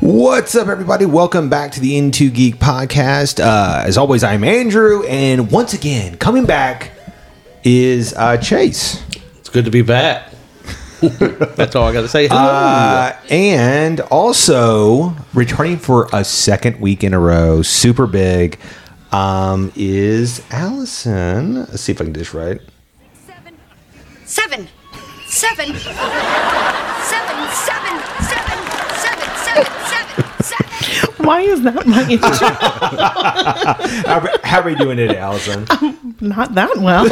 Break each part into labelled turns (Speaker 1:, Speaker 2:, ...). Speaker 1: What's up, everybody? Welcome back to the Into Geek podcast. Uh, as always, I'm Andrew, and once again, coming back is uh, Chase.
Speaker 2: It's good to be back. That's all I got to say. Hello.
Speaker 1: Uh, and also returning for a second week in a row, super big, um, is Allison. Let's see if I can do this right.
Speaker 3: Seven, seven, seven, seven, seven, seven, seven, seven, seven, seven.
Speaker 4: Why is that my intro?
Speaker 1: How, how are you doing today, Allison?
Speaker 4: Not that well.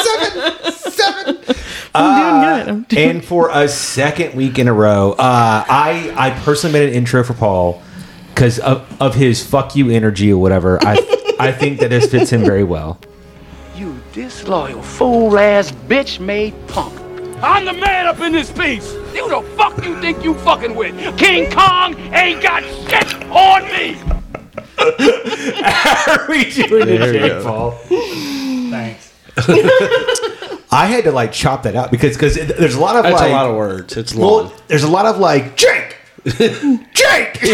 Speaker 1: seven, seven.
Speaker 4: I'm doing good. I'm doing-
Speaker 1: and for a second week in a row, uh, I I personally made an intro for Paul because of, of his "fuck you" energy or whatever. I I think that this fits him very well.
Speaker 5: You disloyal, fool ass, bitch made punk. I'm the man up in this piece. You the fuck you think you fucking with? King Kong ain't got shit on me.
Speaker 1: How are you doing today, Paul? Thanks. I had to like chop that out because because there's a lot of
Speaker 2: That's
Speaker 1: like
Speaker 2: a lot of words. It's long.
Speaker 1: well, there's a lot of like Jake, Jake.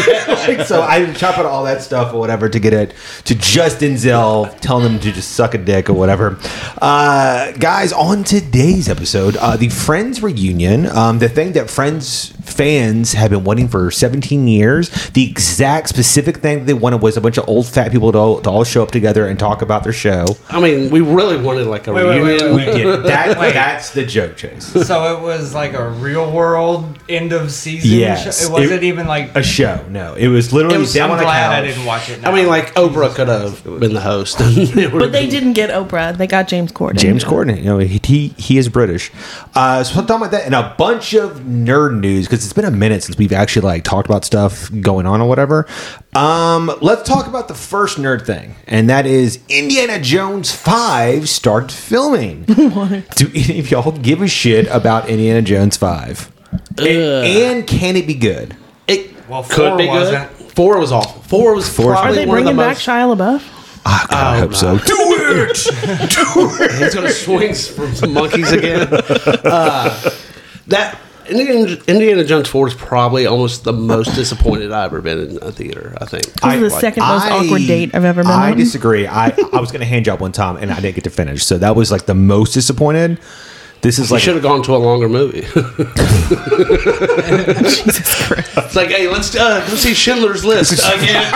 Speaker 1: Like, so I didn't chop out all that stuff or whatever to get it to just Denzel telling them to just suck a dick or whatever. Uh, guys, on today's episode, uh, the Friends reunion, um, the thing that Friends fans have been wanting for 17 years, the exact specific thing that they wanted was a bunch of old fat people to all, to all show up together and talk about their show.
Speaker 2: I mean, we really wanted like a
Speaker 6: Wait, wait,
Speaker 2: reunion.
Speaker 6: wait, wait,
Speaker 1: We did it. That,
Speaker 6: Wait.
Speaker 1: that's the joke, Chase.
Speaker 6: so it was like a real world end of season
Speaker 1: Yes.
Speaker 6: show. It wasn't even like
Speaker 1: A show, no. It was literally
Speaker 2: It was-
Speaker 1: down
Speaker 6: I'm
Speaker 1: on a
Speaker 6: glad I
Speaker 1: couch.
Speaker 6: didn't watch it.
Speaker 2: I
Speaker 6: now.
Speaker 2: mean, like Oprah could have been the host. but
Speaker 4: but they didn't get Oprah. They got James Corden.
Speaker 1: James Corden. You know, he he, he is British. Uh, so I'm talking about that and a bunch of nerd news because it's been a minute since we've actually like talked about stuff going on or whatever. Um, let's talk about the first nerd thing, and that is Indiana Jones Five starts filming. Do any of y'all give a shit about Indiana Jones Five? And, and can it be good?
Speaker 2: It
Speaker 6: Well,
Speaker 2: could
Speaker 6: four
Speaker 2: be
Speaker 6: wasn't.
Speaker 2: good. Four was awful. Four was
Speaker 4: Are
Speaker 2: probably
Speaker 4: they
Speaker 2: one of the
Speaker 4: bringing back
Speaker 2: most.
Speaker 4: Shia LaBeouf?
Speaker 1: Ah, God, I hope so. Do it. Do it.
Speaker 2: He's gonna swing from some monkeys again. Uh, that Indiana, Indiana Jones Four is probably almost the most disappointed I've ever been in a theater. I think.
Speaker 4: This is the second most awkward date I've ever been
Speaker 1: I
Speaker 4: on.
Speaker 1: disagree. I, I was going to hand job one time and I didn't get to finish. So that was like the most disappointed. This is
Speaker 2: You
Speaker 1: like
Speaker 2: should have gone to a longer movie. Jesus Christ! It's like, hey, let's uh, go see Schindler's List again.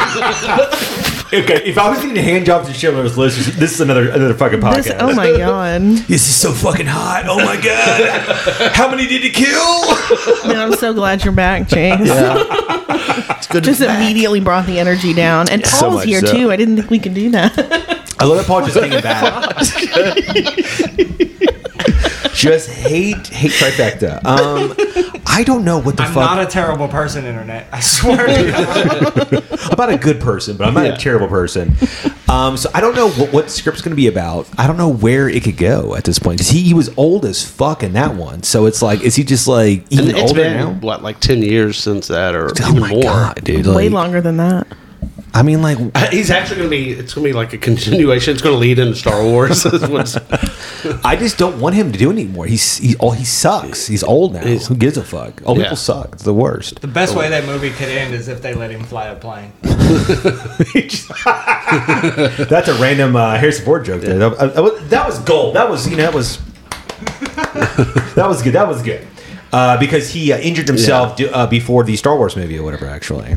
Speaker 1: okay. If I was getting hand jobs and Schindler's List, this is another another fucking podcast.
Speaker 4: This, oh my god!
Speaker 1: This is so fucking hot. Oh my god! How many did you kill?
Speaker 4: Man, I'm so glad you're back, James. Just immediately brought the energy down, and
Speaker 1: So
Speaker 4: Paul's
Speaker 1: much
Speaker 4: here
Speaker 1: so.
Speaker 4: too. I didn't think we could do that.
Speaker 1: I love that Paul just hanging back. just hate hate trifecta. Um, I don't know what the
Speaker 6: I'm
Speaker 1: fuck.
Speaker 6: not a terrible person, internet. I swear. to God.
Speaker 1: I'm not a good person, but I'm not
Speaker 2: Yeah.
Speaker 1: a terrible person. Um, so I don't know what, what script's going to be about. I don't know where it could go at this point because he, he was old as fuck in that one. So it's like, is he just like even
Speaker 2: it's
Speaker 1: older
Speaker 2: been
Speaker 1: now?
Speaker 2: what, like ten years since that, or
Speaker 1: Oh
Speaker 2: even
Speaker 1: my
Speaker 2: more.
Speaker 1: god, dude!
Speaker 4: Way
Speaker 1: like,
Speaker 4: longer than that.
Speaker 1: I mean, like,
Speaker 2: He's actually going to be. It's going to be like a continuation. It's going to lead into Star Wars. That's what's-
Speaker 1: I just don't want him to do it anymore. He's he, oh, he sucks. He's old now. Who gives a fuck? Old
Speaker 2: Yeah.
Speaker 1: people suck. It's the worst.
Speaker 6: the best way that movie could end is if they let him fly a plane.
Speaker 1: That's a random uh, Harrison Ford joke. There, that, uh, that was- that was gold. That was you know that was that was good. That was good uh, because he uh, injured himself d uh, before the Star Wars movie or whatever. Actually,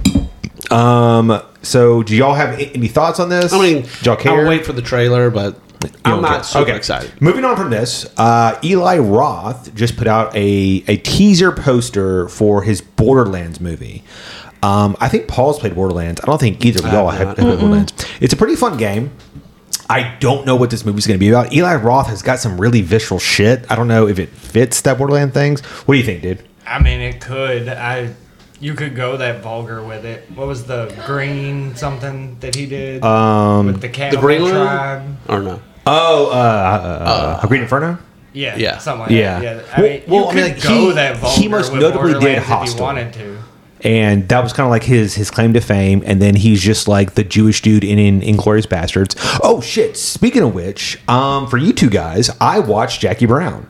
Speaker 1: um, so do y'all have a- any thoughts on this?
Speaker 2: I mean,
Speaker 1: do y'all care?
Speaker 2: I'll wait for the trailer, but
Speaker 1: You
Speaker 2: I'm
Speaker 1: don't care.
Speaker 2: not super excited.
Speaker 1: Moving on from this, uh, Eli Roth just put out a, a teaser poster for his Borderlands movie. Um, I think Paul's played Borderlands. I don't think either of y'all
Speaker 2: have
Speaker 1: have
Speaker 2: not.
Speaker 1: played Borderlands. It's a pretty fun game. I don't know what this movie's going to be about. Eli Roth has got some really visceral shit. I don't know if it fits that Borderland things. What do you think, dude?
Speaker 6: I mean, it could. I. You could go that vulgar with it. What was the green something that he did? Um, with the
Speaker 2: The
Speaker 6: cannibal
Speaker 2: Green Room?
Speaker 6: tribe.
Speaker 2: or no?
Speaker 1: Oh, uh, uh, uh, Green Inferno.
Speaker 6: Yeah,
Speaker 2: Yeah.
Speaker 6: something like
Speaker 1: Yeah.
Speaker 6: that. Yeah, I mean,
Speaker 1: Well- well, I
Speaker 6: you could
Speaker 1: mean, like,
Speaker 6: go
Speaker 1: he-
Speaker 6: that
Speaker 1: he
Speaker 6: vulgar.
Speaker 1: most
Speaker 6: with
Speaker 1: notably did
Speaker 6: Borderlands if
Speaker 1: Hostel.
Speaker 6: you wanted to.
Speaker 1: and that was kind of like his his claim to fame. And then he's just like the Jewish dude in, in Inglorious Bastards. Oh shit! Speaking of which, um, for you two guys, I watched Jackie Brown.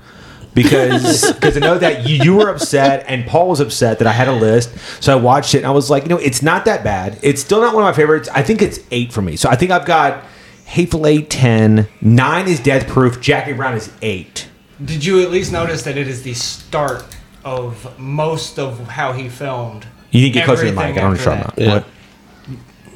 Speaker 1: because because I know that you, you were upset and Paul was upset that I had a list. So I watched it and I was like, you know, it's not that bad. It's still not one of my favorites. I think it's eight for me. So I think I've got Hateful Eight, 10. Nine is Death Proof. Jackie Brown is eight.
Speaker 6: Did you at least notice that it is the start of most of how he filmed?
Speaker 1: You didn't get close to the mic. I
Speaker 6: everything
Speaker 1: don't know what
Speaker 6: after
Speaker 1: you're talking about.
Speaker 6: that?
Speaker 2: Yeah.
Speaker 1: What?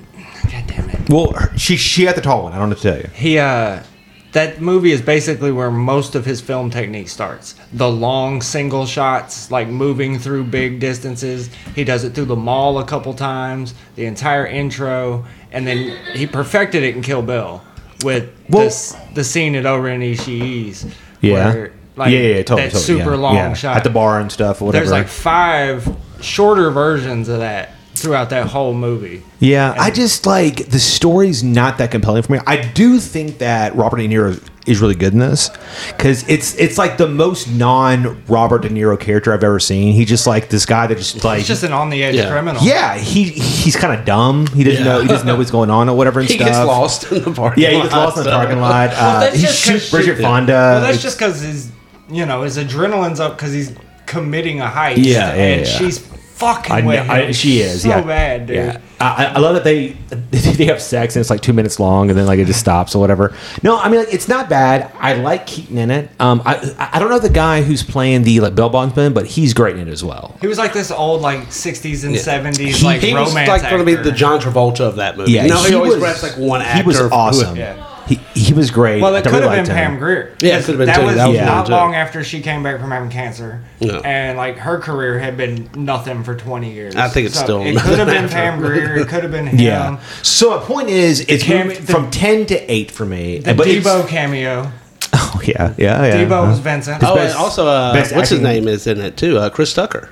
Speaker 1: Well, her- she she had the tall one. I don't know what to tell you.
Speaker 6: He uh that movie is basically where most of his film technique starts. The long single shots, like moving through big distances. He does it through the mall a couple times, the entire intro, and then he perfected it in Kill Bill with
Speaker 1: Well-
Speaker 6: this, the scene at Oren Ishii's.
Speaker 1: Yeah.
Speaker 6: where, like,
Speaker 1: yeah, yeah, yeah, totally.
Speaker 6: that
Speaker 1: totally,
Speaker 6: super
Speaker 1: yeah,
Speaker 6: long
Speaker 1: yeah.
Speaker 6: shot
Speaker 1: At the bar and stuff, or whatever.
Speaker 6: There's like five shorter versions of that throughout that whole movie.
Speaker 1: Yeah, I just like the story's not that compelling for me. I do think that Robert De Niro is really good in this because it's it's like the most non Robert De Niro character I've ever seen. He's just like this guy that just like
Speaker 6: It's just an on the edge
Speaker 2: Yeah.
Speaker 6: criminal.
Speaker 1: yeah he he's kind of dumb. He doesn't
Speaker 2: Yeah.
Speaker 1: know he doesn't know what's going on or whatever and
Speaker 2: He
Speaker 1: stuff.
Speaker 2: gets lost in the parking
Speaker 1: Yeah, he gets lost in the
Speaker 2: lot,
Speaker 1: parking
Speaker 2: so-
Speaker 1: lot. Uh,
Speaker 6: that's
Speaker 1: he
Speaker 6: just 'cause
Speaker 1: shoots
Speaker 6: she-
Speaker 1: Bridget
Speaker 2: yeah.
Speaker 1: Fonda.
Speaker 6: Well, that's just because his, you know, his adrenaline's up because he's committing a heist.
Speaker 1: Yeah, yeah,
Speaker 6: and
Speaker 1: yeah.
Speaker 6: she's fucking
Speaker 1: I
Speaker 6: with
Speaker 1: know,
Speaker 6: him.
Speaker 1: I, she is.
Speaker 6: so
Speaker 1: yeah,
Speaker 6: bad, dude.
Speaker 1: Yeah, I, I- I love that they they have sex and it's like two minutes long and then like it just stops or whatever. No, I mean like, it's not bad. I like Keaton in it. Um, I I don't know the guy who's playing the like Bell Bondsman, but he's great in it as well.
Speaker 6: He was like this old, like '60s and '70s,
Speaker 2: He,
Speaker 6: like
Speaker 2: he was
Speaker 6: romance
Speaker 2: like going to be
Speaker 6: actor.
Speaker 2: the John Travolta of that movie.
Speaker 1: Yeah,
Speaker 2: you know, he, always raps like one actor.
Speaker 1: He was
Speaker 2: who-
Speaker 1: awesome.
Speaker 6: Yeah.
Speaker 1: He he was great.
Speaker 6: Well, it
Speaker 1: I
Speaker 6: could have
Speaker 1: really
Speaker 6: been
Speaker 1: liked him.
Speaker 6: Pam Greer.
Speaker 2: Yeah, it could have been
Speaker 6: That
Speaker 2: too.
Speaker 6: was,
Speaker 2: That was
Speaker 6: not
Speaker 2: one, too.
Speaker 6: long after she came back from having cancer,
Speaker 2: No.
Speaker 6: and like her career had been nothing for twenty years.
Speaker 2: I think it's still
Speaker 6: It could have been
Speaker 2: nothing.
Speaker 6: Pam Greer. It could have been him.
Speaker 1: Yeah. so my point is, it's
Speaker 6: Cam-
Speaker 1: moved
Speaker 6: the-
Speaker 1: from ten to eight for me.
Speaker 6: The
Speaker 1: but it's-
Speaker 6: Debo cameo.
Speaker 1: oh, yeah, yeah, yeah.
Speaker 6: Debo was Vincent.
Speaker 2: Oh,
Speaker 1: best-
Speaker 2: and also, uh, what's
Speaker 1: best
Speaker 2: his
Speaker 1: acting-
Speaker 2: name is in it too? Uh, Chris Tucker,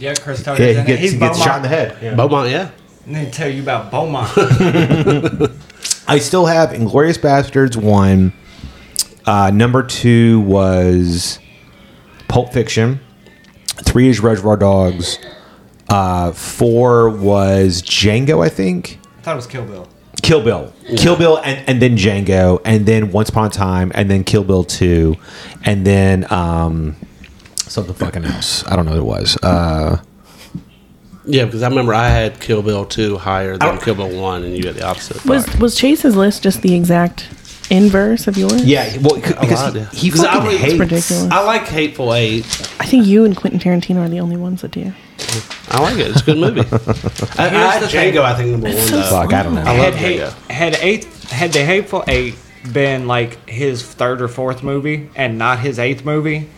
Speaker 6: yeah, Chris Tucker's
Speaker 1: yeah, he
Speaker 6: in it.
Speaker 1: gets,
Speaker 6: He's
Speaker 1: he gets shot in
Speaker 6: Beaumont.
Speaker 1: the head. Yeah.
Speaker 2: Beaumont. Yeah,
Speaker 6: And they tell you about Beaumont.
Speaker 1: I still have Inglorious Bastards one. Uh, number two was Pulp Fiction. Three is Reservoir Dogs. Uh, four was Django, I think.
Speaker 6: I thought it was Kill Bill.
Speaker 1: Kill Bill, Kill Bill, and, and then Django, and then Once Upon a Time, and then Kill Bill Two, and then um, something fucking else. I don't know what it was. Uh,
Speaker 2: yeah. Because I remember I had Kill Bill two higher than Kill Bill one, and you had the opposite.
Speaker 4: Was
Speaker 2: Fuck.
Speaker 4: was Chase's list just the exact inverse of yours?
Speaker 1: yeah, well, because
Speaker 2: lot,
Speaker 1: he,
Speaker 2: yeah.
Speaker 1: he
Speaker 2: 'Cause I
Speaker 1: fucking
Speaker 2: would-
Speaker 1: hates.
Speaker 4: Ridiculous.
Speaker 2: I like Hateful Eight.
Speaker 4: I think you and Quentin Tarantino are the only ones that do.
Speaker 2: I like it. It's a good movie. I, I had
Speaker 6: the
Speaker 2: Django.
Speaker 6: thing.
Speaker 2: I think number one.
Speaker 4: so
Speaker 2: though.
Speaker 1: Fuck, I don't know.
Speaker 2: I
Speaker 6: had
Speaker 2: love
Speaker 6: hate,
Speaker 2: Django.
Speaker 6: had eight had the hateful eight been like his third or fourth movie and not his eighth movie,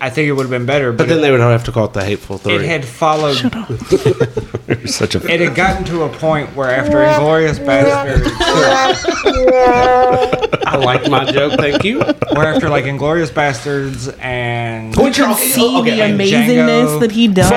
Speaker 6: I think it would have been better. But,
Speaker 2: But then
Speaker 6: it-
Speaker 2: they would have to call it the Hateful Three.
Speaker 6: it, had followed.
Speaker 1: You're such a
Speaker 6: It had gotten to a point where after Inglorious Bastards,
Speaker 2: I like my joke. Thank you.
Speaker 6: where after like Inglorious Bastards and
Speaker 1: What
Speaker 4: You
Speaker 1: your-
Speaker 4: can see
Speaker 1: okay,
Speaker 4: the
Speaker 1: like
Speaker 4: amazingness
Speaker 6: Django.
Speaker 4: that he
Speaker 1: you.
Speaker 4: does.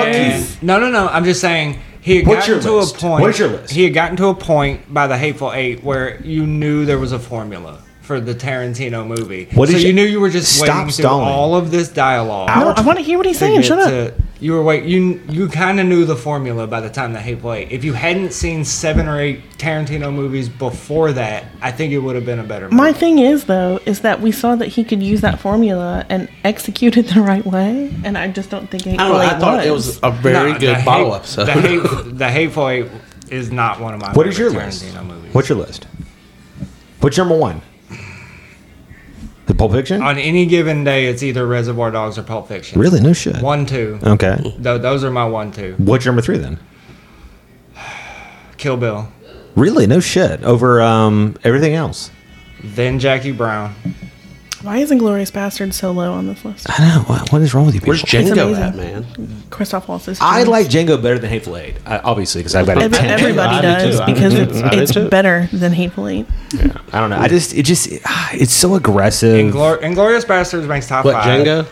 Speaker 6: And- no, no, no. I'm just saying he had
Speaker 1: What's
Speaker 6: gotten
Speaker 1: your
Speaker 6: to
Speaker 1: list?
Speaker 6: a point.
Speaker 1: What's your list?
Speaker 6: He had gotten to a point by the Hateful Eight where you knew there was a formula for the Tarantino movie.
Speaker 1: What
Speaker 6: so
Speaker 1: is
Speaker 6: you
Speaker 1: your-
Speaker 6: knew you were just
Speaker 1: Stop
Speaker 6: waiting through
Speaker 1: stalling.
Speaker 6: all of this dialogue.
Speaker 1: Ow.
Speaker 4: No, I want to hear what he's
Speaker 6: to
Speaker 4: saying.
Speaker 6: get
Speaker 4: Shut up.
Speaker 6: to- you were wait. You you kind of knew the formula by the time the Hateful Eight. If you hadn't seen seven or eight Tarantino movies before that, I think it would have been a better. Movie.
Speaker 4: My thing is though, is that we saw that he could use that formula and execute it the right way, and I just don't think it
Speaker 2: I don't know.
Speaker 4: really
Speaker 2: I thought it was a very
Speaker 6: Nah, the
Speaker 2: good
Speaker 6: Hate-
Speaker 2: bottle episode.
Speaker 6: The, hate, the Hateful Eight is not one of my.
Speaker 1: What is your
Speaker 6: favorite
Speaker 1: list?
Speaker 6: Tarantino movies.
Speaker 1: What's your list? What's your number one? The Pulp Fiction?
Speaker 6: On any given day, it's either Reservoir Dogs or Pulp Fiction.
Speaker 1: really? Oh. No shit.
Speaker 6: One, two.
Speaker 1: Okay.
Speaker 6: Tho- those are my one, two.
Speaker 1: What's your number three then?
Speaker 6: Kill Bill,
Speaker 1: Really? No shit. Over um, everything else.
Speaker 6: then Jackie Brown.
Speaker 4: Why is Inglorious Bastard so low on this list?
Speaker 1: I know. What, what is wrong with you people?
Speaker 2: Where's Django
Speaker 4: amazing.
Speaker 2: at, man?
Speaker 4: Christoph Waltz is.
Speaker 1: I
Speaker 4: huge.
Speaker 1: like Django better than Hateful Eight, uh, obviously, because I've got a
Speaker 4: Every-
Speaker 1: 10.
Speaker 4: everybody
Speaker 2: I do
Speaker 4: does
Speaker 2: too. I do
Speaker 4: because
Speaker 2: too. I do
Speaker 4: it's,
Speaker 2: too.
Speaker 4: it's better than Hateful Eight.
Speaker 1: I don't know. I just, it just, ah, it's so aggressive.
Speaker 6: Inglor- Inglorious Bastards makes top
Speaker 2: What
Speaker 6: five.
Speaker 2: Django?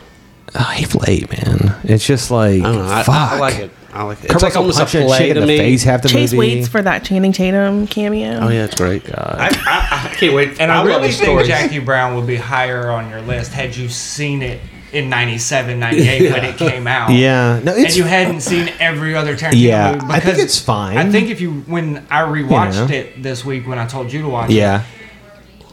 Speaker 1: Ah, Hateful Eight, man. It's just like,
Speaker 2: I don't know. I,
Speaker 1: fuck.
Speaker 2: I like it. I like it.
Speaker 1: Kurt
Speaker 2: It's like
Speaker 1: Russell
Speaker 2: almost a
Speaker 1: punching chick
Speaker 2: play
Speaker 1: in
Speaker 2: to
Speaker 1: the
Speaker 2: me.
Speaker 1: face half the
Speaker 4: Chase
Speaker 1: movie.
Speaker 4: waits for that Channing Tatum cameo.
Speaker 2: Oh yeah, it's great. I, I, I can't wait.
Speaker 6: And I,
Speaker 2: love
Speaker 6: really
Speaker 2: his
Speaker 6: think
Speaker 2: stories.
Speaker 6: Jackie Brown would be higher on your list had you seen it in 97, 98 when it came out.
Speaker 1: Yeah. No,
Speaker 6: and
Speaker 1: it's.
Speaker 6: you hadn't seen every other Tarantino
Speaker 1: Yeah,
Speaker 6: movie.
Speaker 1: I think
Speaker 6: because
Speaker 1: it's fine.
Speaker 6: I think if you, when I
Speaker 1: You
Speaker 6: rewatched
Speaker 1: know.
Speaker 6: it this week when I told you to watch it,
Speaker 1: yeah.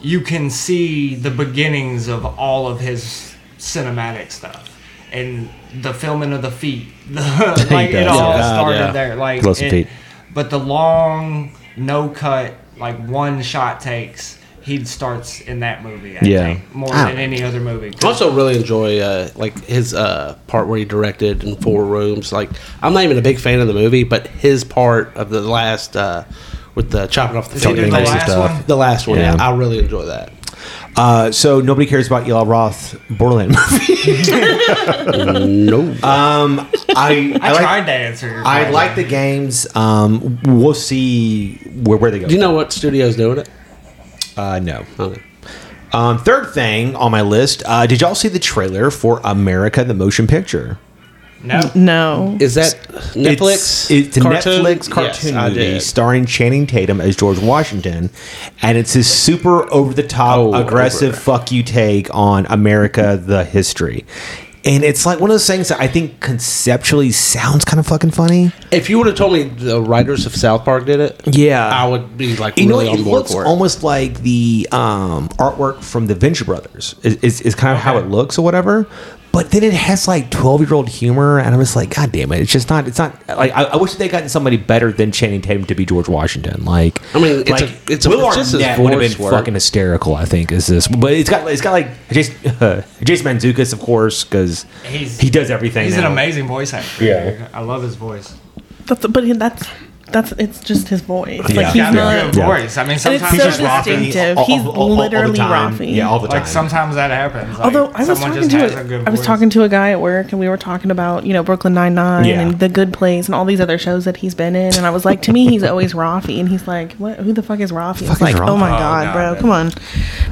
Speaker 6: you can see the beginnings of all of his cinematic stuff. and the filming of the feet. like it
Speaker 1: does.
Speaker 6: all
Speaker 1: Yeah.
Speaker 6: started
Speaker 2: Yeah.
Speaker 6: there. Like
Speaker 7: Lots of
Speaker 6: it-
Speaker 7: feet.
Speaker 6: But the long no cut, like one shot takes. He starts in that movie, I
Speaker 7: Yeah.
Speaker 6: think, more
Speaker 1: Ah.
Speaker 6: than any other movie.
Speaker 2: I also really enjoy uh, like his uh, part where he directed in Four Rooms. Like I'm not even a big fan of the movie, but his part of the last uh, with the chopping off the
Speaker 6: Either
Speaker 2: fingers,
Speaker 6: the
Speaker 7: fingers and
Speaker 6: last
Speaker 7: stuff.
Speaker 6: one,
Speaker 2: the last one.
Speaker 7: Yeah.
Speaker 2: Yeah. I really enjoy that.
Speaker 1: Uh, so nobody cares about Yael Roth Borderland movie.
Speaker 2: No,
Speaker 1: I
Speaker 6: I,
Speaker 1: I
Speaker 6: tried
Speaker 1: like,
Speaker 6: to answer. your
Speaker 1: I
Speaker 6: question.
Speaker 1: like the games. Um, we'll see where, where they go.
Speaker 2: do you know what studio's doing it?
Speaker 1: Uh, no.
Speaker 2: Okay.
Speaker 1: Um, third thing on my list. Uh, did y'all see the trailer for America the Motion Picture?
Speaker 6: no.
Speaker 4: No.
Speaker 2: Is that Netflix?
Speaker 1: It's, it's a
Speaker 2: cartoon?
Speaker 1: Netflix cartoon
Speaker 2: Yes, I
Speaker 1: movie
Speaker 2: did.
Speaker 1: starring Channing Tatum as George Washington, and it's his super over the top,
Speaker 2: Oh,
Speaker 1: aggressive
Speaker 2: over.
Speaker 1: fuck you take on America the history. And it's like one of those things that I think conceptually sounds kind of fucking funny.
Speaker 2: If you would have told me the writers of South Park did it,
Speaker 1: Yeah.
Speaker 2: I would be like
Speaker 1: You know,
Speaker 2: really
Speaker 1: it
Speaker 2: on board
Speaker 1: looks
Speaker 2: for it.
Speaker 1: almost like the um, artwork from the Venture Brothers is, is, is kind of how it looks or whatever. But then it has like twelve year old humor, and I'm just like, God damn it! It's just not. It's not like I, I wish they gotten somebody better than Channing Tatum to be George Washington. Like,
Speaker 2: I mean, it's a- it's a-
Speaker 1: Will
Speaker 2: it's just his
Speaker 1: Arnett would have
Speaker 2: voice
Speaker 1: been
Speaker 2: work.
Speaker 1: fucking hysterical. I think is this, but it's got it's got like Jason, uh, Jason Mantzoukas, of course, because
Speaker 6: He's-
Speaker 1: he does everything.
Speaker 6: He's
Speaker 1: now.
Speaker 6: an amazing voice actor.
Speaker 1: Yeah.
Speaker 6: I love his voice.
Speaker 4: That's, but he- that's that's it's just his voice. Like
Speaker 1: Yeah.
Speaker 4: he's
Speaker 6: Yeah,
Speaker 4: not.
Speaker 6: good
Speaker 1: Yeah.
Speaker 6: voice. I mean,
Speaker 4: And it's
Speaker 6: sometimes
Speaker 4: so
Speaker 6: he's just Rafi.
Speaker 4: distinctive.
Speaker 1: All-
Speaker 4: He's
Speaker 1: all- all- all the
Speaker 4: literally
Speaker 1: time.
Speaker 4: Rafi.
Speaker 1: Yeah, all the time.
Speaker 6: Like sometimes that happens. Like,
Speaker 4: Although I was
Speaker 6: someone
Speaker 4: talking
Speaker 6: just
Speaker 4: to
Speaker 6: has
Speaker 4: a-
Speaker 6: a good
Speaker 4: I was
Speaker 6: voice.
Speaker 4: talking to a guy at work, and we were talking about you know Brooklyn Nine Nine
Speaker 1: Yeah.
Speaker 4: and The Good Place and all these other shows that he's been in, and I was like, to me, he's always Rafi, and he's like, what? Who the fuck is Rafi? I was
Speaker 1: fuck is
Speaker 4: like, oh my
Speaker 1: Rafi?
Speaker 4: god,
Speaker 6: Oh,
Speaker 4: bro,
Speaker 6: God.
Speaker 4: come on.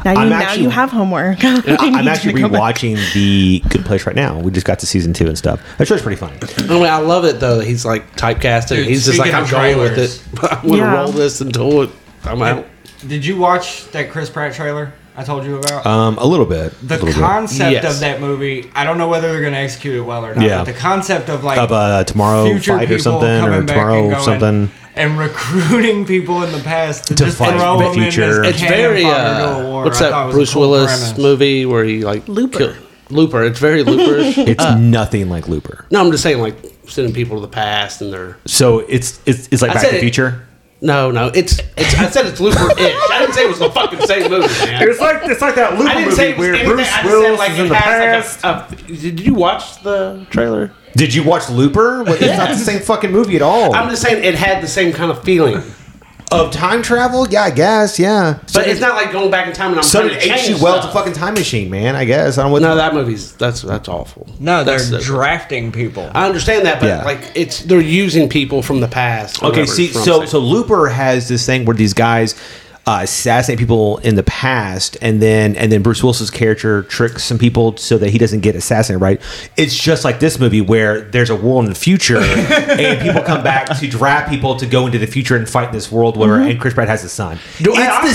Speaker 4: Now you
Speaker 1: I'm
Speaker 4: now
Speaker 1: actually-
Speaker 4: you have homework. I need
Speaker 1: I'm
Speaker 4: you
Speaker 1: actually
Speaker 4: to come back.
Speaker 1: rewatching the Good Place right now. We just got to season two and stuff. That show's pretty funny.
Speaker 2: I mean, I love it though. that He's like typecasting.
Speaker 6: Dude,
Speaker 2: he's just like,
Speaker 6: speaking
Speaker 2: I'm
Speaker 6: of
Speaker 2: going with
Speaker 6: trailers.
Speaker 2: it. I'm gonna
Speaker 4: Yeah.
Speaker 2: roll this until it, I'm out.
Speaker 6: Did you watch that Chris Pratt trailer I told you about?
Speaker 1: Um, a little bit.
Speaker 6: the
Speaker 1: a little bit.
Speaker 6: concept
Speaker 2: Yes.
Speaker 6: of that movie, I don't know whether they're going to execute it well or not.
Speaker 1: Yeah.
Speaker 6: But the concept of like
Speaker 1: Of, uh, tomorrow fight or
Speaker 6: people
Speaker 1: something, or
Speaker 6: coming back
Speaker 1: tomorrow
Speaker 6: and
Speaker 1: something.
Speaker 6: and recruiting people in the past to,
Speaker 1: To
Speaker 6: just
Speaker 1: fight
Speaker 6: throw
Speaker 1: the
Speaker 6: them
Speaker 1: future.
Speaker 6: in this
Speaker 2: It's very uh, what's that Bruce Willis movie where he like
Speaker 4: Looper.
Speaker 2: Looper. It's very looperish.
Speaker 1: It's
Speaker 4: Uh,
Speaker 1: nothing like Looper.
Speaker 2: no, I'm just saying like sending people to the past and they're
Speaker 1: So it's it's, it's like
Speaker 2: I
Speaker 1: Back to
Speaker 2: said
Speaker 1: the
Speaker 2: it-
Speaker 1: Future.
Speaker 2: no, no. It's it's. I said it's Looper-ish. I didn't say it was the fucking same movie, man.
Speaker 1: like it's like that Looper
Speaker 2: I didn't say it was anything. I just said like it has like a, a. Did you watch the trailer?
Speaker 1: Did you watch Looper? Well, It's not the same fucking movie at all.
Speaker 2: I'm just saying it had the same kind of feeling,
Speaker 1: of time travel? Yeah, I guess. Yeah. So,
Speaker 2: but it's not like going back in time and I'm
Speaker 1: so
Speaker 2: so
Speaker 1: did
Speaker 2: trying to
Speaker 1: H.G.
Speaker 2: change
Speaker 1: Wells'
Speaker 2: stuff.
Speaker 1: fucking time machine, man. I guess I don't. Know what
Speaker 2: No, that movie's that's that's awful.
Speaker 6: No, they're
Speaker 2: That's-
Speaker 6: drafting people.
Speaker 2: I understand that, but
Speaker 1: Yeah.
Speaker 2: like it's they're using people from the past. or
Speaker 1: Okay,
Speaker 2: whatever,
Speaker 1: see,
Speaker 2: is what I'm
Speaker 1: so
Speaker 2: saying.
Speaker 1: so Looper has this thing where these guys uh, assassinate people in the past, and then and then Bruce Willis's character tricks some people so that he doesn't get assassinated. Right? It's just like this movie where there's a world in the future, and people come back to draft people to go into the future and fight in this world where and Chris Pratt has a son.
Speaker 2: Mm-hmm. Do-
Speaker 1: it's
Speaker 2: and I'm
Speaker 1: the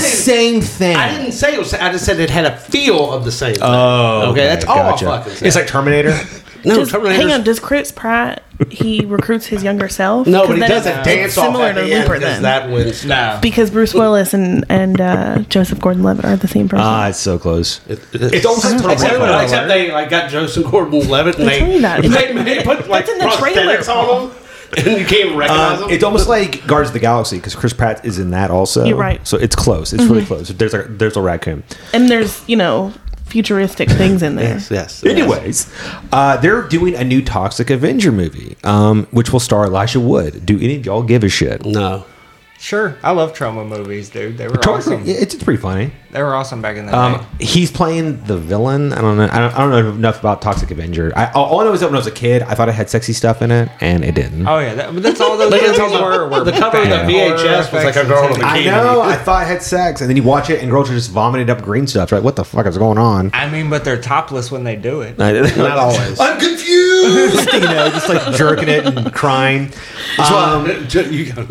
Speaker 1: same
Speaker 2: saying-
Speaker 1: thing.
Speaker 2: I didn't say it was. I just said it had a feel of the same. thing.
Speaker 1: Oh,
Speaker 2: okay, that's all
Speaker 1: gotcha.
Speaker 2: I fucking said.
Speaker 1: It's like Terminator.
Speaker 2: no,
Speaker 4: Does- hang
Speaker 2: Terminator's-
Speaker 4: on, does Chris Pratt he recruits his younger self?
Speaker 2: no,
Speaker 4: 'Cause
Speaker 2: but he
Speaker 4: then
Speaker 2: does
Speaker 4: it's-
Speaker 2: that dance
Speaker 4: it's
Speaker 2: off
Speaker 4: similar
Speaker 2: at
Speaker 4: to
Speaker 2: the end
Speaker 4: Looper
Speaker 2: because
Speaker 4: then.
Speaker 2: that wins.
Speaker 6: no,
Speaker 4: because Bruce Willis and and uh, Joseph Gordon-Levitt are the same person.
Speaker 1: Ah, it's so close.
Speaker 2: It's
Speaker 1: almost like Terminator.
Speaker 2: Except, except they like got Joseph Gordon-Levitt and
Speaker 4: I told
Speaker 2: they,
Speaker 4: you that.
Speaker 2: they, they put like
Speaker 4: in the trailer.
Speaker 2: prosthetics on them, and you can't recognize
Speaker 1: Um,
Speaker 2: them.
Speaker 1: it's almost like Guards of the Galaxy because Chris Pratt is in that also.
Speaker 4: You're right. Mm-hmm.
Speaker 1: So it's close. It's really close. There's a there's a raccoon.
Speaker 4: and there's you know futuristic things in there.
Speaker 2: yes.
Speaker 1: Anyways, uh, they're doing a new Toxic Avenger movie, um, which will star Elisha Wood. Do any of y'all give a shit?
Speaker 2: No.
Speaker 6: sure. I love trauma movies, dude. They were awesome.
Speaker 1: Toxic, yeah, it's, it's pretty funny.
Speaker 6: They were awesome back in the day.
Speaker 1: Um, he's playing the villain. I don't know. I don't, I don't know enough about Toxic Avenger. I, all all I know is that when I was a kid, I thought it had sexy stuff in it, and it didn't.
Speaker 6: Oh yeah, that, but that's all those
Speaker 2: Like,
Speaker 6: movies
Speaker 2: it's on the-
Speaker 6: were. were
Speaker 2: the cover of the
Speaker 6: bad.
Speaker 2: VHS was like a girl in a
Speaker 1: I
Speaker 2: bikini.
Speaker 1: know. I thought it had sex, and then you watch it, and girls are just vomiting up green stuff. Right? What the fuck is going on?
Speaker 6: I mean, but they're topless when they do it.
Speaker 1: Not
Speaker 2: always.
Speaker 1: I'm confused. you know, just like jerking it and crying. Um,
Speaker 2: you got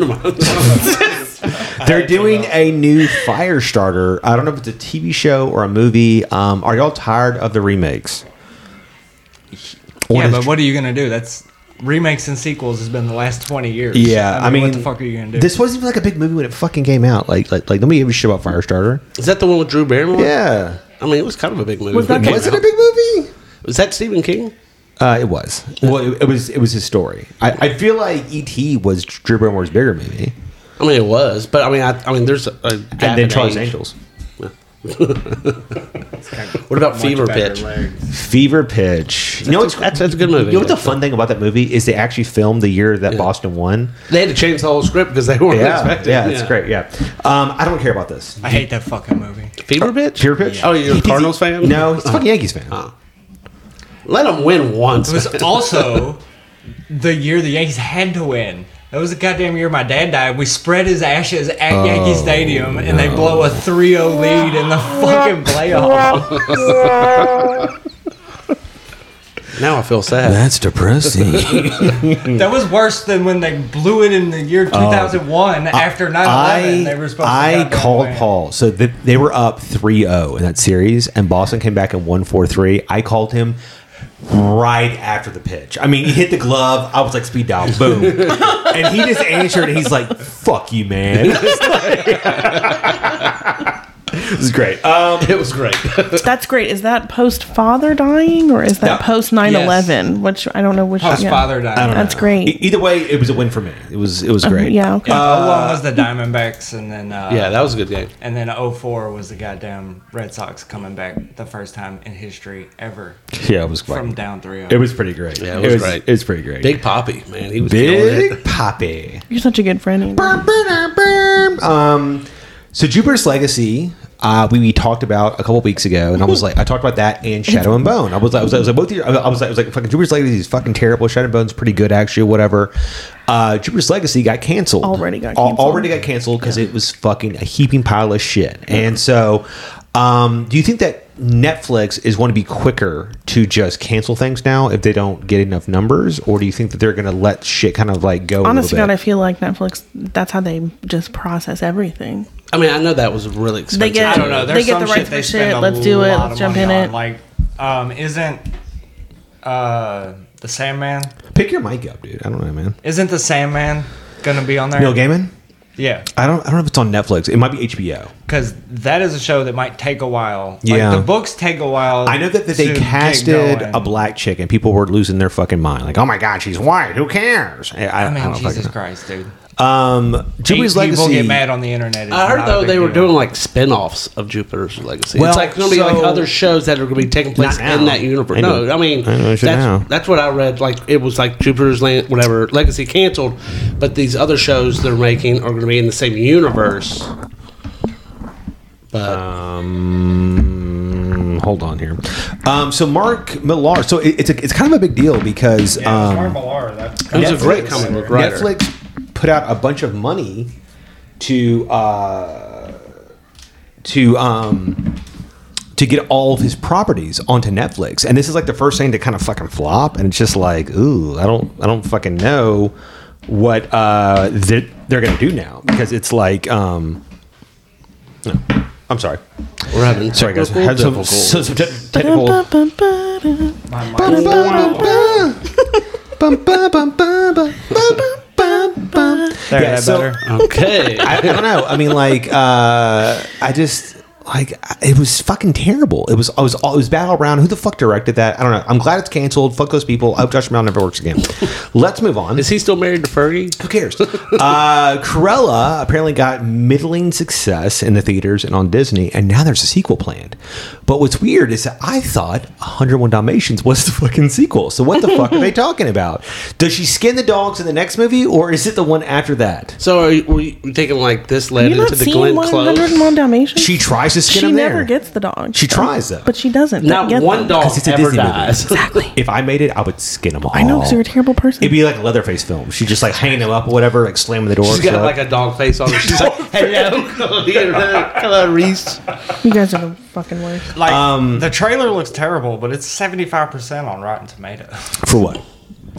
Speaker 1: They're doing a new Firestarter. I don't know if it's a TV show or a movie. Um, are y'all tired of the remakes? Or
Speaker 6: yeah,
Speaker 1: does-
Speaker 6: but what are you gonna do? That's remakes and sequels has been the last twenty years.
Speaker 1: yeah, I mean,
Speaker 6: what the fuck are you gonna do?
Speaker 1: This wasn't even like a big movie when it fucking came out. Like, like, like nobody gave a shit about Firestarter.
Speaker 2: Is that the one with Drew Barrymore?
Speaker 1: Yeah,
Speaker 2: I mean, it was kind of a big movie.
Speaker 4: Was that
Speaker 2: when
Speaker 4: the-
Speaker 2: came
Speaker 1: was it
Speaker 2: out.
Speaker 1: a big movie?
Speaker 2: Was that Stephen King?
Speaker 1: Uh, it was. Well, it, it was. It was his story. I, I feel like E.T. was Drew Barrymore's bigger movie,
Speaker 2: I mean, it was, but I mean, I, I mean, there's a, a gap
Speaker 1: and then
Speaker 2: in
Speaker 1: Charlie's
Speaker 2: age.
Speaker 1: Angels.
Speaker 2: What about Fever
Speaker 6: better
Speaker 2: Pitch?
Speaker 6: legs.
Speaker 1: Fever Pitch. You know what's
Speaker 2: That's that's a good movie.
Speaker 1: You know what the fun thing about that movie is they actually filmed the year that Boston won.
Speaker 2: They had to change the whole script because they weren't
Speaker 1: Yeah,
Speaker 2: expected.
Speaker 1: yeah, it's great. Yeah, um, I don't care about this.
Speaker 6: I hate that fucking movie.
Speaker 2: Fever Pitch.
Speaker 1: Fever Pitch?
Speaker 2: Oh, you're a Cardinals fan?
Speaker 1: No, he's a fucking Yankees fan.
Speaker 2: Let them win once.
Speaker 6: It was also the year the Yankees had to win. That was the goddamn year my dad died. We spread his ashes at Yankee
Speaker 1: Oh,
Speaker 6: Stadium, and they blow a 3-0 lead in the fucking playoffs.
Speaker 2: now I feel sad.
Speaker 1: That's depressing.
Speaker 6: that was worse than when they blew it in the year 2001 after 9-11. they
Speaker 1: Oh.
Speaker 6: were
Speaker 1: I,
Speaker 6: supposed to
Speaker 1: I
Speaker 6: goddamn
Speaker 1: called
Speaker 6: win.
Speaker 1: Paul. So th they were up 3 0 in that series, and Boston came back in 1 4 3. I called him right after the pitch. I mean, he hit the glove. I was like, speed dial, boom. and he just answered, and he's like, fuck you, man. It's like- This is great. Um,
Speaker 2: It was great.
Speaker 4: That's great. Is that post father dying or is that
Speaker 1: No.
Speaker 4: post 9 11? Which I don't know which
Speaker 6: His
Speaker 4: yeah.
Speaker 6: father died.
Speaker 1: I don't know.
Speaker 4: That's great. Uh-huh.
Speaker 1: E- either way, it was a win for me. It was it was great.
Speaker 4: Yeah, okay.
Speaker 6: Uh, 01 was the Diamondbacks, and then uh,
Speaker 2: Yeah, that was a good game.
Speaker 6: and then 04 was the goddamn Red Sox coming back the first time in history ever
Speaker 1: yeah, it was quite,
Speaker 6: from down oh. 3-0.
Speaker 1: It was pretty great.
Speaker 2: Yeah, it was great.
Speaker 1: It was pretty great.
Speaker 2: Big Poppy, man, he was killing it.
Speaker 1: Big Poppy.
Speaker 4: You're such a good friend. Andy.
Speaker 1: Um, so Jupiter's Legacy, uh, we, we talked about a couple weeks ago, and I
Speaker 4: Mm-hmm.
Speaker 1: was like, I talked about that and Shadow and Bone. I was, I was, I was like, both. Your, I was like, I was like, fucking Jupiter's Legacy is fucking terrible. Shadow and Bone's pretty good actually, whatever. Uh, Jupiter's Legacy got canceled.
Speaker 4: Already got
Speaker 1: Al-
Speaker 4: canceled.
Speaker 1: Already got canceled because it was fucking a heaping pile of shit. And so, um, do you think that Netflix is going to be quicker to just cancel things now if they don't get enough numbers, or do you think that they're going to let shit kind of like go?
Speaker 4: Honest
Speaker 1: a
Speaker 4: to
Speaker 1: little
Speaker 4: God, I
Speaker 1: bit?
Speaker 4: feel like Netflix. That's how they just process everything.
Speaker 2: I mean, I know that was really expensive.
Speaker 4: They get-
Speaker 6: I don't know. There's
Speaker 4: They get
Speaker 6: some
Speaker 4: the rights
Speaker 6: shit
Speaker 4: for
Speaker 6: they
Speaker 4: shit.
Speaker 6: spend a
Speaker 4: Let's do it.
Speaker 6: lot
Speaker 4: Let's
Speaker 6: of
Speaker 4: jump
Speaker 6: money
Speaker 4: in
Speaker 6: on.
Speaker 4: it.
Speaker 6: Like, um, isn't uh, the Sandman?
Speaker 1: Pick your mic up, dude. I don't know, man.
Speaker 6: Isn't the Sandman gonna be on there?
Speaker 1: Neil Gaiman.
Speaker 6: Yeah,
Speaker 1: I don't. I don't know if it's on Netflix. It might be HBO.
Speaker 6: because that is a show that might take a while. Like,
Speaker 1: Yeah.
Speaker 6: the books take a while.
Speaker 1: I know that, that
Speaker 6: to
Speaker 1: they
Speaker 6: get
Speaker 1: casted
Speaker 6: going.
Speaker 1: a black chick and people were losing their fucking mind. Like, oh my god, she's white. Who cares? I, I,
Speaker 6: I
Speaker 1: I
Speaker 6: mean,
Speaker 1: don't
Speaker 6: Oh, Jesus
Speaker 1: fucking know.
Speaker 6: Christ, dude.
Speaker 1: Um, Jupiter's
Speaker 6: Eight People
Speaker 1: Legacy.
Speaker 6: get mad on the internet. It's
Speaker 2: I heard
Speaker 6: not a
Speaker 2: though
Speaker 6: big
Speaker 2: they were
Speaker 6: deal.
Speaker 2: doing like spin-offs of Jupiter's Legacy.
Speaker 1: Well,
Speaker 2: it's like going to be like
Speaker 1: so-
Speaker 2: other shows that are going to be taking place
Speaker 1: Not now.
Speaker 2: in that universe.
Speaker 1: I know.
Speaker 2: no, I mean
Speaker 1: I know, I
Speaker 2: that's
Speaker 1: should know.
Speaker 2: that's what I read. Like it was like Jupiter's Land, whatever Legacy canceled, but these other shows they're making are going to be in the same universe. But
Speaker 1: Uh, Um, hold on here. Um, so Mark Millar. So it, it's a, it's kind of a big deal because
Speaker 6: Yeah,
Speaker 1: um,
Speaker 6: it was Mark Millar, that's-
Speaker 2: it was a great
Speaker 1: Netflix-
Speaker 2: comic book writer.
Speaker 1: Netflix put out a bunch of money to uh, to um, to get all of his properties onto Netflix, and this is like the first thing to kind of fucking flop, and it's just like, ooh, I don't, I don't fucking know what uh, they're, they're gonna do now because it's like, um, no, I'm sorry,
Speaker 2: We're having
Speaker 1: sorry guys,
Speaker 2: technical
Speaker 1: had some,
Speaker 2: difficulties.
Speaker 1: some, some te- technical.
Speaker 4: Ba-da-ba-ba-ba-da.
Speaker 6: My mic- There,
Speaker 1: Yeah,
Speaker 6: that
Speaker 1: so-
Speaker 6: better.
Speaker 2: okay.
Speaker 1: I, I don't know. I mean, like, uh, I just like I- it was fucking terrible. It was I was all- it was bad all around. Who the fuck directed that? I don't know. I'm glad it's canceled. Fuck those people. I hope Josh Brown never works again. Let's move on.
Speaker 2: Is he still married to Fergie?
Speaker 1: Who cares? uh, Cruella apparently got middling success in the theaters and on Disney, and now there's a sequel planned. But what's weird is that I thought 101 Dalmatians was the fucking sequel. So what the fuck are they talking about? Does she skin the dogs in the next movie, or is it the one after that?
Speaker 2: So are you, were you taking like this led
Speaker 4: You
Speaker 2: into
Speaker 4: not
Speaker 2: the
Speaker 4: seen
Speaker 2: Glenn
Speaker 4: one hundred
Speaker 2: Close?
Speaker 4: and one Dalmatians?
Speaker 1: She tries to skin
Speaker 4: She
Speaker 1: him
Speaker 4: never
Speaker 1: there.
Speaker 4: gets the dog.
Speaker 1: She tries, though.
Speaker 4: but she doesn't.
Speaker 2: Not
Speaker 4: get
Speaker 2: one
Speaker 4: them.
Speaker 2: dog
Speaker 1: 'Cause it's a
Speaker 2: ever
Speaker 1: Disney movie.
Speaker 2: dies.
Speaker 4: Exactly.
Speaker 1: If I made it, I would skin them all.
Speaker 4: I know because you're a terrible person.
Speaker 1: It'd be like a Leatherface film. She'd just like hang them up or whatever, like slamming the door.
Speaker 2: She's got
Speaker 1: shut.
Speaker 2: like a dog face on her. She's like, hello, hello, hello, hello, Reese.
Speaker 4: you guys are the fucking worst.
Speaker 6: Like
Speaker 1: um,
Speaker 6: the trailer looks terrible, but it's seventy five percent on Rotten Tomatoes.
Speaker 1: for what?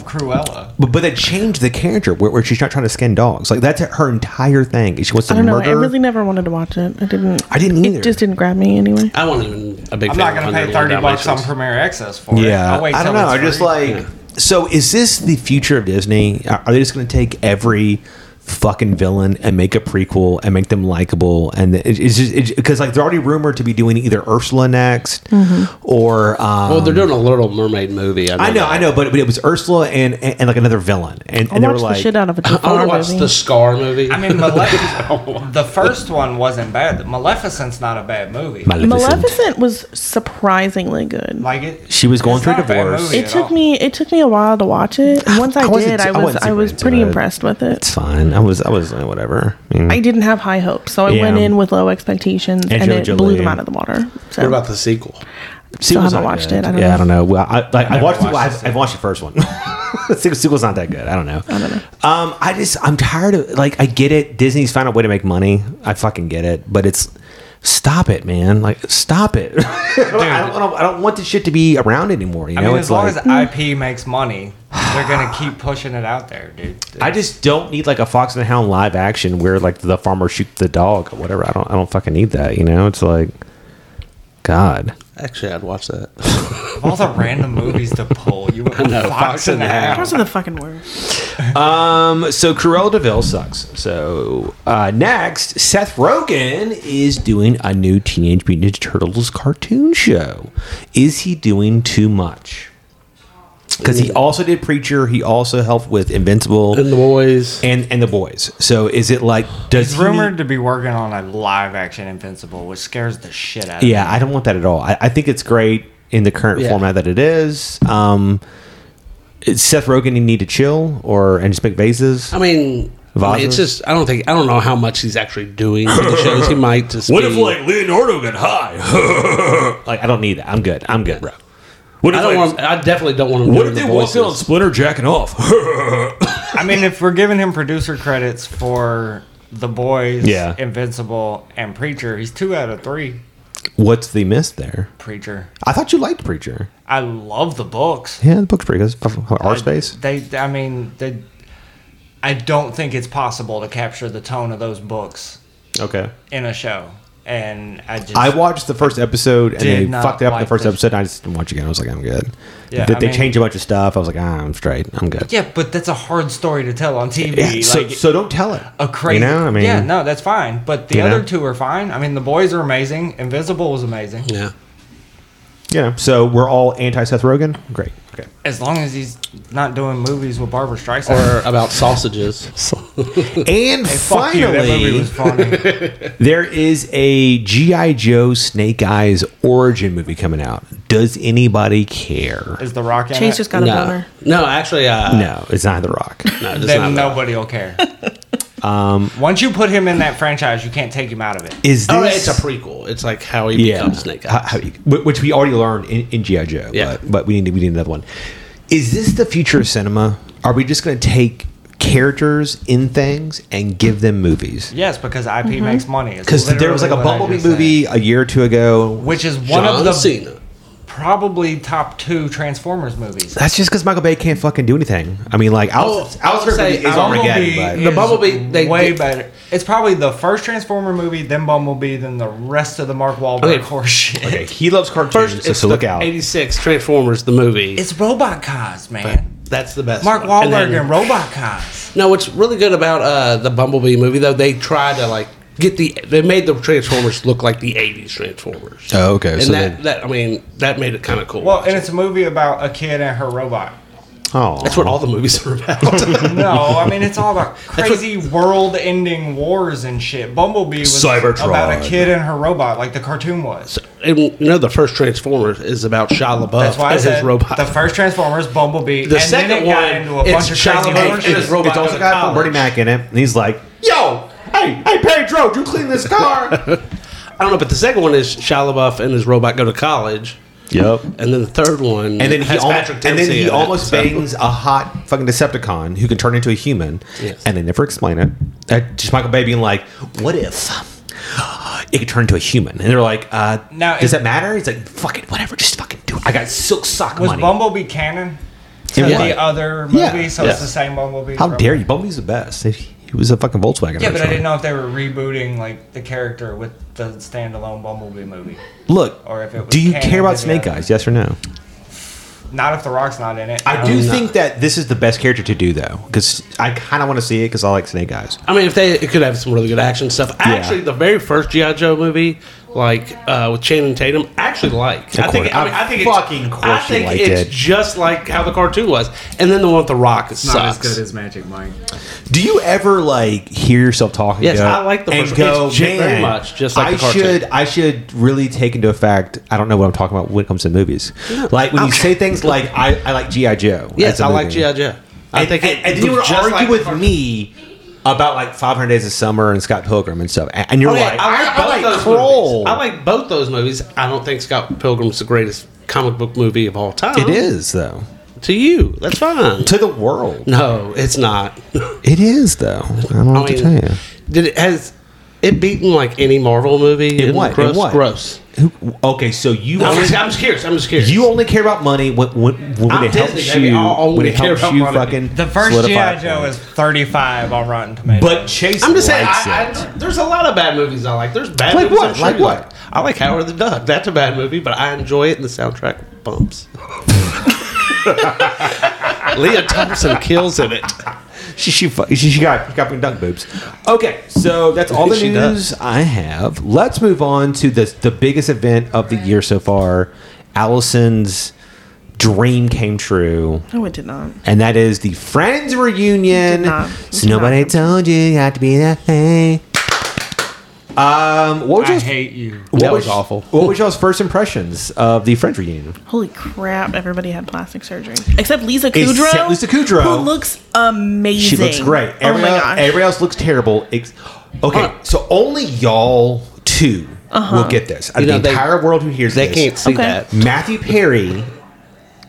Speaker 6: Cruella.
Speaker 1: But, but they changed the character where, where she's not trying to skin dogs. Like that's her entire thing. She wants to
Speaker 4: I don't know.
Speaker 1: murder.
Speaker 4: I really never wanted to watch it. I didn't.
Speaker 1: I didn't either.
Speaker 4: It just didn't grab me anyway.
Speaker 2: I wasn't even a big
Speaker 6: I'm
Speaker 2: fan
Speaker 6: not gonna
Speaker 2: of
Speaker 6: pay
Speaker 2: 101
Speaker 6: thirty bucks on
Speaker 2: Dalmatians.
Speaker 6: Premier Access for it.
Speaker 1: yeah,
Speaker 6: I'll wait
Speaker 1: I don't
Speaker 6: till
Speaker 1: know.
Speaker 6: it's
Speaker 1: I just
Speaker 6: free.
Speaker 1: like. So is this the future of Disney? Are are they just going to take every fucking villain and make a prequel and make them likable and it, it's just because like they're already rumored to be doing either Ursula next
Speaker 4: Mm-hmm.
Speaker 1: or um,
Speaker 2: Well, they're doing a Little Mermaid movie.
Speaker 1: I know,
Speaker 2: that.
Speaker 1: I know, but, but it was Ursula and, and, and, like another villain, and,
Speaker 4: I
Speaker 1: and they were
Speaker 4: watched
Speaker 1: like,
Speaker 4: the shit out of a
Speaker 2: I want to
Speaker 4: Jafar
Speaker 2: watch
Speaker 4: movie.
Speaker 2: the Scar movie.
Speaker 6: I mean, Malef- the first one wasn't bad. Maleficent's not a bad movie.
Speaker 4: Maleficent was surprisingly good.
Speaker 6: Like it,
Speaker 1: She was going
Speaker 6: it's
Speaker 1: through
Speaker 6: not a bad
Speaker 1: divorce.
Speaker 6: movie
Speaker 4: it
Speaker 6: at
Speaker 4: took
Speaker 6: all.
Speaker 4: me it took me a while to watch it. And Once I,
Speaker 1: I wasn't
Speaker 4: did,
Speaker 1: su-
Speaker 4: I
Speaker 1: I
Speaker 4: was
Speaker 1: wasn't
Speaker 4: I
Speaker 1: super
Speaker 4: was
Speaker 1: into
Speaker 4: pretty
Speaker 1: it.
Speaker 4: impressed with it.
Speaker 1: It's fine. I was, I was like, whatever. I mean,
Speaker 4: I didn't have high hopes, so I went
Speaker 1: Yeah.
Speaker 4: in with low expectations, and,
Speaker 1: Angela
Speaker 4: it blew them
Speaker 1: Jolie.
Speaker 4: out of the water. So
Speaker 2: what about the sequel?
Speaker 1: Still
Speaker 4: haven't watched it. I don't
Speaker 1: yeah,
Speaker 4: know.
Speaker 1: I don't know. Well, I, like, I,
Speaker 6: never
Speaker 1: watched. well,
Speaker 6: watched the
Speaker 1: I've, I've watched the first one. the sequel- sequel's not that good. I don't know. I don't know. Um, I just I'm tired of like I get it. Disney's found a way to make money. I fucking get it. But it's stop it, man. Like stop it. I, don't, I, don't, I don't- I don't want this shit to be around anymore. You
Speaker 6: I
Speaker 1: know,
Speaker 6: mean,
Speaker 1: it's
Speaker 6: as long
Speaker 1: like
Speaker 6: as IP makes money, they're gonna keep pushing it out there, dude.
Speaker 1: I just don't need like a Fox and the Hound live action where like the farmer shoots the dog or whatever. I don't I don't fucking need that. You know, it's like God.
Speaker 2: Actually, I'd watch that.
Speaker 6: Of all the random movies to pull, you went
Speaker 2: know,
Speaker 6: Fox,
Speaker 2: Fox
Speaker 6: and the
Speaker 2: and the
Speaker 6: Hound.
Speaker 4: Those are the fucking worst.
Speaker 1: So Cruella Deville sucks. So uh, next, Seth Rogen is doing a new Teenage Mutant Ninja Turtles cartoon show. Is he doing too much? Because he also did Preacher. He also helped with Invincible
Speaker 2: And the boys.
Speaker 1: and and the boys. So is it like does
Speaker 6: He's
Speaker 1: he need-
Speaker 6: rumored to be working on a live action Invincible, which scares the shit out of me.
Speaker 1: Yeah, I don't want that at all. I, I think it's great in the current
Speaker 2: Yeah.
Speaker 1: format that it is. Um, it's Seth Rogen, you need to chill or and just make vases.
Speaker 2: I mean, I mean,
Speaker 1: Vases?
Speaker 2: it's just I don't think I don't know how much he's actually doing for the shows. He might just. be-
Speaker 1: Leonardo got high? like I don't need that. I'm good. I'm good, bro. What
Speaker 2: I don't want. I definitely don't want him. doing the voices.
Speaker 1: Splinter jacking off?
Speaker 6: I mean, if we're giving him producer credits for The Boys,
Speaker 1: Yeah.
Speaker 6: Invincible, and Preacher, he's two out of three.
Speaker 1: What's the miss there?
Speaker 6: Preacher.
Speaker 1: I thought you liked Preacher.
Speaker 6: I love the books.
Speaker 1: Yeah, the book's pretty good. It's Our space.
Speaker 6: They, I mean, they. I don't think it's possible to capture the tone of those books
Speaker 1: Okay.
Speaker 6: in a show, and I just
Speaker 1: I watched the first episode and they
Speaker 6: Did not
Speaker 1: fucked it up in
Speaker 6: like
Speaker 1: the first
Speaker 6: this.
Speaker 1: episode. And I just didn't watch again. I was like, I'm good.
Speaker 6: Yeah,
Speaker 1: they
Speaker 6: I
Speaker 1: they
Speaker 6: mean-
Speaker 1: changed a bunch of stuff. I was like, ah, I'm straight. I'm good.
Speaker 6: Yeah, but that's a hard story to tell on TV.
Speaker 1: Yeah, so,
Speaker 6: like
Speaker 1: so don't tell it.
Speaker 6: a crazy.
Speaker 1: You know, I mean,
Speaker 6: yeah, no, that's fine. But the
Speaker 1: You
Speaker 6: other
Speaker 1: know?
Speaker 6: two are fine. I mean, the boys are amazing. Invisible was amazing.
Speaker 2: Yeah.
Speaker 1: you know. So we're all anti Seth Rogen. Great. Okay.
Speaker 6: As long as he's not doing movies with Barbara Streisand.
Speaker 2: Or about sausages.
Speaker 1: And
Speaker 6: Hey, fuck
Speaker 1: finally,
Speaker 6: you, that movie was funny.
Speaker 1: there is a GI Joe Snake Eyes origin movie coming out. Does anybody care?
Speaker 6: Is the Rock in
Speaker 4: Chase
Speaker 6: it?
Speaker 4: just got a
Speaker 2: no.
Speaker 4: boner.
Speaker 2: No, actually, uh,
Speaker 1: No, it's not The Rock.
Speaker 2: no, just
Speaker 6: Then
Speaker 2: not that.
Speaker 6: nobody will care. um, Once you put him in that franchise, you can't take him out of it.
Speaker 1: Is this?
Speaker 2: Oh, it's a prequel. It's like how he
Speaker 1: yeah,
Speaker 2: becomes Snake
Speaker 1: How-
Speaker 2: Eyes.
Speaker 1: how you- wh- which we already learned in, in GI Joe.
Speaker 2: Yeah.
Speaker 1: but, but we need to, we need another one. Is this the future of cinema? Are we just going to take characters in things and give them movies?
Speaker 6: Yes, because IP makes money. is
Speaker 1: Because there was like a
Speaker 6: literally what I
Speaker 1: Bumblebee
Speaker 6: just said.
Speaker 1: movie a year or two ago.
Speaker 6: which is one
Speaker 2: John
Speaker 6: of the
Speaker 2: Cena.
Speaker 6: probably top two Transformers movies.
Speaker 1: That's just because Michael Bay can't fucking do anything. I mean, like, I was,
Speaker 2: Oh,
Speaker 1: I was
Speaker 2: I'll say
Speaker 1: is Armageddon, but
Speaker 2: The Bumblebee, they
Speaker 6: way
Speaker 2: did-
Speaker 6: better. It's probably the first Transformer movie, then Bumblebee, then the rest of the Mark Wahlberg
Speaker 2: Okay.
Speaker 6: horse shit.
Speaker 1: okay, he loves cartoons,
Speaker 2: First,
Speaker 1: so,
Speaker 2: it's
Speaker 1: so look out.
Speaker 2: 86 Transformers, the movie.
Speaker 6: It's Robot Cars, man.
Speaker 2: That's the best.
Speaker 6: Mark
Speaker 2: one.
Speaker 6: Wahlberg
Speaker 2: And
Speaker 6: and,
Speaker 2: then-
Speaker 6: Robot Cars.
Speaker 2: No, what's really good about uh, the Bumblebee movie though, they tried to like get the they made the Transformers look like the '80s Transformers.
Speaker 1: Oh, okay,
Speaker 2: And
Speaker 1: so
Speaker 2: that,
Speaker 1: then-
Speaker 2: that I mean that made it kind of cool.
Speaker 6: Well, and it's a movie about a kid and her robot.
Speaker 1: Oh,
Speaker 2: that's what all the movies are about.
Speaker 6: No, I mean it's all about crazy world-ending wars and shit. Bumblebee was
Speaker 1: Cybertron.
Speaker 6: about a kid and her robot, like the cartoon was.
Speaker 2: and you know, the first Transformers is about Shia LaBeouf
Speaker 6: That's
Speaker 1: Uh,
Speaker 6: why I
Speaker 2: as his
Speaker 6: said
Speaker 2: robot.
Speaker 6: the first Transformers, Bumblebee,
Speaker 2: The second one, it's Shia LaBeouf
Speaker 6: horse
Speaker 2: and his
Speaker 6: shit.
Speaker 2: robot.
Speaker 1: It's also got Bernie Mac in it, and he's like, "Yo, hey, hey, Pedro, did you clean this car?"
Speaker 2: I don't know, but the second one is Shia LaBeouf and his robot go to college,
Speaker 1: yep.
Speaker 2: and then the third one
Speaker 1: And then he
Speaker 2: has
Speaker 1: almost,
Speaker 2: Patrick
Speaker 1: and then
Speaker 2: Dempsey
Speaker 1: he
Speaker 2: in it,
Speaker 1: almost
Speaker 2: so-
Speaker 1: bangs a hot fucking Decepticon who can turn into a human,
Speaker 2: Yes.
Speaker 1: and they never explain it. Uh, Just Michael Bay being like, "What if?" It could turn into a human, and they're like, uh,
Speaker 6: Now,
Speaker 1: does
Speaker 6: is-
Speaker 1: that matter?" He's like, "Fuck it, whatever, just fucking do it." I got silk sock
Speaker 6: Was
Speaker 1: money.
Speaker 6: Bumblebee canon?
Speaker 1: In
Speaker 6: to
Speaker 1: what?
Speaker 6: the uh, other movie,
Speaker 1: Yeah,
Speaker 6: so
Speaker 1: yeah.
Speaker 6: it's the same Bumblebee.
Speaker 1: How
Speaker 6: from-
Speaker 1: dare you? Bumblebee's the best. He he was a fucking Volkswagen.
Speaker 6: Yeah, but I
Speaker 1: originally.
Speaker 6: didn't know if they were rebooting like the character with the standalone Bumblebee movie.
Speaker 1: Look,
Speaker 6: Or if it was
Speaker 1: do you
Speaker 6: canon
Speaker 1: care
Speaker 6: to
Speaker 1: about
Speaker 6: the
Speaker 1: Snake
Speaker 6: other.
Speaker 1: Eyes? Yes or no?
Speaker 6: Not if The Rock's not in it.
Speaker 1: I do
Speaker 6: Um,
Speaker 1: think that this is the best character to do though, because I kind of want to see it because I like Snake Eyes.
Speaker 2: I mean, if they it could have some really good action stuff. Actually, the very first GI Joe movie, like uh, with Channing Tatum, I actually like. I think.
Speaker 1: course.
Speaker 2: I, mean, I think.
Speaker 1: Fucking
Speaker 2: it's,
Speaker 1: course
Speaker 2: I
Speaker 1: you
Speaker 2: think
Speaker 1: liked
Speaker 2: it's
Speaker 1: it.
Speaker 2: just like how the cartoon was, and then the one with the Rock it
Speaker 7: It's not
Speaker 2: sucks.
Speaker 7: as good as Magic Mike.
Speaker 1: Do you ever like hear yourself talking?
Speaker 2: Yes,
Speaker 1: go-
Speaker 2: I like the
Speaker 1: and
Speaker 2: first one.
Speaker 1: go
Speaker 2: It's j-
Speaker 1: man,
Speaker 2: very much just like
Speaker 1: I
Speaker 2: the cartoon.
Speaker 1: should. I should really take into effect. I don't know what I'm talking about when it comes to movies. Like when you say things like I, I like GI Joe.
Speaker 2: yes,
Speaker 1: as a
Speaker 2: I like
Speaker 1: movie.
Speaker 2: GI Joe. I
Speaker 1: and,
Speaker 2: think.
Speaker 1: and,
Speaker 2: it
Speaker 1: and then you would
Speaker 2: just
Speaker 1: argue
Speaker 2: like the
Speaker 1: with
Speaker 2: cartoon.
Speaker 1: me about like 500 Days of Summer and Scott Pilgrim and stuff, and, and you're
Speaker 2: Oh, yeah,
Speaker 1: like,
Speaker 2: I like both those
Speaker 1: Kroll.
Speaker 2: movies. I like both those movies. I don't think Scott Pilgrim's the greatest comic book movie of all time.
Speaker 1: It is though
Speaker 2: to you. That's fine.
Speaker 1: to the world.
Speaker 2: no, it's not.
Speaker 1: It is though. I don't know what
Speaker 2: I
Speaker 1: to tell
Speaker 2: mean,
Speaker 1: you.
Speaker 2: did it has it beaten like any Marvel movie?
Speaker 1: In
Speaker 2: in
Speaker 1: what? In
Speaker 2: Gross.
Speaker 1: what?
Speaker 2: Gross.
Speaker 1: Who, okay, so you
Speaker 2: I'm
Speaker 1: only,
Speaker 2: just, I'm just curious. I'm just curious.
Speaker 1: you only care about money when when, when
Speaker 2: I'm
Speaker 1: it
Speaker 2: Disney,
Speaker 1: helps
Speaker 2: baby.
Speaker 1: you
Speaker 2: I'll only
Speaker 1: when it
Speaker 2: care
Speaker 1: helps
Speaker 2: about
Speaker 1: you
Speaker 2: money.
Speaker 1: fucking
Speaker 6: The first
Speaker 1: solidify
Speaker 6: GI
Speaker 1: it.
Speaker 6: Joe is 35 on Rotten Tomatoes.
Speaker 1: But Chase
Speaker 2: I'm just saying.
Speaker 1: likes
Speaker 2: I,
Speaker 1: it.
Speaker 2: I, there's a lot of bad movies I like. There's bad.
Speaker 1: Like
Speaker 2: movies
Speaker 1: what?
Speaker 2: I'm sure
Speaker 1: Like
Speaker 2: you
Speaker 1: what?
Speaker 2: I like Howard the Duck. That's a bad movie, but I enjoy it, and the soundtrack bumps. Leah Thompson kills in it.
Speaker 1: she, she, fu- she, she got she got me dunk boobs. Okay, so that's all the
Speaker 2: She
Speaker 1: news
Speaker 2: does.
Speaker 1: I have. Let's move on to the the biggest event of the year so far. Allison's dream came true,
Speaker 4: No, it did not.
Speaker 1: and that is the Friends reunion.
Speaker 4: Did not.
Speaker 1: So nobody
Speaker 4: Did not.
Speaker 1: told you you had to be that thing. Um, what was
Speaker 6: I
Speaker 1: y'all's-
Speaker 6: hate you.
Speaker 1: what
Speaker 2: That was awful.
Speaker 1: What was y'all's first impressions of the Friends reunion?
Speaker 4: Holy crap! Everybody had plastic surgery except Lisa Kudrow.
Speaker 1: Except Lisa Kudrow.
Speaker 4: who looks
Speaker 1: She
Speaker 4: amazing.
Speaker 1: looks great. uh, Everyone,
Speaker 4: oh my gosh!
Speaker 1: everybody else looks terrible. Ex- okay,
Speaker 2: Uh.
Speaker 1: so only y'all 2
Speaker 4: Uh-huh.
Speaker 1: will get this. Out of
Speaker 2: You know,
Speaker 1: the
Speaker 2: they-
Speaker 1: entire world who hears
Speaker 2: They
Speaker 1: this,
Speaker 2: can't see
Speaker 4: Okay.
Speaker 2: that.
Speaker 1: Matthew Perry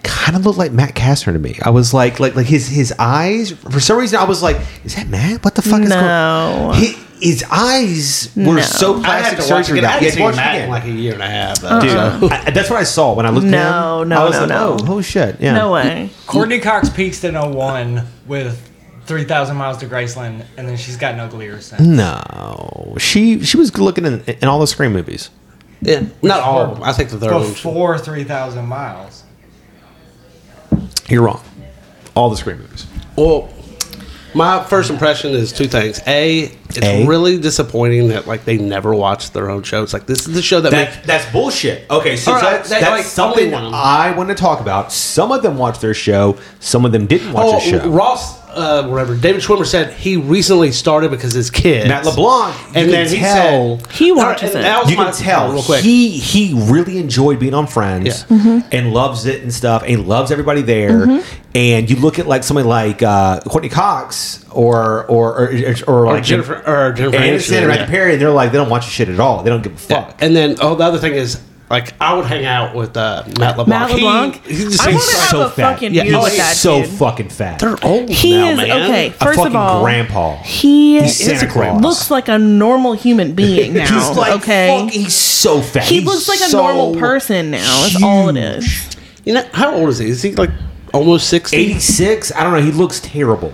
Speaker 1: kind of looked like Matt Caster to me. I was like, like, like his his eyes. For some reason, I was like, is that Matt? What the fuck is going?
Speaker 4: No.
Speaker 1: His, his eyes were
Speaker 4: No.
Speaker 1: so
Speaker 2: I
Speaker 1: plastic
Speaker 2: had to watch it.
Speaker 1: surgery.
Speaker 2: again.
Speaker 1: done.
Speaker 2: I hadn't
Speaker 1: Yes,
Speaker 2: seen
Speaker 1: watch it
Speaker 2: Matt in
Speaker 1: again.
Speaker 2: like a year and a half. uh, Though.
Speaker 1: Dude, I- that's what I saw when I looked
Speaker 4: Uh-uh. No,
Speaker 1: at him.
Speaker 4: no,
Speaker 1: I was
Speaker 4: no,
Speaker 1: like,
Speaker 4: no.
Speaker 1: Oh, oh shit! Yeah.
Speaker 4: no way.
Speaker 6: Courtney Cox peaked in 01 with 3,000 miles to Graceland, and then she's gotten uglier since.
Speaker 1: No, she she was good looking in, in all the Scream movies.
Speaker 2: Yeah, not all of them. I think the third one.
Speaker 6: Before 3,000 miles.
Speaker 1: You're wrong. All the Scream movies.
Speaker 2: Well, my first impression is two things. A, it's
Speaker 1: A?
Speaker 2: really disappointing that like they never watched their own show. It's like this is the show that, makes
Speaker 1: That, that's bullshit. Okay, so
Speaker 2: All right,
Speaker 1: that's,
Speaker 2: that-
Speaker 1: that's
Speaker 2: like,
Speaker 1: something
Speaker 2: only one.
Speaker 1: I want to talk about. Some of them watched their show. Some of them didn't watch
Speaker 2: Oh,
Speaker 1: the show.
Speaker 2: Ross, uh, whatever. David Schwimmer said he recently started because his kid
Speaker 1: Matt LeBlanc, you
Speaker 2: and
Speaker 1: can
Speaker 2: then he
Speaker 1: tell-
Speaker 2: said
Speaker 4: He watches
Speaker 2: All
Speaker 4: it.
Speaker 2: that was
Speaker 1: you
Speaker 2: my-
Speaker 1: can tell
Speaker 2: real quick.
Speaker 1: he he really enjoyed being on Friends
Speaker 2: Yeah. Mm-hmm.
Speaker 1: and loves it and stuff and loves everybody there. And you look at like somebody like uh, Courtney Cox or or or, or,
Speaker 2: or
Speaker 1: like
Speaker 2: Jennifer or
Speaker 1: Anderson
Speaker 2: Jennifer Aniston,
Speaker 1: and
Speaker 2: yeah.
Speaker 1: Matthew Perry, and they're like they don't watch the shit at all. They don't give a
Speaker 2: Yeah.
Speaker 1: fuck.
Speaker 2: And then oh, the other thing is like I would hang out with uh, Matt LeBlanc.
Speaker 4: Matt
Speaker 2: He-
Speaker 4: LeBlanc.
Speaker 2: he just
Speaker 4: I
Speaker 2: seems
Speaker 4: wanna
Speaker 2: so-
Speaker 4: have a fucking
Speaker 2: Yeah.
Speaker 4: beer
Speaker 2: Oh,
Speaker 4: with
Speaker 2: he's
Speaker 4: that
Speaker 1: so
Speaker 4: dude.
Speaker 1: fucking fat.
Speaker 2: old
Speaker 4: He
Speaker 2: now,
Speaker 4: is
Speaker 2: man.
Speaker 4: okay.
Speaker 1: A
Speaker 4: First of
Speaker 1: fucking
Speaker 4: all,
Speaker 1: grandpa.
Speaker 4: He
Speaker 1: He's
Speaker 4: is-
Speaker 1: Santa Claus.
Speaker 4: looks like a normal human being now.
Speaker 1: He's like,
Speaker 4: okay,
Speaker 1: fuck, he's so fat.
Speaker 4: he
Speaker 1: He's
Speaker 4: looks like a
Speaker 1: so
Speaker 4: normal person now. That's all it
Speaker 1: huge.
Speaker 4: is.
Speaker 2: You know how old is he? Is he like almost sixty?
Speaker 1: 86? I don't know. He looks terrible.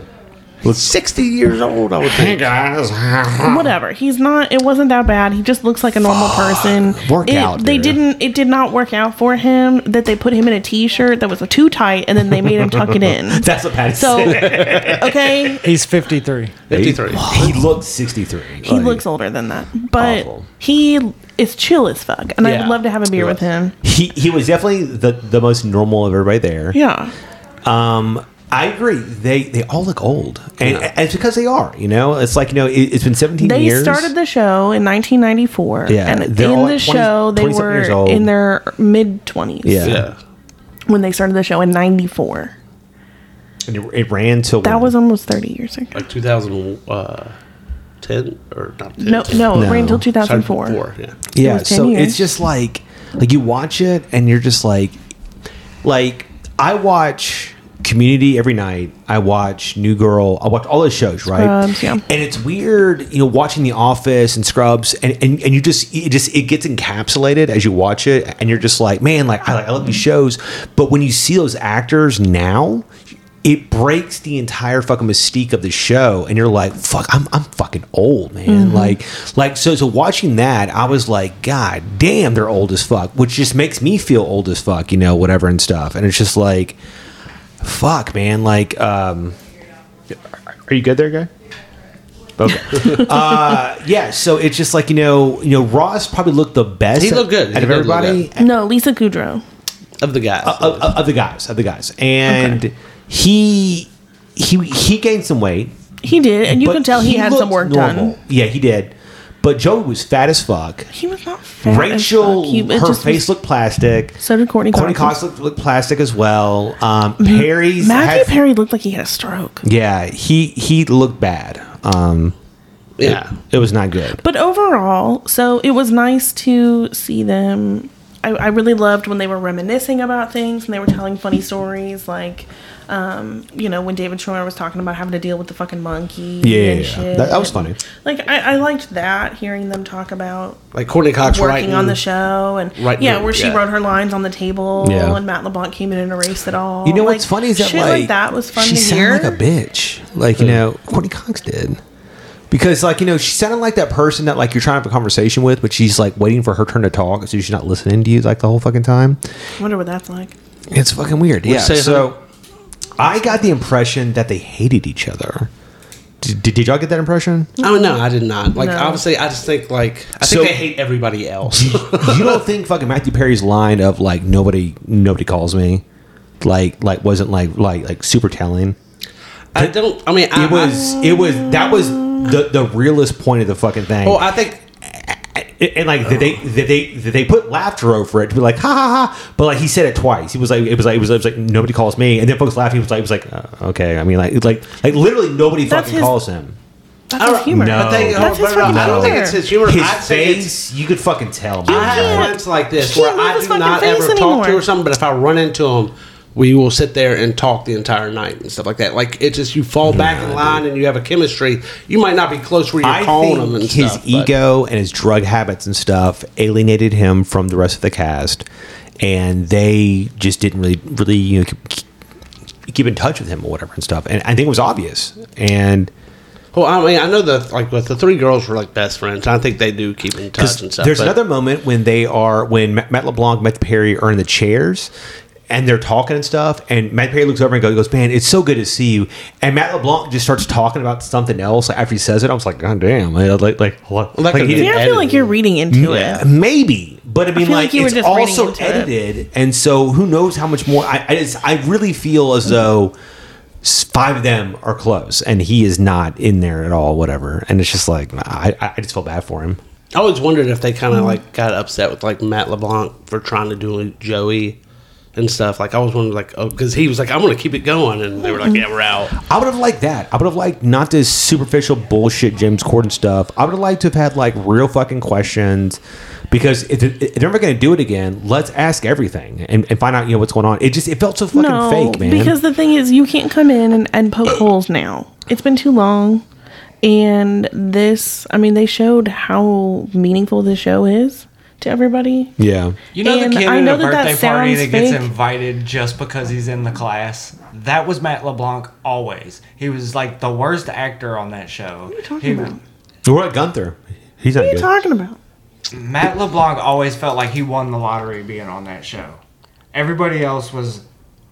Speaker 1: Looks
Speaker 2: 60 years old, I would think.
Speaker 1: guys.
Speaker 4: whatever. He's not. It wasn't that bad. He just looks like a normal person.
Speaker 1: Work
Speaker 4: it,
Speaker 1: out,
Speaker 4: They
Speaker 1: dude.
Speaker 4: didn't. It did not work out for him that they put him in a t-shirt that was too tight, and then they made him tuck it in.
Speaker 1: That's what Patty
Speaker 4: So,
Speaker 1: said.
Speaker 4: okay,
Speaker 6: He's 53.
Speaker 2: 53.
Speaker 1: He looks 63.
Speaker 4: he looks older than that, but
Speaker 1: Awful.
Speaker 4: he is chill as fuck, and I
Speaker 2: Yeah.
Speaker 4: would love to have a beer with
Speaker 2: was.
Speaker 4: him.
Speaker 1: He, he was definitely the, the most normal of everybody there.
Speaker 4: Yeah,
Speaker 1: Um, I agree. They they all look old, and,
Speaker 2: Yeah.
Speaker 1: and it's because they are. You know, it's like you know, it, it's been seventeen
Speaker 4: they
Speaker 1: years.
Speaker 4: started the show in 1994,
Speaker 1: Yeah,
Speaker 4: and in
Speaker 1: they're all
Speaker 4: the
Speaker 1: like 20
Speaker 4: show they
Speaker 1: 20-something years
Speaker 4: were
Speaker 1: old.
Speaker 4: in their mid 20s.
Speaker 1: Yeah,
Speaker 2: Yeah.
Speaker 4: when they started the show in '94,
Speaker 1: and it, it ran till
Speaker 4: that
Speaker 1: when?
Speaker 4: was almost 30 years ago.
Speaker 2: Like 2010 or not 10.
Speaker 4: No, no, it
Speaker 1: No.
Speaker 4: ran until
Speaker 2: Started
Speaker 4: 2004.
Speaker 2: before, yeah.
Speaker 1: yeah
Speaker 4: was 10
Speaker 1: so
Speaker 4: years.
Speaker 1: it's just like like you watch it and you're just like like i watch community every night i watch new girl i watch all those shows right
Speaker 4: Scrubs, yeah.
Speaker 1: and it's weird you know watching the office and scrubs and, and and you just it just it gets encapsulated as you watch it and you're just like man like i, I love these shows but when you see those actors now it breaks the entire fucking mystique of the show, and you're like, "Fuck, I'm, I'm fucking old,
Speaker 2: Mm-hmm.
Speaker 1: man." Like, like so. So watching that, I was like, "God damn, they're old as fuck," which just makes me feel old as fuck, you know, whatever and stuff. And it's just like, "Fuck, man!" Like, um,
Speaker 7: Are you good there, guy?
Speaker 1: Uh, yeah. So it's just like you know, you know, Ross probably looked the best.
Speaker 2: He looked good.
Speaker 1: out
Speaker 2: He
Speaker 1: of
Speaker 2: did look
Speaker 1: everybody.
Speaker 4: No, Lisa Kudrow.
Speaker 2: of the guys.
Speaker 1: Uh, of, of- of the guys, of the guys, and he he he gained some weight.
Speaker 4: He did, and you
Speaker 1: but
Speaker 4: can tell he, had some
Speaker 1: looked
Speaker 4: work
Speaker 1: normal.
Speaker 4: done.
Speaker 1: Yeah, he did. But Joey was fat as fuck.
Speaker 4: He was not fat. as
Speaker 1: Rachel,
Speaker 4: fuck. He- it
Speaker 1: her
Speaker 4: just
Speaker 1: face
Speaker 4: was-
Speaker 1: looked plastic.
Speaker 4: So did Courtney
Speaker 1: Courtney
Speaker 4: Cox.
Speaker 1: Cox looked, looked plastic as well. Um, Perry's
Speaker 4: Matthew
Speaker 1: had-
Speaker 4: Perry looked like he had a stroke.
Speaker 1: Yeah, he he looked bad. Um,
Speaker 2: yeah.
Speaker 1: it was not good.
Speaker 4: But overall, so it was nice to see them. I, I really loved when they were reminiscing about things and they were telling funny stories, like, um, you know, when David Schwimmer was talking about having to deal with the fucking monkey.
Speaker 1: Yeah,
Speaker 4: and
Speaker 1: yeah, yeah.
Speaker 4: shit.
Speaker 1: That- that was funny.
Speaker 4: Like, I, I liked that hearing them talk about
Speaker 2: Like Courtney Cox
Speaker 4: working
Speaker 2: writing
Speaker 4: on the show and
Speaker 2: writing
Speaker 4: yeah,
Speaker 2: it,
Speaker 4: where she
Speaker 2: yeah.
Speaker 4: wrote her lines on the table
Speaker 1: Yeah.
Speaker 4: and Matt LeBlanc came in and erased it all.
Speaker 1: You know
Speaker 4: Like,
Speaker 1: what's funny is that
Speaker 4: shit
Speaker 1: like,
Speaker 4: like, that was fun
Speaker 1: She
Speaker 4: to
Speaker 1: sounded
Speaker 4: hear.
Speaker 1: like a bitch, like you know Courtney Cox did, because like you know she sounded like that person that like you're trying to have a conversation with, but she's like waiting for her turn to talk, so she's not listening to you like the whole fucking time.
Speaker 4: I wonder what that's like.
Speaker 1: It's fucking weird. Yeah.
Speaker 2: say
Speaker 1: So I got the impression that they hated each other. Did, did, did y'all get that impression?
Speaker 2: Oh no, I did not. Like
Speaker 4: No.
Speaker 2: obviously, I just think like I
Speaker 1: So-
Speaker 2: think they hate everybody else.
Speaker 1: you don't think fucking Matthew Perry's line of like nobody nobody calls me, like like wasn't like like like super telling.
Speaker 2: I don't. I mean, I,
Speaker 1: It was it was that was the the realest point of the fucking thing.
Speaker 2: I, oh, I think
Speaker 1: and, and, like that they that they that they put laughter over it to be like ha ha ha, but like he said it twice. He was like it was like it was, it was like nobody calls me, and then folks laughing. He was like it was like uh, okay. I mean like it's like like literally nobody
Speaker 4: That's
Speaker 1: fucking
Speaker 4: his-
Speaker 1: calls him.
Speaker 4: That's his humor.
Speaker 1: No.
Speaker 2: But they,
Speaker 4: That's
Speaker 2: oh,
Speaker 4: his
Speaker 2: but
Speaker 4: fucking
Speaker 2: I don't think
Speaker 4: humor.
Speaker 2: it's his humor.
Speaker 1: His
Speaker 2: I'd say it's.
Speaker 1: face, you could fucking tell.
Speaker 2: I
Speaker 1: Man.
Speaker 2: have
Speaker 4: can't-
Speaker 2: friends like this
Speaker 4: you
Speaker 2: where
Speaker 4: can't leave
Speaker 2: I
Speaker 4: his
Speaker 2: do
Speaker 4: fucking
Speaker 2: not
Speaker 4: face
Speaker 2: ever talk to
Speaker 4: anymore.
Speaker 2: or something, but if I run into them, we will sit there and talk the entire night and stuff like that. Like it's just you fall back in line and you have a chemistry. You might not be close where you're
Speaker 1: I
Speaker 2: calling
Speaker 1: think
Speaker 2: them and
Speaker 1: his
Speaker 2: stuff, but-
Speaker 1: ego and his drug habits and stuff alienated him from the rest of the cast, and they just didn't really, really, you know, keep- keep in touch with him or whatever and stuff. And I think it was obvious. And
Speaker 2: Well, I mean, I know that like with the three girls were like best friends. I think they do keep in touch and stuff.
Speaker 1: There's
Speaker 2: but-
Speaker 1: another moment when they are when Ma- Matt LeBlanc, Matt Perry are in the chairs. And they're talking and stuff, and Matt Perry looks over and goes, goes, "Man, it's so good to see you." And Matt LeBlanc just starts talking about something else after he says it. I was like, "God damn!" I- Like, like, like,
Speaker 2: Well, that
Speaker 1: like
Speaker 2: could
Speaker 1: he
Speaker 2: be
Speaker 1: didn't
Speaker 4: Yeah, I
Speaker 1: edit
Speaker 4: feel like you're reading into
Speaker 1: Yeah,
Speaker 4: it.
Speaker 1: maybe, but I mean,
Speaker 4: feel
Speaker 1: like,
Speaker 4: like you were
Speaker 1: it's
Speaker 4: just reading
Speaker 1: also
Speaker 4: into it.
Speaker 1: edited, and so who knows how much more? I, I just, I really feel as though s- five of them are close, and he is not in there at all. Whatever, and it's just like I, I I just feel bad for him.
Speaker 2: I always wondered if they
Speaker 1: Mm-hmm.
Speaker 2: kind of like got upset with like Matt LeBlanc for trying to do Joey and stuff. Like I was wondering, like, oh, because he was like, I'm gonna keep it going, and they were like, yeah, we're out.
Speaker 1: I would have liked that. I would have liked not this superficial bullshit James Corden stuff. I would have liked to have had like real fucking questions because if, if they're never going to do it again, let's ask everything and, and find out you know what's going on. It just it felt so fucking
Speaker 4: no,
Speaker 1: fake, man.
Speaker 4: because the thing is, you can't come in and, and poke holes now. It's been too long, and this. I mean, they showed how meaningful this show is to everybody.
Speaker 1: yeah,
Speaker 6: You know
Speaker 4: And
Speaker 6: the kid
Speaker 4: I
Speaker 6: at
Speaker 4: know
Speaker 6: a
Speaker 4: that that
Speaker 6: birthday party that
Speaker 4: sounds
Speaker 6: gets
Speaker 4: fake.
Speaker 6: invited just because he's in the class? That was Matt LeBlanc always. He was like the worst actor on that show. What are you
Speaker 4: talking about?
Speaker 1: we're at Gunther. He's not
Speaker 4: What are you
Speaker 1: good.
Speaker 4: talking about?
Speaker 6: Matt LeBlanc always felt like he won the lottery being on that show. Everybody else was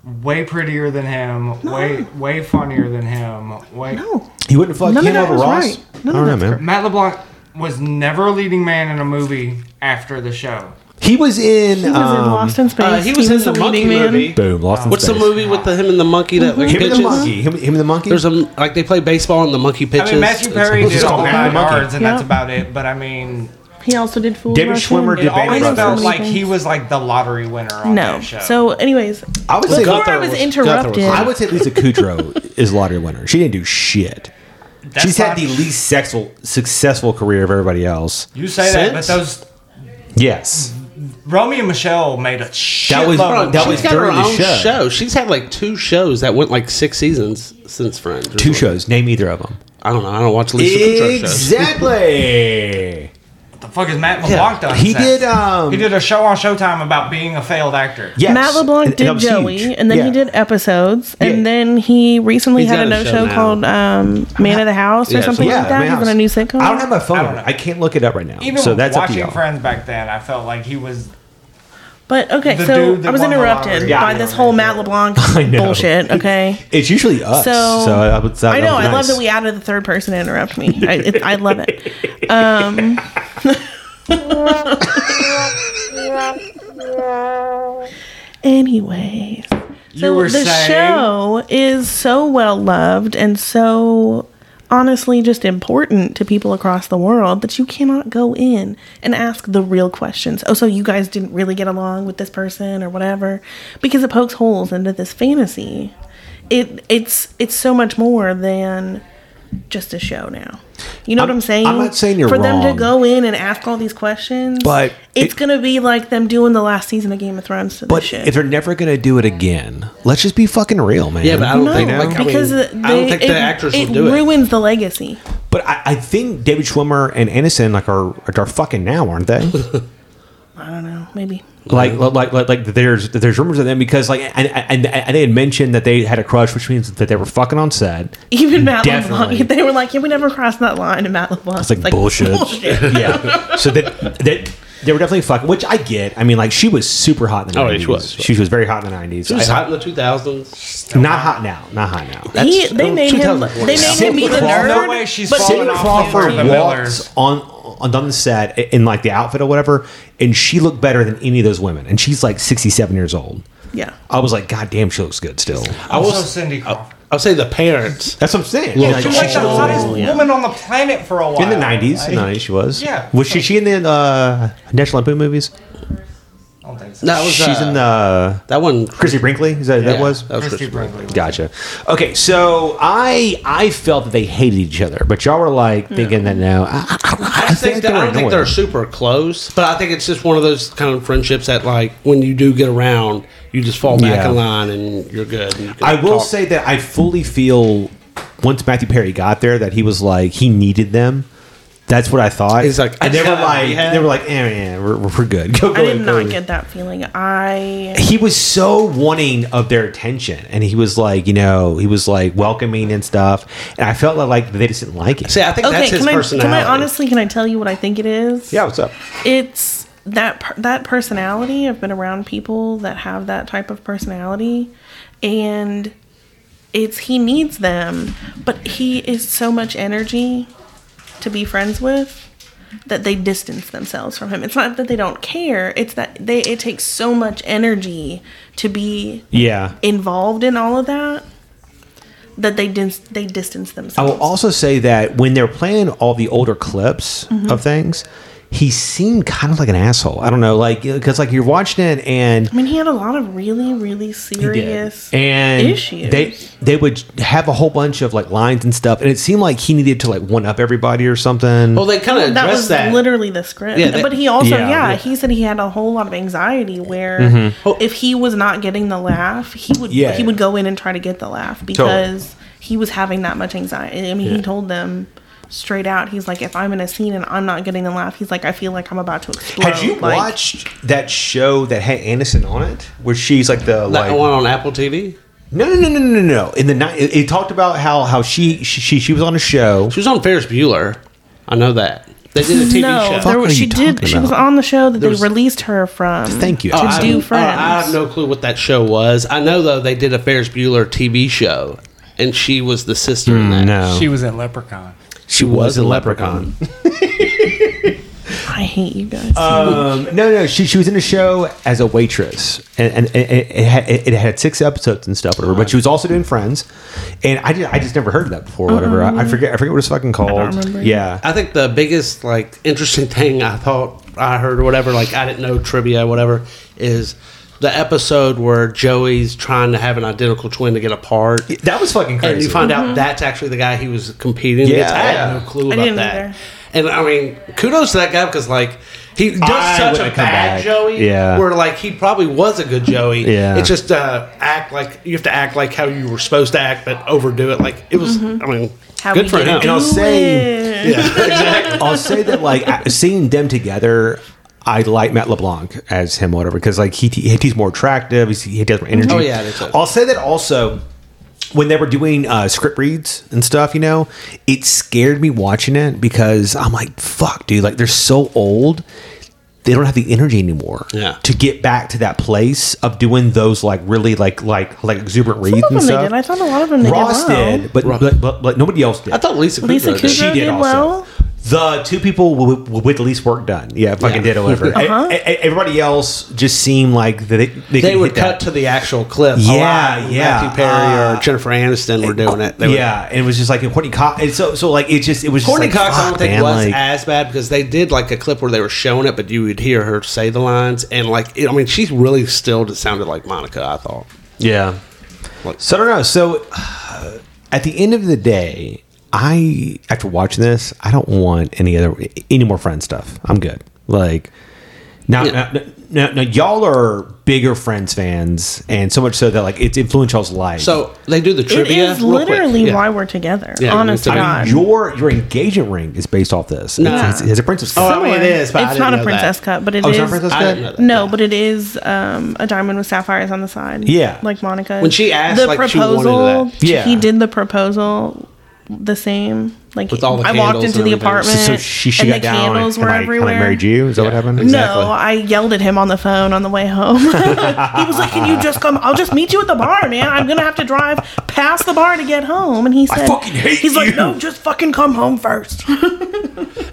Speaker 6: way prettier than him, way way funnier than him. Way
Speaker 4: No,
Speaker 1: You wouldn't fuck
Speaker 4: None of
Speaker 1: him
Speaker 4: that
Speaker 1: over
Speaker 4: was
Speaker 1: Ross.
Speaker 4: right. None
Speaker 1: I
Speaker 4: of
Speaker 1: don't know,
Speaker 4: that's
Speaker 1: man.
Speaker 6: Matt LeBlanc was never a leading man in a movie after the show.
Speaker 1: He was in.
Speaker 4: he was in
Speaker 1: um,
Speaker 4: Lost in Space.
Speaker 2: Uh, he was in the monkey
Speaker 4: leading man.
Speaker 2: movie.
Speaker 1: Boom. Lost in
Speaker 2: What's the
Speaker 1: Space.
Speaker 2: movie with the him and the monkey that like
Speaker 1: Him and the
Speaker 2: pitches?
Speaker 1: monkey. Him, him and the monkey.
Speaker 2: There's a like they play baseball and the monkey
Speaker 6: I
Speaker 2: pitches.
Speaker 6: mean, Matthew
Speaker 2: It's-
Speaker 6: Perry
Speaker 1: it's
Speaker 6: did
Speaker 1: called
Speaker 6: all nine
Speaker 1: Monkey.
Speaker 6: yards, and that's
Speaker 4: Yeah.
Speaker 6: about it. But I mean,
Speaker 4: He also did Fools
Speaker 1: David
Speaker 4: Rush In.
Speaker 1: Schwimmer did
Speaker 6: it
Speaker 1: Big
Speaker 6: always
Speaker 1: Brothers.
Speaker 6: felt like
Speaker 4: Many
Speaker 6: he
Speaker 4: things.
Speaker 6: was like the lottery winner on
Speaker 4: No.
Speaker 6: that show.
Speaker 4: So, anyways,
Speaker 1: I would say.
Speaker 4: before
Speaker 2: Gunther
Speaker 4: I was
Speaker 2: was-
Speaker 4: interrupted,
Speaker 2: Gunther
Speaker 1: I would say Lisa Kudrow is lottery winner. She didn't do shit.
Speaker 6: That's
Speaker 1: She's had
Speaker 6: not-
Speaker 1: the least sexual, successful career of everybody else.
Speaker 6: You say that, but
Speaker 2: Since-
Speaker 6: those
Speaker 1: Yes,
Speaker 6: Romeo and Michelle made a shitload.
Speaker 1: was-
Speaker 6: of
Speaker 2: Bro,
Speaker 1: that
Speaker 6: money.
Speaker 1: was
Speaker 2: she's got her
Speaker 1: during the
Speaker 2: own
Speaker 1: show.
Speaker 2: show. She's had like two shows that went like six seasons since Friends. or
Speaker 1: two
Speaker 2: something.
Speaker 1: shows. Name either of them.
Speaker 2: I don't know. I don't watch Lisa Kudrow shows.
Speaker 1: Exactly.
Speaker 6: What the fuck is Matt LeBlanc done?
Speaker 1: He
Speaker 6: since?
Speaker 1: did, um,
Speaker 6: he did a show on Showtime about being a failed actor.
Speaker 1: Yes.
Speaker 4: Matt
Speaker 1: And-
Speaker 4: LeBlanc
Speaker 1: and that
Speaker 4: did
Speaker 1: was
Speaker 4: Joey,
Speaker 1: huge.
Speaker 4: and then
Speaker 1: Yeah.
Speaker 4: he did episodes, and
Speaker 1: Yeah.
Speaker 4: then he recently
Speaker 2: He's
Speaker 4: had a
Speaker 2: got a
Speaker 4: no
Speaker 2: show
Speaker 4: show
Speaker 2: now.
Speaker 4: called um, Man of the House or
Speaker 2: Yeah,
Speaker 4: something
Speaker 2: something
Speaker 4: like that.
Speaker 1: my
Speaker 4: He's on a
Speaker 1: house.
Speaker 4: new sitcom.
Speaker 1: I don't have my phone.
Speaker 6: I
Speaker 1: I,
Speaker 6: don't know.
Speaker 1: can't look it up right now.
Speaker 6: Even
Speaker 1: so that's up to
Speaker 6: watching
Speaker 1: y'all.
Speaker 6: Friends back then, I felt like he was
Speaker 4: But okay,
Speaker 6: The
Speaker 4: so
Speaker 6: dude that
Speaker 4: I was
Speaker 6: won the
Speaker 4: interrupted
Speaker 6: lottery. Yeah,
Speaker 4: by
Speaker 6: I
Speaker 4: this
Speaker 6: know.
Speaker 4: whole Matt LeBlanc
Speaker 1: I know.
Speaker 4: bullshit. Okay.
Speaker 1: It's usually us. So,
Speaker 4: So,
Speaker 1: I, would, that
Speaker 4: I know.
Speaker 1: would be
Speaker 4: I love
Speaker 1: nice.
Speaker 4: that we added the third person to interrupt me. I, it, I love it. Um, anyways,
Speaker 6: You were
Speaker 4: the
Speaker 6: saying-
Speaker 4: show is so well loved and so honestly just important to people across the world that you cannot go in and ask the real questions. Oh, so you guys didn't really get along with this person or whatever, because it pokes holes into this fantasy. It it's it's so much more than just a show now. You know what I'm saying?
Speaker 1: I'm not saying you're
Speaker 4: for them
Speaker 1: wrong.
Speaker 4: to go in and ask all these questions,
Speaker 1: But
Speaker 4: it's
Speaker 1: it-
Speaker 4: gonna be like them doing the last season of Game of Thrones to this
Speaker 1: But
Speaker 4: shit.
Speaker 1: if they're never going to do it again, let's just be fucking real, man.
Speaker 2: Yeah, but I don't
Speaker 4: no,
Speaker 2: think like,
Speaker 4: because
Speaker 2: I, mean, I
Speaker 4: they-
Speaker 2: don't think
Speaker 4: it,
Speaker 2: the actors
Speaker 4: it
Speaker 2: will do it.
Speaker 4: ruins the legacy.
Speaker 1: But I, I think David Schwimmer and Anderson like are are fucking now, aren't they?
Speaker 4: I don't know, maybe.
Speaker 1: like, like like like there's there's rumors of them because like and, and, and they had mentioned that they had a crush, which means that they were fucking on set.
Speaker 4: Even Matt
Speaker 1: Definitely.
Speaker 4: LeBlanc, they were like, "Yeah, we never crossed that line." And Matt LeBlanc,
Speaker 1: It's like, bullshit. yeah. So that that they were definitely fucking, which I get. I mean, like she was super hot in the
Speaker 2: Oh,
Speaker 1: 90s.
Speaker 2: yeah, she was.
Speaker 1: She was very hot in the nineties.
Speaker 2: She was hot in the 2000s.
Speaker 1: Not hot now. Not hot now.
Speaker 4: He, they made him. They made him be the
Speaker 1: Crawford-
Speaker 4: nerd.
Speaker 6: No way she's
Speaker 4: but
Speaker 6: falling
Speaker 4: she was
Speaker 6: off
Speaker 4: cute,
Speaker 1: Crawford
Speaker 6: the
Speaker 4: too.
Speaker 6: Millers.
Speaker 1: walked on, on on the set in like the outfit or whatever, and she looked better than any of those women. And she's like sixty seven years old.
Speaker 4: Yeah.
Speaker 1: I was like, God damn, she looks good still.
Speaker 6: I also Cindy Crawford.
Speaker 2: I'll say the parents.
Speaker 1: That's what I'm saying.
Speaker 2: Yeah,
Speaker 1: Like,
Speaker 6: She
Speaker 2: she
Speaker 6: was like the
Speaker 2: Oh,
Speaker 6: hottest
Speaker 2: yeah.
Speaker 6: woman on the planet for a while.
Speaker 1: in the nineties,
Speaker 6: Like,
Speaker 1: in the nineties she was.
Speaker 6: Yeah.
Speaker 1: was she? She in the uh, National Lampoon movies?
Speaker 6: I don't think so.
Speaker 2: That was
Speaker 1: She's
Speaker 2: uh,
Speaker 1: in the
Speaker 2: that one.
Speaker 1: Chrissy Brinkley. Is that that
Speaker 2: yeah,
Speaker 1: was?
Speaker 2: that was
Speaker 6: Christy
Speaker 2: Christy Brinkley.
Speaker 6: Brinkley.
Speaker 1: Gotcha. Okay, so I I felt that they hated each other, but y'all were like thinking that no, I, I, I,
Speaker 2: I think that, I don't think
Speaker 1: annoyed.
Speaker 2: they're super close, but I think it's just one of those kind of friendships that, like, when you do get around, you just fall back
Speaker 1: Yeah.
Speaker 2: in line and you're good. and you can
Speaker 1: I will
Speaker 2: talk.
Speaker 1: say that I fully feel once Matthew Perry got there that he was like he needed them. That's what I thought.
Speaker 2: He's like,
Speaker 1: and they
Speaker 2: I
Speaker 1: were
Speaker 2: got
Speaker 1: like,
Speaker 2: what we had.
Speaker 1: they were like, eh, yeah, we're, we're good. Go, go
Speaker 4: I did
Speaker 1: ahead,
Speaker 4: not
Speaker 1: go.
Speaker 4: get that feeling. I
Speaker 1: He was so wanting of their attention, and he was like, you know, he was like welcoming and stuff, and I felt like, like they just didn't like it.
Speaker 2: See, I think
Speaker 4: okay.
Speaker 2: that's his
Speaker 4: Can I, can
Speaker 2: personality.
Speaker 4: I honestly? Can I tell you what I think it is?
Speaker 1: yeah, what's up?
Speaker 4: it's that per- that personality. I've been around people that have that type of personality, and it's he needs them, but he is so much energy to be friends with that they distance themselves from him. It's not that they don't care; it's that they it takes so much energy to be
Speaker 1: Yeah,
Speaker 4: involved in all of that that they dis- they distance
Speaker 1: I
Speaker 4: themselves.
Speaker 1: will also say that when they're playing all the older clips of things, he seemed kind of like an asshole. I don't know, like because like you're watching it and
Speaker 4: I mean, he had a lot of really, really serious
Speaker 1: and
Speaker 4: issues.
Speaker 1: they they would have a whole bunch of like lines and stuff, and it seemed like he needed to like one up everybody or something.
Speaker 2: Well, they kind of
Speaker 4: that
Speaker 2: addressed
Speaker 4: was
Speaker 2: that.
Speaker 4: literally the script.
Speaker 2: Yeah, Mm-hmm. that-
Speaker 4: but he also,
Speaker 1: Yeah,
Speaker 4: yeah,
Speaker 1: yeah.
Speaker 4: he said he had a whole lot of anxiety where if he was not getting the laugh, he would
Speaker 1: Oh. Yeah.
Speaker 4: he would go in and try to get the laugh because he was having that much anxiety. I mean, he told them straight out, he's like, if I'm in a scene and I'm not getting the laugh, he's like, I feel like I'm about to explode.
Speaker 1: had you
Speaker 4: like,
Speaker 1: watched that show that had Anderson on it, where she's like the
Speaker 2: that
Speaker 1: like
Speaker 2: one on Apple TV.
Speaker 1: no no no no no no no in the night it, it talked about how how she she she, she was on a show.
Speaker 2: She was on Ferris Bueller. I know that. They did a TV
Speaker 4: No,
Speaker 2: show.
Speaker 1: Fuck
Speaker 4: there
Speaker 1: are
Speaker 4: was,
Speaker 1: you
Speaker 4: she did.
Speaker 1: talking
Speaker 4: She was
Speaker 1: about?
Speaker 4: on the show that they
Speaker 2: was-
Speaker 4: released her from.
Speaker 1: Thank you.
Speaker 4: To
Speaker 1: Oh,
Speaker 2: I
Speaker 4: do
Speaker 2: have-
Speaker 4: friends.
Speaker 2: I have no clue what that show was. I know though they did a Ferris Bueller TV show, and she was the sister
Speaker 4: Hmm,
Speaker 2: in that.
Speaker 1: No,
Speaker 6: She was in Leprechaun.
Speaker 1: she was a leprechaun.
Speaker 4: I hate you guys.
Speaker 1: Um, no, no, she she was in a show as a waitress, and, and, and it, had, it had six episodes and stuff, whatever. But she was also doing Friends, and I just, I just never heard of that before, whatever. I, I forget I forget what it's fucking called.
Speaker 4: remember either.
Speaker 1: yeah,
Speaker 2: I think the biggest like interesting thing I thought I heard or whatever, like I didn't know trivia whatever, is the episode where Joey's trying to have an identical twin to get a part.
Speaker 1: that was fucking crazy.
Speaker 2: And you find out that's actually the guy he was competing against. I
Speaker 1: Yeah.
Speaker 2: had no clue
Speaker 4: Mm-hmm. I
Speaker 2: about
Speaker 4: didn't
Speaker 2: that.
Speaker 4: either.
Speaker 2: And I mean, kudos to that guy because like He does
Speaker 1: I
Speaker 2: such a
Speaker 1: would've
Speaker 2: bad
Speaker 1: come back.
Speaker 2: Joey.
Speaker 7: Yeah.
Speaker 2: Where like he probably was a good Joey.
Speaker 7: Yeah.
Speaker 2: It's just uh, act like you have to act like how you were supposed to act, but overdo it. Like it was. I mean,
Speaker 4: Mm-hmm. How
Speaker 2: good
Speaker 4: we
Speaker 2: for
Speaker 4: did
Speaker 2: him.
Speaker 4: do
Speaker 1: And I'll
Speaker 4: it.
Speaker 1: say, I'll say that like I- seeing them together. I like Matt LeBlanc as him, whatever, because like he, he he's more attractive. He's, he has more energy.
Speaker 2: Oh, yeah, that's it.
Speaker 1: I'll say that also when they were doing uh, script reads and stuff. You know, it scared me watching it because I'm like, fuck, dude, like they're so old. They don't have the energy anymore
Speaker 2: Yeah.
Speaker 1: to get back to that place of doing those like really like like like exuberant reads
Speaker 4: Some
Speaker 1: and
Speaker 4: of them
Speaker 1: stuff.
Speaker 4: they did. I thought a lot of them they
Speaker 1: Ross
Speaker 4: did. Well.
Speaker 1: did, but, but, but but nobody else did.
Speaker 2: I thought Lisa.
Speaker 4: Lisa
Speaker 2: Kudrow did.
Speaker 4: Kudrow- did well.
Speaker 1: The two people with, with the least work done, yeah, fucking
Speaker 2: Yeah.
Speaker 1: did or whatever.
Speaker 4: Uh-huh.
Speaker 1: E- e- everybody else just seemed like they they,
Speaker 2: They
Speaker 1: could
Speaker 2: would
Speaker 1: hit
Speaker 2: cut
Speaker 1: that.
Speaker 2: to the actual clip.
Speaker 1: Yeah,
Speaker 2: a lot.
Speaker 1: yeah.
Speaker 2: Matthew Perry
Speaker 1: Uh,
Speaker 2: or Jennifer Aniston were doing it. They were-
Speaker 1: yeah, and it was just like and Courtney Cox. And so so like it just it was just
Speaker 2: Courtney
Speaker 1: like,
Speaker 2: Cox, I don't
Speaker 1: fuck,
Speaker 2: think
Speaker 1: man,
Speaker 2: was
Speaker 1: like-
Speaker 2: as bad because they did like a clip where they were showing it, but you would hear her say the lines, and like it, I mean, she really still just sounded like Monica. I thought.
Speaker 1: Yeah. so I don't know. So uh, at the end of the day, I after watching this, I don't want any other any more friend stuff. I'm good. Like now,
Speaker 2: Yeah.
Speaker 1: now, now, now y'all are bigger Friends fans, and so much so that like it's influenced y'all's life.
Speaker 2: So they do the
Speaker 4: It
Speaker 2: trivia.
Speaker 4: is
Speaker 2: real quick.
Speaker 4: literally
Speaker 2: Yeah.
Speaker 4: why we're together.
Speaker 2: Yeah,
Speaker 4: honest to
Speaker 2: I mean,
Speaker 1: I
Speaker 4: God.
Speaker 1: mean, your your engagement ring is based off this.
Speaker 2: No.
Speaker 1: It's, it's, it's a princess.
Speaker 2: Oh,
Speaker 1: cut.
Speaker 2: I mean, it is, but I
Speaker 4: it's
Speaker 2: didn't
Speaker 4: not
Speaker 2: know
Speaker 4: a
Speaker 2: that.
Speaker 4: princess cut, but it is.
Speaker 1: Oh, it's not a princess
Speaker 2: I
Speaker 1: cut?
Speaker 2: didn't know that.
Speaker 4: No, but it is um, a diamond with sapphires on the side.
Speaker 1: Yeah.
Speaker 4: like Monica.
Speaker 2: When she asked, like, she wanted that.
Speaker 1: Yeah.
Speaker 4: he did the proposal the same. Like
Speaker 2: With all the
Speaker 4: I walked
Speaker 2: candles
Speaker 4: into
Speaker 2: and
Speaker 4: the
Speaker 2: everything.
Speaker 4: apartment,
Speaker 1: So she, she
Speaker 4: and
Speaker 1: got
Speaker 4: the
Speaker 1: down
Speaker 4: candles
Speaker 1: and,
Speaker 4: were
Speaker 1: like, kinda
Speaker 4: everywhere.
Speaker 1: married you. Is that what
Speaker 2: Yeah.
Speaker 1: happened?
Speaker 2: Exactly.
Speaker 4: No, I yelled at him on the phone on the way home. he was like, "Can you just come? I'll just meet you at the bar, man. I'm gonna have to drive past the bar to get home." And he said,
Speaker 1: fucking hate
Speaker 4: He's
Speaker 1: you.
Speaker 4: like, "No, just fucking come home first.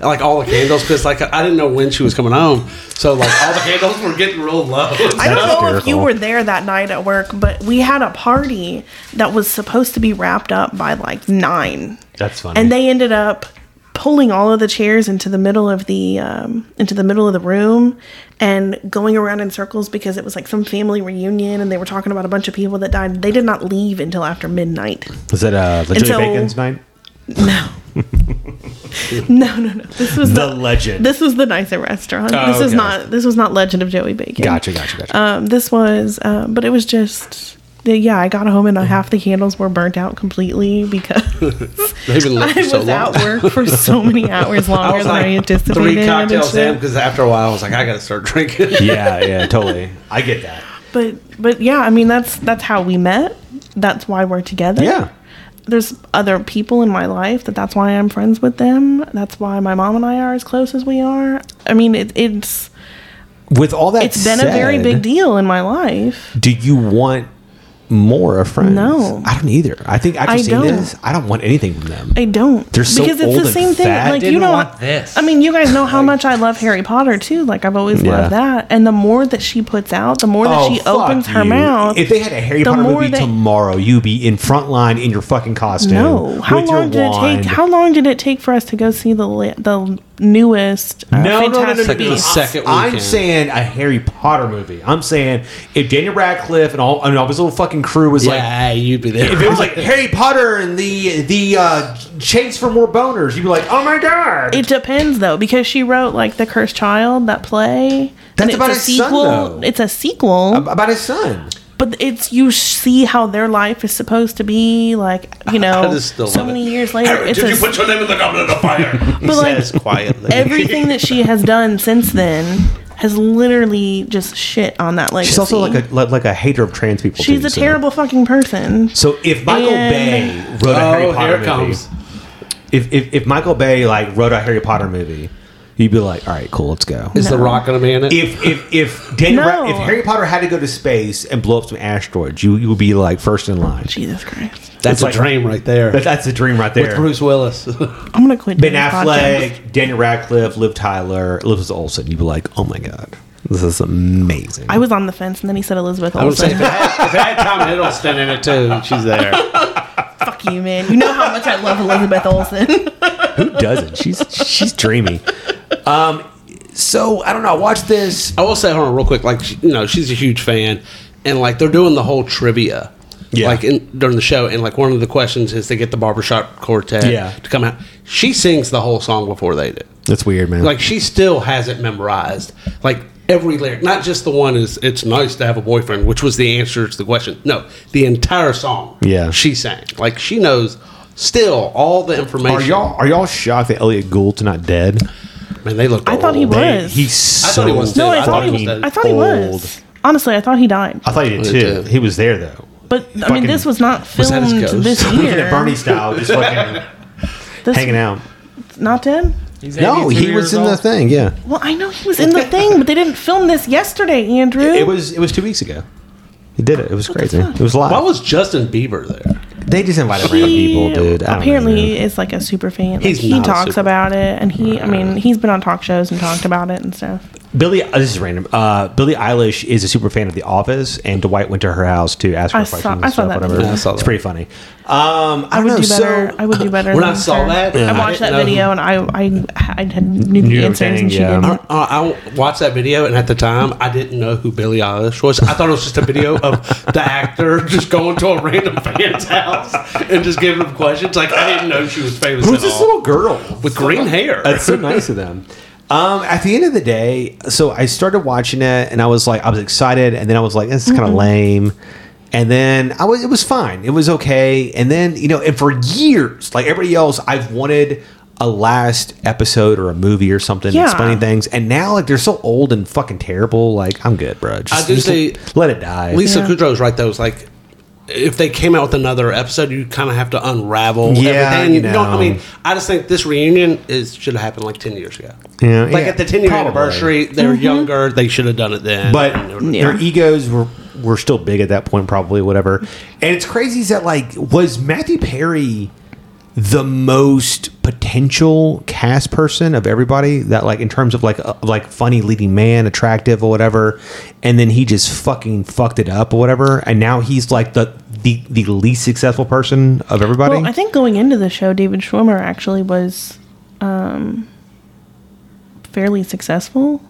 Speaker 2: like all the candles because like I didn't know when she was coming home, so like all the candles were getting real low.
Speaker 4: I don't know
Speaker 1: That's
Speaker 4: if you
Speaker 1: hysterical.
Speaker 4: were there that night at work, but we had a party that was supposed to be wrapped up by like nine,
Speaker 1: That's funny.
Speaker 4: and they ended up pulling all of the chairs into the middle of the um, into the middle of the room and going around in circles because it was like some family reunion, and they were talking about a bunch of people that died. They did not leave until after midnight.
Speaker 1: was that uh, Legend
Speaker 4: so-
Speaker 1: Bacon's night?
Speaker 4: No, no, no. This was
Speaker 1: The
Speaker 4: the,
Speaker 1: legend.
Speaker 4: this was the nicer restaurant.
Speaker 1: Oh,
Speaker 4: this is
Speaker 1: okay.
Speaker 4: not this was not Legend of Joey Bacon.
Speaker 1: Gotcha, gotcha, gotcha.
Speaker 4: Um, this was, uh, but it was just, yeah. I got home and
Speaker 2: Uh-huh.
Speaker 4: half the candles were burnt out completely because
Speaker 2: They've been
Speaker 4: I
Speaker 2: looking
Speaker 4: was
Speaker 2: so long.
Speaker 4: at work for so many hours
Speaker 2: I
Speaker 4: longer
Speaker 2: was
Speaker 4: than I
Speaker 2: like
Speaker 4: anticipated.
Speaker 2: three
Speaker 4: and
Speaker 2: cocktails
Speaker 4: shit.
Speaker 2: in because after a while I was like I gotta start drinking.
Speaker 1: yeah, yeah, totally. I get that.
Speaker 4: But but yeah, I mean that's that's how we met. That's why we're together.
Speaker 1: Yeah.
Speaker 4: There's other people in my life that that's why I'm friends with them. That's why my mom and I are as close as we are. I mean it, it's
Speaker 1: With all that,
Speaker 4: it's been a very
Speaker 1: said,
Speaker 4: big deal in my life.
Speaker 1: Do you want more of friends?
Speaker 4: No.
Speaker 1: I don't either. I think after
Speaker 4: I
Speaker 1: seeing
Speaker 4: don't.
Speaker 1: this, I don't want anything from them.
Speaker 4: I don't.
Speaker 1: They're so
Speaker 4: because it's
Speaker 1: old
Speaker 4: the
Speaker 1: and
Speaker 4: same thing.
Speaker 1: fat.
Speaker 4: Like you
Speaker 6: Didn't
Speaker 4: don't
Speaker 6: want this.
Speaker 4: I mean, you guys know how much I love Harry Potter too. Like I've always loved
Speaker 1: Yeah. Oh,
Speaker 4: that. And the more that she puts out, the more that she
Speaker 1: fuck
Speaker 4: opens her
Speaker 1: you.
Speaker 4: mouth.
Speaker 1: If they had a Harry
Speaker 4: the
Speaker 1: Potter
Speaker 4: more
Speaker 1: movie
Speaker 4: they-
Speaker 1: tomorrow, you'd be in front line in your fucking costume.
Speaker 4: no, how
Speaker 1: with your
Speaker 4: long did it
Speaker 1: wand.
Speaker 4: take? How long did it take for us to go see the la- the newest uh,
Speaker 1: No, no, no, no, no,
Speaker 4: Fantastic
Speaker 1: no, no.
Speaker 4: Beasts?
Speaker 2: Second
Speaker 1: I'm
Speaker 2: weekend.
Speaker 1: saying a Harry Potter movie. I'm saying if Daniel Radcliffe and all, I mean, all his little fucking crew was like,
Speaker 2: yeah, you'd be there.
Speaker 1: if it was like Harry Potter and the the uh, chase for more boners, you'd be like, oh my god.
Speaker 4: It depends though, because she wrote like the Cursed Child, that play.
Speaker 1: That's
Speaker 4: it's
Speaker 1: about
Speaker 4: a
Speaker 1: his son,
Speaker 4: sequel.
Speaker 1: though.
Speaker 4: it's a sequel,
Speaker 1: about his son.
Speaker 4: but it's you see how their life is supposed to be. Like you know,
Speaker 2: just still
Speaker 4: so
Speaker 2: love it.
Speaker 4: many years later, it's a,
Speaker 2: your name in the goblet of fire?
Speaker 4: but like
Speaker 2: Says quietly.
Speaker 4: everything that she has done since then has literally just shit on that legacy.
Speaker 1: She's also like a like, like a hater of trans people.
Speaker 4: she's
Speaker 1: too,
Speaker 4: a
Speaker 1: so-
Speaker 4: terrible fucking person.
Speaker 1: So if Michael
Speaker 4: And-
Speaker 1: Bay wrote a Harry
Speaker 2: Oh,
Speaker 1: Potter
Speaker 2: here it
Speaker 1: movie,
Speaker 2: comes.
Speaker 1: If, if if Michael Bay like wrote a Harry Potter movie, you'd be like, all right, cool, let's go.
Speaker 2: Is the Rock gonna be in it?
Speaker 1: If if if Daniel
Speaker 4: No.
Speaker 1: Ra- if Harry Potter had to go to space and blow up some asteroids, you you would be like first in line.
Speaker 4: Jesus Christ!
Speaker 2: That's a
Speaker 1: like-
Speaker 2: dream right there.
Speaker 1: That, that's a dream right
Speaker 2: With
Speaker 1: there.
Speaker 2: Bruce Willis.
Speaker 4: I'm gonna quit.
Speaker 1: Ben
Speaker 4: doing this podcast.
Speaker 1: Affleck, Daniel Radcliffe, Liv Tyler, Elizabeth Olsen. You'd be like, oh my god, this is amazing.
Speaker 4: I was on the fence, and then he said Elizabeth
Speaker 2: I would say if
Speaker 4: Olsen.
Speaker 2: it had, if it had Tom Hiddleston in it too, she's there.
Speaker 4: Fuck you, man. You know how much I love Elizabeth Olsen.
Speaker 1: Who doesn't? She's she's dreamy. Um, so Oh, I don't know. I watched this.
Speaker 2: I will say, hold on, real quick. Like, she- you know, she's a huge fan, and like they're doing the whole trivia,
Speaker 1: Yeah.
Speaker 2: Like in, during the show, and like one of the questions is they get the barbershop quartet,
Speaker 1: Yeah.
Speaker 2: to come out. She sings the whole song before they do.
Speaker 1: That's weird, man.
Speaker 2: Like she still has it memorized. Like every lyric, not just the one is "It's nice to have a boyfriend," which was the answer to the question. No, the entire song.
Speaker 1: Yeah.
Speaker 2: she sang. Like she knows still all the information.
Speaker 7: Are y'all are y'all shocked that Elliot Gould's not dead?
Speaker 2: Man, they looked.
Speaker 4: I thought he
Speaker 2: old.
Speaker 4: was.
Speaker 7: Man, he's so
Speaker 2: I thought he was dead.
Speaker 4: No, I, thought he
Speaker 2: was
Speaker 4: was.
Speaker 2: dead.
Speaker 4: I thought he was. Honestly, I thought he died.
Speaker 7: I thought he did
Speaker 2: Oh, he
Speaker 7: too.
Speaker 2: did.
Speaker 7: He was there though.
Speaker 4: But I mean,
Speaker 7: Fucking-
Speaker 4: this was not
Speaker 2: Was that
Speaker 4: filmed
Speaker 2: his ghost?
Speaker 4: this
Speaker 7: Looking at Bernie
Speaker 4: year.
Speaker 7: style, just fucking
Speaker 4: This
Speaker 7: hanging out.
Speaker 4: not dead.
Speaker 6: He's
Speaker 1: no,
Speaker 6: 83
Speaker 1: he was
Speaker 6: years
Speaker 1: in the
Speaker 6: old.
Speaker 1: thing. Yeah,
Speaker 4: Well, I know he was in the thing, but they didn't film this yesterday, Andrew.
Speaker 1: it was. It was two weeks ago. He did it. It was crazy. It was live.
Speaker 2: Why was Justin Bieber there?
Speaker 1: they just invited random people, dude. I don't
Speaker 4: apparently is like a super fan. Like,
Speaker 2: He's
Speaker 4: he
Speaker 2: not a
Speaker 4: talks
Speaker 2: super-
Speaker 4: about it, and he, I mean, he's been on talk shows and talked about it and stuff.
Speaker 1: know. Billy. uh, this is random. Uh, Billie Eilish is a super fan of The Office, and Dwight went to her house to ask her
Speaker 4: I
Speaker 1: questions.
Speaker 4: saw-
Speaker 1: and
Speaker 4: I saw
Speaker 1: stuff,
Speaker 4: that
Speaker 1: Whatever.
Speaker 4: video. Yeah, I
Speaker 2: saw
Speaker 1: It's
Speaker 2: that.
Speaker 1: pretty funny. Um, I,
Speaker 4: I
Speaker 1: don't
Speaker 4: would
Speaker 1: know.
Speaker 4: do better.
Speaker 1: So
Speaker 4: I would do better.
Speaker 2: When
Speaker 4: than
Speaker 2: I saw
Speaker 4: her.
Speaker 2: that,
Speaker 4: I
Speaker 2: I
Speaker 4: watched that
Speaker 2: didn't know-
Speaker 4: video and I I I had knew
Speaker 1: Knew
Speaker 4: the answers
Speaker 1: everything,
Speaker 4: and she
Speaker 1: yeah.
Speaker 4: didn't.
Speaker 2: Uh, I watched that video, and at the time, I didn't know who Billie Eilish was. I thought it was just a video of the actor just going to a random fan's house and just giving them questions. Like I didn't know she was famous.
Speaker 1: who's
Speaker 2: at
Speaker 1: this
Speaker 2: all.
Speaker 1: little girl?
Speaker 2: with green hair?
Speaker 1: That's so nice of them. Um, at the end of the day, so I started watching it and I was like, I was excited, and then I was like, this is kind of lame. And then I was, it was fine, it was okay. And then you know, and for years, like everybody else, I've wanted a last episode or a movie or something
Speaker 4: Yeah.
Speaker 1: explaining things, and now like they're so old and fucking terrible. Like I'm good, bro. Just,
Speaker 2: I do
Speaker 1: just
Speaker 2: say-
Speaker 1: let it die.
Speaker 2: Lisa
Speaker 4: Yeah.
Speaker 2: Kudrow's right though. It's like if they came out with another episode, you kind of have to unravel.
Speaker 1: Yeah,
Speaker 2: everything. You
Speaker 1: no.
Speaker 2: don't- I mean, I just think this reunion is should have happened like ten years ago.
Speaker 1: Yeah,
Speaker 2: like
Speaker 1: yeah,
Speaker 2: at the ten year
Speaker 1: probably. Mm-hmm.
Speaker 2: anniversary, they were younger. They should have done it then. And they
Speaker 1: but
Speaker 2: were-
Speaker 1: their egos were were still big at that point, probably whatever. And it's crazy is that like was Matthew Perry the most potential cast person of everybody that like in terms of like uh, like funny leading man, attractive or whatever, and then he just fucking fucked it up or whatever, and now he's like the the, the least successful person of everybody.
Speaker 4: Well, I think going into the show, David Schwimmer actually was um, fairly successful,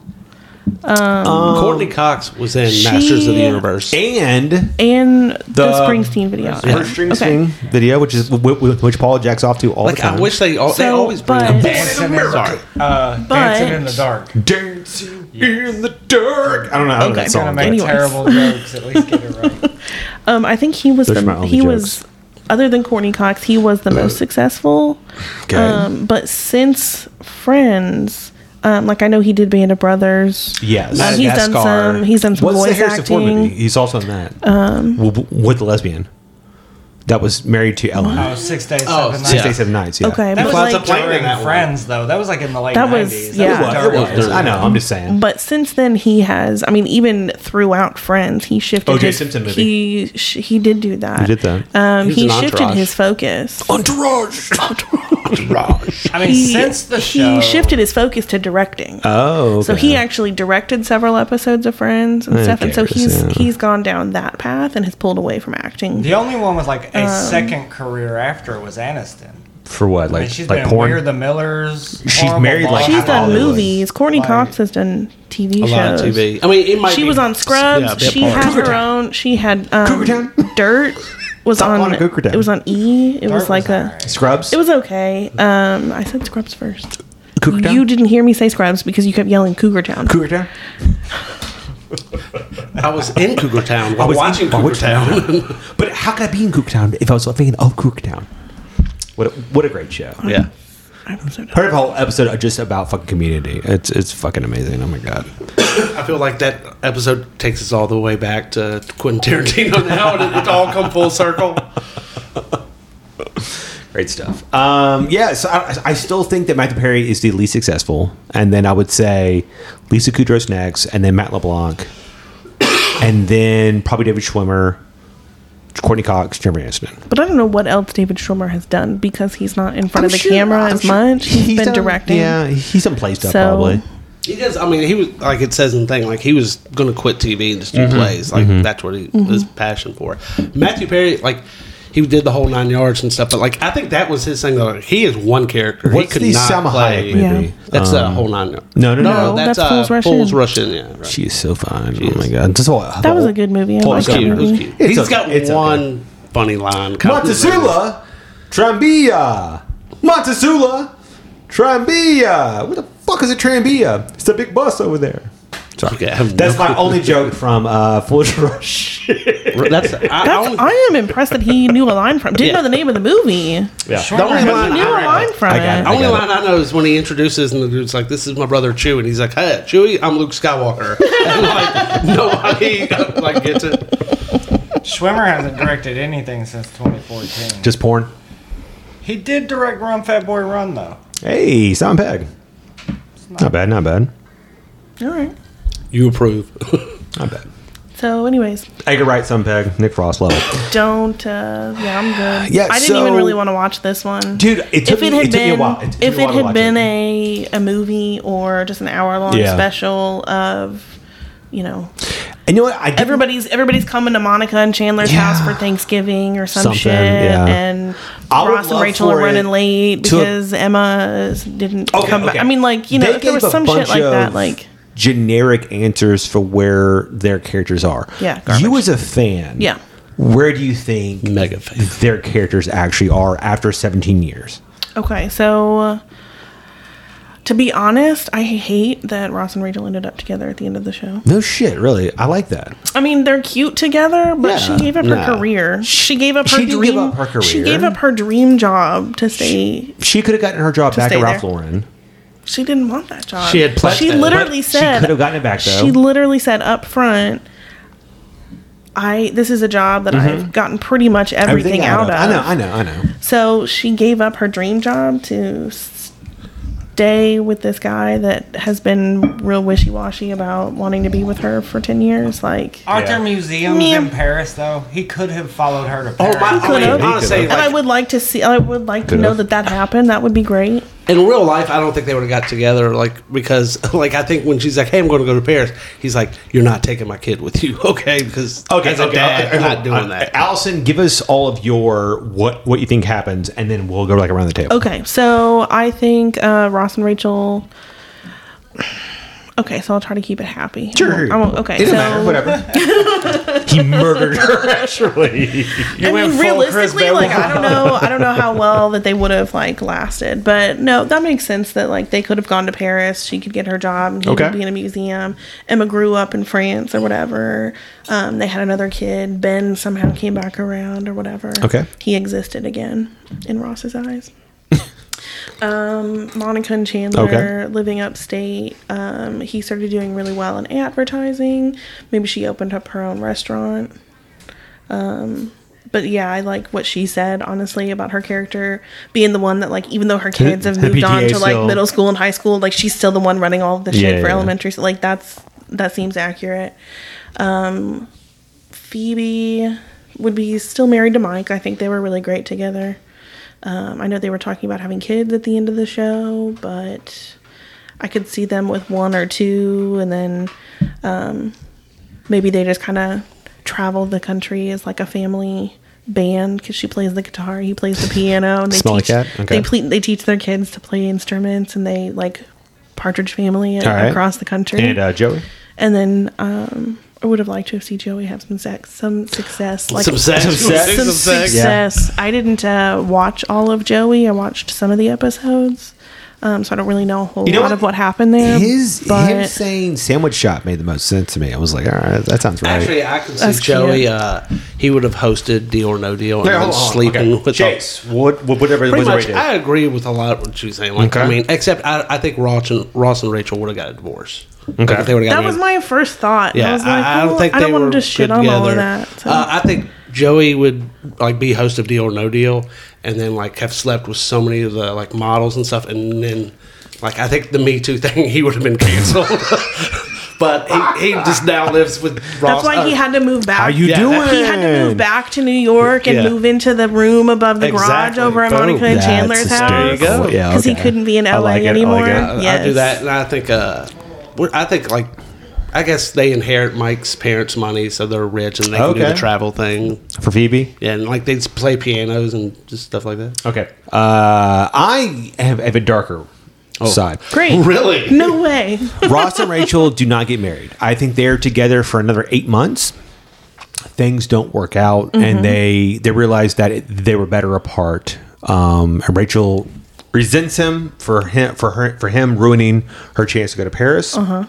Speaker 2: Courtney Cox was in Masters of the
Speaker 4: She-
Speaker 2: Universe.
Speaker 1: and
Speaker 4: and the, Springsteen video.
Speaker 1: her Springsteen video, which is wh- wh- which Paul jacks off to all
Speaker 2: Like
Speaker 1: the time.
Speaker 2: I wish they all, they
Speaker 4: So,
Speaker 2: always bring
Speaker 4: but-
Speaker 6: Dancing in the dark. Uh, dancing in the dark.
Speaker 1: dancing in the dark. I don't know. I don't know
Speaker 4: Okay.
Speaker 1: that
Speaker 4: Gonna
Speaker 1: song.
Speaker 6: Make
Speaker 4: Anyways.
Speaker 6: terrible jokes. At least get it right.
Speaker 4: Um, I think he was
Speaker 1: Those
Speaker 4: the,
Speaker 1: are my only
Speaker 4: he
Speaker 1: jokes.
Speaker 4: was other than Courtney Cox, he was the most successful.
Speaker 1: Okay.
Speaker 4: Um, but since Friends, um, like I know he did Band of Brothers.
Speaker 1: Yes,
Speaker 4: Um, he's done
Speaker 2: Madagascar.
Speaker 4: some. He's done some
Speaker 1: What's the
Speaker 4: voice
Speaker 1: Harrison Ford
Speaker 4: acting.
Speaker 1: movie? He's also in that um, with, with the lesbian that was married to Ellen.
Speaker 6: Oh, six days,
Speaker 2: Oh,
Speaker 6: seven
Speaker 2: six
Speaker 6: nights.
Speaker 1: Six days, seven nights. Yeah.
Speaker 4: Okay,
Speaker 2: That
Speaker 4: but
Speaker 2: was
Speaker 4: like,
Speaker 2: lots of playing in
Speaker 6: During
Speaker 2: that one.
Speaker 6: Friends, though, that was like in the late
Speaker 4: That was-
Speaker 6: 90s.
Speaker 4: yeah.
Speaker 6: That
Speaker 1: Well,
Speaker 6: was
Speaker 1: it
Speaker 6: dark.
Speaker 1: was- I know. I'm just saying.
Speaker 4: But since then, he has. I mean, even throughout Friends, he shifted.
Speaker 6: Oh,
Speaker 1: O.J.
Speaker 4: his-
Speaker 1: Simpson movie.
Speaker 4: He sh- he did do that.
Speaker 1: He did that.
Speaker 4: Um,
Speaker 2: He was
Speaker 4: he
Speaker 2: in
Speaker 4: shifted
Speaker 2: Entourage.
Speaker 4: his focus.
Speaker 1: Entourage. Entourage.
Speaker 6: Oh, I mean,
Speaker 4: He-
Speaker 6: since the
Speaker 4: he
Speaker 6: show,
Speaker 4: shifted his focus to directing.
Speaker 1: Oh,
Speaker 4: So he actually directed several episodes of Friends and stuff, and so
Speaker 1: Okay,
Speaker 4: he's
Speaker 1: so-
Speaker 4: he's gone down that path and has pulled away from acting.
Speaker 6: The only one with like a
Speaker 4: Um,
Speaker 6: second career after was Aniston.
Speaker 1: for what?
Speaker 6: I mean,
Speaker 1: Like
Speaker 6: she's
Speaker 1: like
Speaker 6: been
Speaker 1: porn.
Speaker 6: We're the Millers.
Speaker 1: She's
Speaker 6: Horrible
Speaker 1: married, like,
Speaker 6: Boss.
Speaker 4: She's done
Speaker 1: Hollywood.
Speaker 4: movies. Courtney
Speaker 6: Like-
Speaker 4: Cox has done TV
Speaker 2: A
Speaker 4: shows.
Speaker 2: lot of TV. I mean, it might.
Speaker 4: She
Speaker 2: be-
Speaker 4: was on Scrubs.
Speaker 2: Yeah, a bit
Speaker 4: she
Speaker 2: part.
Speaker 4: had
Speaker 1: Cougar
Speaker 4: her
Speaker 1: Town.
Speaker 4: own. She had um,
Speaker 1: Cougar Town.
Speaker 4: Dirt. Was
Speaker 1: Top
Speaker 4: on.
Speaker 1: on Cougar Town.
Speaker 4: It was on E. It was
Speaker 6: was
Speaker 4: like a.
Speaker 6: alright.
Speaker 1: Scrubs.
Speaker 4: It was okay. Um, I said Scrubs first.
Speaker 1: Cougar Town.
Speaker 4: You didn't hear me say Scrubs because you kept yelling Cougar Town.
Speaker 1: Cougar Town.
Speaker 2: I was in Cougar Town. I
Speaker 1: was in-
Speaker 2: was watching
Speaker 1: I
Speaker 2: Cougar
Speaker 1: was-
Speaker 2: Town.
Speaker 1: But how could I be in Cougar Town if I was a fan of Cougar Town? What a, what a great show.
Speaker 2: yeah.
Speaker 4: I'm so done.
Speaker 1: Heard of a whole episode of just about fucking community. It's it's fucking amazing. Oh my god.
Speaker 2: I feel like that episode takes us all the way back to Quentin Tarantino now, and it's all come full circle.
Speaker 1: Great stuff. Um, yeah, so I, I still think that Matthew Perry is the least successful, and then I would say Lisa Kudrow's next, and then Matt LeBlanc, and then probably David Schwimmer, Courtney Cox, Jeremy Aniston.
Speaker 4: But I don't know what else David Schwimmer has done because he's not in front
Speaker 1: I'm
Speaker 4: of the
Speaker 1: sure-
Speaker 4: camera
Speaker 1: I'm
Speaker 4: as
Speaker 1: sure
Speaker 4: much. he's been
Speaker 1: done-
Speaker 4: directing.
Speaker 1: Yeah, he's done play stuff
Speaker 4: So-
Speaker 1: probably.
Speaker 2: He does. I mean, he was like it says in the thing, like he was going to quit TV and just do plays. Like that's what he
Speaker 4: Mm-hmm.
Speaker 2: his passion for. Matthew Perry, like he did the whole nine yards and stuff. But like I think that was his thing. Though like, he is one character. he
Speaker 1: What's
Speaker 2: could
Speaker 1: the
Speaker 2: not
Speaker 1: Salma
Speaker 2: play.
Speaker 1: Hayek movie?
Speaker 4: Yeah.
Speaker 2: That's uh, the
Speaker 1: Um,
Speaker 2: whole nine yards.
Speaker 1: No, no, no.
Speaker 4: No,
Speaker 2: that's,
Speaker 4: that's Fools
Speaker 2: uh,
Speaker 4: Rush
Speaker 2: Fools
Speaker 4: In.
Speaker 2: Rush In, Yeah, right.
Speaker 1: She is so fine. oh
Speaker 2: is. Oh,
Speaker 1: my god, this whole,
Speaker 4: That was a good movie. I
Speaker 1: Paul
Speaker 4: liked
Speaker 2: It's cute.
Speaker 1: Scott.
Speaker 2: It was cute.
Speaker 1: It's
Speaker 2: He's
Speaker 1: okay.
Speaker 2: got
Speaker 1: It's okay.
Speaker 2: one funny line. kind of-
Speaker 1: Montezula, Trambia, Montezula. Trambia. What the fuck is a Trambia? It's a big bus over there. Sorry.
Speaker 2: Okay, I have no
Speaker 1: That's my
Speaker 2: clue.
Speaker 1: only joke from uh, Foolish Rush.
Speaker 2: That's I, I
Speaker 4: That's,
Speaker 2: only-
Speaker 4: I am impressed that he knew a line from. Didn't know the name of the movie.
Speaker 1: yeah.
Speaker 2: the only line
Speaker 4: He knew a
Speaker 2: I,
Speaker 4: line from
Speaker 1: I got
Speaker 4: it.
Speaker 2: the only
Speaker 1: I got
Speaker 2: line I know is when he introduces and the dude's like, "This is my brother Chewie," and he's like, "Hey, Chewie, I'm Luke Skywalker." and like nobody like gets it.
Speaker 6: Schwimmer hasn't directed anything since 2014.
Speaker 1: Just porn.
Speaker 6: He did direct Run Fat Boy Run though.
Speaker 1: Hey, sound peg. Not bad, not bad.
Speaker 4: All right.
Speaker 2: You approve?
Speaker 1: Not bad.
Speaker 4: So, anyways,
Speaker 1: Edgar Wright, sound peg, Nick Frost level.
Speaker 4: don't. Uh, yeah, I'm good.
Speaker 1: Yeah,
Speaker 4: I didn't even
Speaker 1: so-
Speaker 4: really want to watch this one,
Speaker 1: Dude, it took
Speaker 4: if it
Speaker 1: me-
Speaker 4: had
Speaker 1: it took
Speaker 4: been
Speaker 1: me a while. It took me
Speaker 4: if
Speaker 1: a while
Speaker 4: it
Speaker 1: to
Speaker 4: had
Speaker 1: watch
Speaker 4: been
Speaker 1: it.
Speaker 4: a a movie or just an hour long
Speaker 1: Yeah.
Speaker 4: special of, you know,
Speaker 1: And you know what? I didn't-
Speaker 4: everybody's everybody's coming to Monica and Chandler's
Speaker 1: Yeah.
Speaker 4: house for Thanksgiving or some
Speaker 1: Something,
Speaker 4: shit,
Speaker 1: yeah.
Speaker 4: and
Speaker 1: I would
Speaker 4: Ross and
Speaker 1: love
Speaker 4: Rachel
Speaker 1: for
Speaker 4: are
Speaker 1: it
Speaker 4: running late
Speaker 1: to-
Speaker 4: because Emma is- didn't
Speaker 1: Okay,
Speaker 4: come back.
Speaker 1: okay.
Speaker 4: I mean, like you know,
Speaker 1: They
Speaker 4: if there
Speaker 1: gave
Speaker 4: was
Speaker 1: a
Speaker 4: some shit
Speaker 1: bunch
Speaker 4: like that,
Speaker 1: of
Speaker 4: like
Speaker 1: generic answers for where their characters are.
Speaker 4: Yeah,
Speaker 1: you as a fan.
Speaker 4: Yeah.
Speaker 1: where do you think
Speaker 2: Mega fan.
Speaker 1: their characters actually are after 17 years?
Speaker 4: okay, so. uh, To be honest, I hate that Ross and Rachel ended up together at the end of the show.
Speaker 1: No shit, really. I like that.
Speaker 4: I mean, they're cute together, but
Speaker 1: Yeah.
Speaker 4: she gave up her
Speaker 1: Nah.
Speaker 4: career. She gave up her
Speaker 1: She
Speaker 4: dream.
Speaker 1: didn't give up her
Speaker 4: She
Speaker 1: career.
Speaker 4: gave up her dream job to stay. She,
Speaker 1: She could have gotten her job back
Speaker 4: stay
Speaker 1: at Ralph
Speaker 4: there.
Speaker 1: Lauren.
Speaker 4: didn't want that job.
Speaker 2: She had plans
Speaker 4: She
Speaker 2: to-
Speaker 4: literally
Speaker 1: She
Speaker 4: said
Speaker 1: could have gotten it back though.
Speaker 4: She literally said up front, "I this is a job that
Speaker 1: Mm-hmm.
Speaker 4: I've gotten pretty much everything, out, of.
Speaker 1: I know, I know, I know.
Speaker 4: So she gave up her dream job to stay with this guy that has been real wishy washy about wanting to be with her for ten years. Like,
Speaker 6: Aren't there museums
Speaker 4: Meow.
Speaker 6: in Paris though? He could have followed her
Speaker 1: Oh,
Speaker 6: to Paris.
Speaker 2: I mean,
Speaker 4: could've.
Speaker 2: Oh, honestly,
Speaker 4: and I
Speaker 2: like,
Speaker 4: would like to see. I would like to know that that happened. That would be great.
Speaker 2: in real life, I don't think they would have got together. Like because like I think when she's like, "Hey, I'm going to go to Paris," he's like, "You're not taking my kid with you, okay?" Because as a dad,
Speaker 1: okay, Uh,
Speaker 2: not
Speaker 1: hold
Speaker 2: doing
Speaker 1: on.
Speaker 2: that.
Speaker 1: Allison, give us all of your what what you think happens, and then we'll go like around the table.
Speaker 4: Okay, so I think uh, Ross and Rachel. Okay, so I'll try to keep it happy.
Speaker 1: Sure.
Speaker 4: I won't- okay,
Speaker 1: It doesn't
Speaker 4: so
Speaker 1: matter. Whatever. he murdered her. Actually,
Speaker 4: I mean, realistically,
Speaker 6: Bell.
Speaker 4: like I don't know, I don't know how well that they would have like lasted, but no, that makes sense. That like they could have gone to Paris, she could get her job, and he
Speaker 1: Okay.
Speaker 4: could be in a museum. Emma grew up in France or whatever. Um, they had another kid. Ben somehow came back around or whatever.
Speaker 1: Okay.
Speaker 4: he existed again in Ross's eyes. um, Monica and Chandler
Speaker 1: Okay.
Speaker 4: living upstate. Um, he started doing really well in advertising. Maybe she opened up her own restaurant but yeah, I like what she said honestly about her character being the one that like even though her kids have
Speaker 1: the
Speaker 4: moved on
Speaker 1: PTA
Speaker 4: to like
Speaker 1: still-
Speaker 4: middle school and high school, like she's still the one running all of the
Speaker 1: Yeah,
Speaker 4: shit for
Speaker 1: yeah, yeah.
Speaker 4: elementary. So like that's that seems accurate. Um, Phoebe would be still married to Mike. I think they were really great together. Um, I know they were talking about having kids at the end of the show, but I could see them with one or two, and then um, maybe they just kind of travel the country as like a family band because she plays the guitar, he plays the piano, and they
Speaker 1: Smelly
Speaker 4: teach
Speaker 1: cat? Okay.
Speaker 4: they ple- they teach their kids to play instruments, and they like Partridge Family
Speaker 1: All right.
Speaker 4: across the country.
Speaker 1: and uh, Joey.
Speaker 4: And then um, I would have liked to have seen Joey have some sex, some success, like
Speaker 2: Some sex, some sex,
Speaker 4: some
Speaker 2: some sex.
Speaker 4: success. I didn't uh, watch all of Joey. I watched some of the episodes. Um, so I don't really know a whole
Speaker 1: You know
Speaker 4: lot
Speaker 1: what?
Speaker 4: of what happened there.
Speaker 1: His
Speaker 4: but
Speaker 1: him saying sandwich shop made the most sense to me. I was like, all right, that sounds right.
Speaker 2: Actually, I could see
Speaker 4: That's cute.
Speaker 2: Joey. Uh, he would have hosted Deal or No Deal and
Speaker 1: Yeah,
Speaker 2: then
Speaker 1: hold on,
Speaker 2: sleeping
Speaker 1: okay.
Speaker 2: with the-
Speaker 1: Chase. What, what whatever
Speaker 2: Pretty
Speaker 1: whatever
Speaker 2: much,
Speaker 1: it is.
Speaker 2: I agree with a lot of what you was saying. Like, I
Speaker 1: Okay.
Speaker 2: mean, except I, I think Ross and, Ross and Rachel would have got a divorce. Like,
Speaker 1: Okay.
Speaker 2: if they would have
Speaker 4: that
Speaker 2: got
Speaker 4: was
Speaker 2: married.
Speaker 4: my first thought. I
Speaker 2: Yeah,
Speaker 4: was
Speaker 2: I,
Speaker 4: like,
Speaker 2: I don't
Speaker 4: well,
Speaker 2: think
Speaker 4: I
Speaker 2: they
Speaker 4: don't want
Speaker 2: were
Speaker 4: to just shit
Speaker 2: good
Speaker 4: on
Speaker 2: together.
Speaker 4: all of that. so.
Speaker 2: Uh, I think Joey would like be host of Deal or No Deal, and then like have slept with so many of the like models and stuff, and then like I think the Me Too thing, he would have been canceled. but he, he just now lives with Ross.
Speaker 4: That's why he
Speaker 2: uh,
Speaker 4: had to move back.
Speaker 1: How you
Speaker 2: Yeah,
Speaker 1: doing?
Speaker 2: that-
Speaker 4: He had to move back to New York and
Speaker 2: Yeah.
Speaker 4: move into the room above the garage
Speaker 2: Exactly.
Speaker 4: over at
Speaker 2: Boom.
Speaker 4: Monica and
Speaker 1: That's
Speaker 4: Chandler's house.
Speaker 1: hysterical.
Speaker 2: There you go.
Speaker 1: Yeah,
Speaker 4: Because
Speaker 1: okay.
Speaker 4: he couldn't be in
Speaker 1: I
Speaker 4: LA
Speaker 1: like it, I like
Speaker 4: anymore.
Speaker 1: it.
Speaker 2: I- Oh, I do that, and I think uh, we're- I think like I guess they inherit Mike's parents' money, so they're rich and they can do
Speaker 1: Okay.
Speaker 2: the travel thing.
Speaker 1: For Phoebe.
Speaker 2: Yeah, and like they just play pianos and just stuff like that.
Speaker 1: Okay. Uh, I have, have a darker side.
Speaker 4: Great.
Speaker 2: Really?
Speaker 4: No way.
Speaker 1: Ross and Rachel do not get married. I think they're together for another eight months. Things don't work out, and they they realize that it, they were better apart. Um, and Rachel resents him for him for her for him ruining her chance to go to Paris. Uh-huh.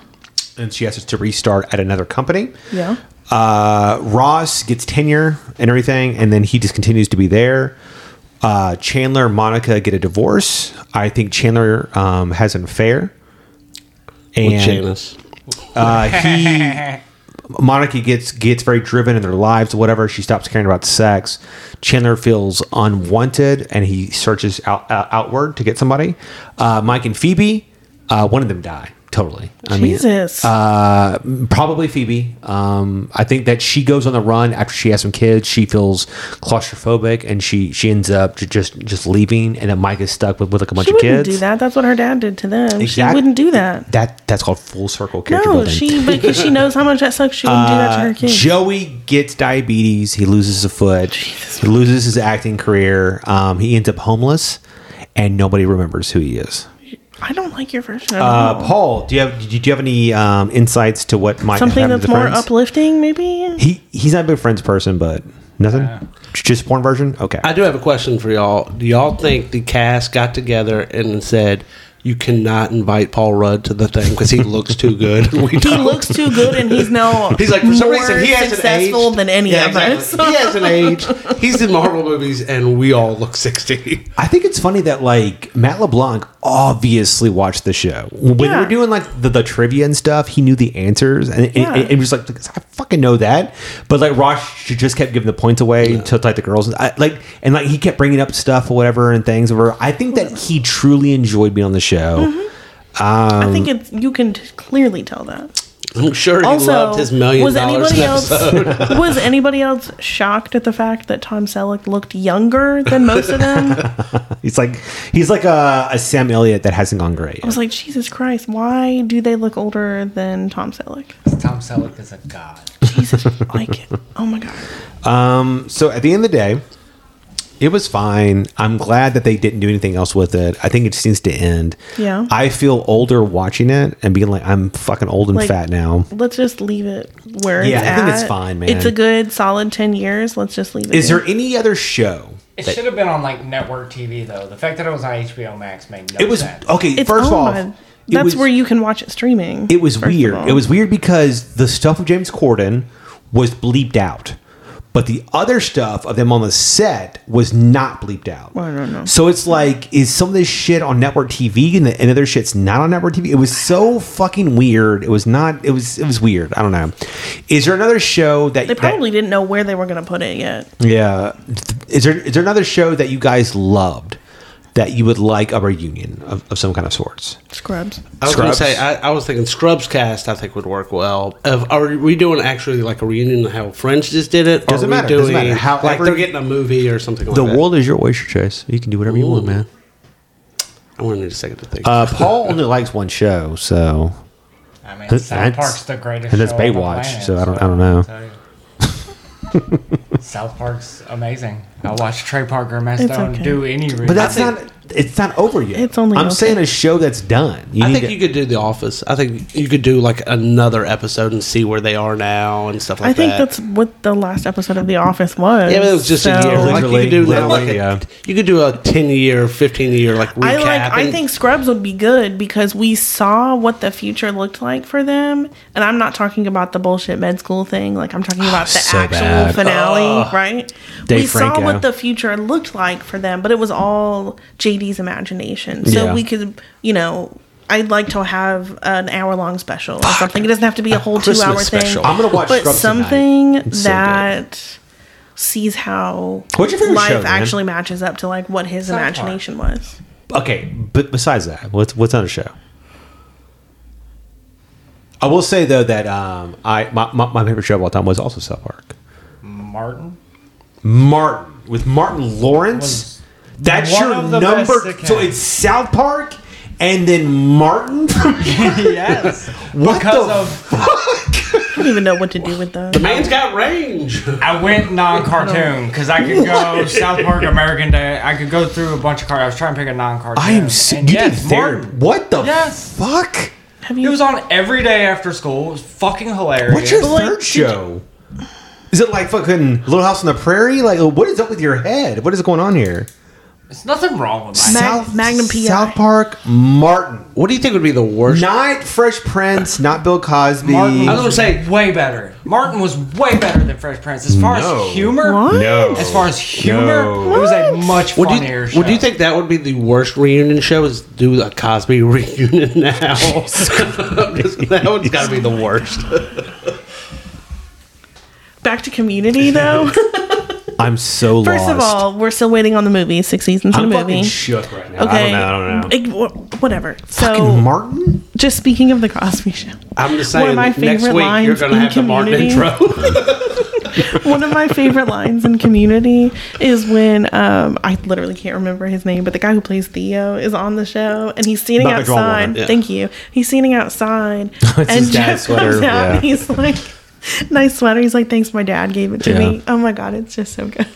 Speaker 1: And she has to restart at another company.
Speaker 4: Yeah.
Speaker 1: Uh, Ross gets tenure and everything, and then he just continues to be there. Uh, Chandler and Monica get a divorce. I think Chandler um, has an affair. And
Speaker 2: with Janice.
Speaker 1: uh, he Monica gets gets very driven in their lives, whatever. She stops caring about sex. Chandler feels unwanted, and he searches out, uh, outward to get somebody. Uh, Mike and Phoebe, uh, one of them die totally. I mean,
Speaker 4: Jesus.
Speaker 2: uh,
Speaker 1: probably Phoebe. Um, I think that she goes on the run after she has some kids. She feels claustrophobic, and she she ends up ju- just just leaving. And then Mike is stuck with, with like a bunch
Speaker 4: she
Speaker 1: of
Speaker 4: wouldn't
Speaker 1: kids.
Speaker 4: do that. That's what her dad did to them. She
Speaker 1: Exact-
Speaker 4: wouldn't do that.
Speaker 1: That that's called full circle character
Speaker 4: No,
Speaker 1: building.
Speaker 4: she because she knows how much that sucks. She wouldn't do that to
Speaker 2: Uh,
Speaker 4: her kids.
Speaker 1: Joey gets diabetes. He loses a foot. He loses his acting career. Um, he ends up homeless, and nobody remembers who he is.
Speaker 4: I don't like your version. At
Speaker 1: Uh,
Speaker 4: all.
Speaker 1: Paul, do you have do you have any um, insights to what might
Speaker 4: Something
Speaker 1: happen
Speaker 4: that's
Speaker 1: to
Speaker 4: more
Speaker 1: Friends?
Speaker 4: uplifting, maybe.
Speaker 1: He he's not a big Friends person, but nothing. Just porn version. Okay.
Speaker 2: I do have a question for y'all. Do y'all think the cast got together and said, you cannot invite Paul Rudd to the thing because he looks too good? We
Speaker 4: He
Speaker 2: don't."
Speaker 4: looks too good, and he's now
Speaker 2: He's like for some
Speaker 4: more
Speaker 2: reason he hasn't
Speaker 4: successful
Speaker 2: aged.
Speaker 4: than any
Speaker 2: Yeah,
Speaker 4: of
Speaker 2: exactly.
Speaker 4: us.
Speaker 2: He hasn't aged. He's in Marvel movies, and we all look sixty.
Speaker 1: I think it's funny that like Matt LeBlanc obviously watched the show. When we
Speaker 4: Yeah.
Speaker 1: were doing like the, the trivia and stuff, he knew the answers and, and,
Speaker 4: Yeah.
Speaker 1: and it was like, I fucking know that. But like Ross j- just kept giving the points away to like the girls. I, like and like he kept bringing up stuff or whatever and things. Or I think that he truly enjoyed being on the show.
Speaker 4: Mm-hmm. I think it's you can t- clearly tell that.
Speaker 2: I'm sure Um, he
Speaker 4: Also,
Speaker 2: loved his million
Speaker 4: was
Speaker 2: dollars.
Speaker 4: anybody
Speaker 2: in
Speaker 4: else
Speaker 2: episode.
Speaker 4: was anybody else shocked at the fact that Tom Selleck looked younger than most of them? I
Speaker 1: He's like he's like a, a Sam Elliott that hasn't gone great. yet.
Speaker 4: was like, Jesus Christ, why do they look older than Tom Selleck?
Speaker 6: Tom Selleck is a god.
Speaker 4: Jesus, like, oh my god,
Speaker 1: so at the end of the day, it was fine. I'm glad that they didn't do anything else with it. I think it just needs to end.
Speaker 4: Yeah.
Speaker 1: I feel older watching it and being like, I'm fucking old and
Speaker 4: Like-
Speaker 1: fat now.
Speaker 4: let's just leave it where
Speaker 1: Yeah,
Speaker 4: it's
Speaker 1: I think it's
Speaker 4: at.
Speaker 1: fine, man.
Speaker 4: It's a good solid ten years. Let's just leave it.
Speaker 1: Is there any other show?
Speaker 6: It
Speaker 1: that-
Speaker 6: should have been on like network TV though. The fact that it was on HBO Max made no
Speaker 1: It was oh,
Speaker 6: sense.
Speaker 1: okay.
Speaker 4: It's
Speaker 1: first
Speaker 4: on.
Speaker 1: off, it
Speaker 4: That's
Speaker 1: was-
Speaker 4: where you can watch it streaming.
Speaker 1: It was
Speaker 4: first of
Speaker 1: weird.
Speaker 4: all.
Speaker 1: It was weird because the stuff of James Corden was bleeped out, but the other stuff of them on the set was not bleeped out.
Speaker 4: I don't know.
Speaker 1: So it's like, is some of this shit on network TV and the and other shit's not on network TV? It was so fucking weird. It was not. It was. It was weird. I don't know. Is there another show that
Speaker 4: They
Speaker 1: that-
Speaker 4: probably didn't know where they were going to put it yet.
Speaker 1: yeah. Is there is there another show that you guys loved that you would like a reunion of, of some kind of sorts?
Speaker 4: Scrubs.
Speaker 2: I was going to
Speaker 1: Scrubs.
Speaker 2: say, I, I was thinking Scrubs cast, I think would work well. Of, are we doing actually like a reunion of how Friends just did it? Or
Speaker 1: Doesn't
Speaker 2: are we
Speaker 1: matter,
Speaker 2: Doing,
Speaker 1: doesn't matter. However-
Speaker 2: like they're getting a movie or something like
Speaker 1: The
Speaker 2: that.
Speaker 1: world is your oyster, Chase. You can do whatever you want,
Speaker 2: Ooh.
Speaker 1: man.
Speaker 2: I want to need a second to think.
Speaker 1: Uh, Paul only likes one show, so
Speaker 6: I mean,
Speaker 1: That's-
Speaker 6: South Park's the greatest.
Speaker 1: and that's
Speaker 6: show on the
Speaker 1: Baywatch,
Speaker 6: planet,
Speaker 1: so I don't- I don't know.
Speaker 6: tell you. South Park's amazing. I watch Trey Parker mess
Speaker 4: It's
Speaker 6: down
Speaker 4: okay.
Speaker 6: do any. Reason.
Speaker 1: but that's not. It's not over yet.
Speaker 4: It's only
Speaker 1: I'm
Speaker 4: okay.
Speaker 1: saying a show that's done. You
Speaker 2: I
Speaker 1: need
Speaker 2: think
Speaker 1: to-
Speaker 2: you could do The Office. I think you could do like another episode and see where they are now and stuff like
Speaker 4: I think
Speaker 2: that.
Speaker 4: that's what the last episode of The Office was.
Speaker 2: yeah, but it was just a
Speaker 4: so-
Speaker 2: year. Like you
Speaker 1: Literally,
Speaker 2: could do like,
Speaker 1: literally,
Speaker 2: like a,
Speaker 1: yeah.
Speaker 2: you could do a ten year, fifteen year like recap.
Speaker 4: I like. I
Speaker 2: and-
Speaker 4: think Scrubs would be good because we saw what the future looked like for them, and I'm not talking about the bullshit med school thing. Like I'm talking about the
Speaker 1: Ah, so
Speaker 4: actual
Speaker 1: bad.
Speaker 4: finale, right?
Speaker 1: Dave
Speaker 4: we
Speaker 1: Franco.
Speaker 4: saw what the future looked like for them, but it was all JD's imagination. So
Speaker 1: Yeah.
Speaker 4: we could, you know, I'd like to have an hour long special or something. It doesn't have to be a whole two hour
Speaker 2: Christmas
Speaker 4: thing.
Speaker 2: special.
Speaker 1: I'm gonna watch
Speaker 4: but
Speaker 1: Scrubs tonight.
Speaker 4: something
Speaker 1: It's so good.
Speaker 4: that sees how
Speaker 1: What's your favorite
Speaker 4: life
Speaker 1: show, man?
Speaker 4: actually matches up to like what his
Speaker 6: South Park.
Speaker 4: imagination was.
Speaker 1: okay, but besides that, what's what's on the show? I will say though that um, I my, my, my favorite show of all time was also South Park.
Speaker 6: Martin.
Speaker 1: Martin with Martin Lawrence. That's
Speaker 6: one
Speaker 1: your
Speaker 6: of the
Speaker 1: number.
Speaker 6: best it
Speaker 1: So
Speaker 6: can.
Speaker 1: it's South Park and then Martin.
Speaker 6: yes,
Speaker 1: what
Speaker 6: because
Speaker 1: the
Speaker 6: of
Speaker 4: I don't even know what to do with those.
Speaker 2: the man's got range.
Speaker 6: I went non-cartoon because I could go South Park, American Dad. I could go through a bunch of cartoons. I was trying to pick a non-cartoon.
Speaker 1: I am. So,
Speaker 6: And
Speaker 1: you
Speaker 6: yes,
Speaker 1: did therapy.
Speaker 6: Martin.
Speaker 1: What the
Speaker 6: Yes.
Speaker 1: fuck?
Speaker 4: Have you?
Speaker 6: It was on every day after school. It was fucking hilarious.
Speaker 1: What's your
Speaker 4: But, like,
Speaker 1: third
Speaker 4: did
Speaker 1: show?
Speaker 7: uh,
Speaker 1: Is it like fucking Little House on the Prairie? Like, what is up with your head? What is going on here?
Speaker 6: There's nothing wrong with that.
Speaker 4: Ma- Magnum PI.
Speaker 1: South Park, Martin.
Speaker 2: What do you think would be the worst?
Speaker 1: Not Fresh Prince, not Bill Cosby.
Speaker 6: Martin
Speaker 2: I was gonna say-
Speaker 6: way better. Martin was way better than Fresh Prince. As far
Speaker 1: No.
Speaker 6: as humor,
Speaker 4: What?
Speaker 7: No.
Speaker 6: as far as humor,
Speaker 7: No.
Speaker 6: it was a much
Speaker 2: Would
Speaker 6: funnier
Speaker 2: you,
Speaker 6: show.
Speaker 2: would you think that would be the worst reunion show? Is do a Cosby reunion now? that one's got to be the worst.
Speaker 4: Back to community though.
Speaker 7: I'm so lost.
Speaker 4: First of all, we're still waiting on the movie. Six seasons
Speaker 7: I'm
Speaker 4: of the
Speaker 7: fucking
Speaker 4: movie.
Speaker 7: shook right now.
Speaker 4: okay.
Speaker 7: I don't know. I don't know.
Speaker 4: Ig- wh- whatever. So
Speaker 1: Martin?
Speaker 4: just speaking of the Cosby Show.
Speaker 2: I'm just
Speaker 4: One
Speaker 2: saying.
Speaker 4: of my
Speaker 2: next
Speaker 4: favorite
Speaker 2: week you're
Speaker 4: lines
Speaker 2: gonna
Speaker 4: in
Speaker 2: have the Martin
Speaker 4: Community.
Speaker 2: intro.
Speaker 4: One of my favorite lines in Community is when um, I literally can't remember his name, but the guy who plays Theo is on the show, and he's standing
Speaker 1: Not the tall
Speaker 4: outside.
Speaker 1: one,
Speaker 2: yeah.
Speaker 4: Thank you. He's standing outside, and
Speaker 1: his dad's
Speaker 4: Jeff comes out.
Speaker 1: sweater, yeah.
Speaker 4: And he's like, "Nice sweater." He's like, "Thanks, my dad gave it to
Speaker 1: Yeah.
Speaker 4: me." Oh my god, it's just so good.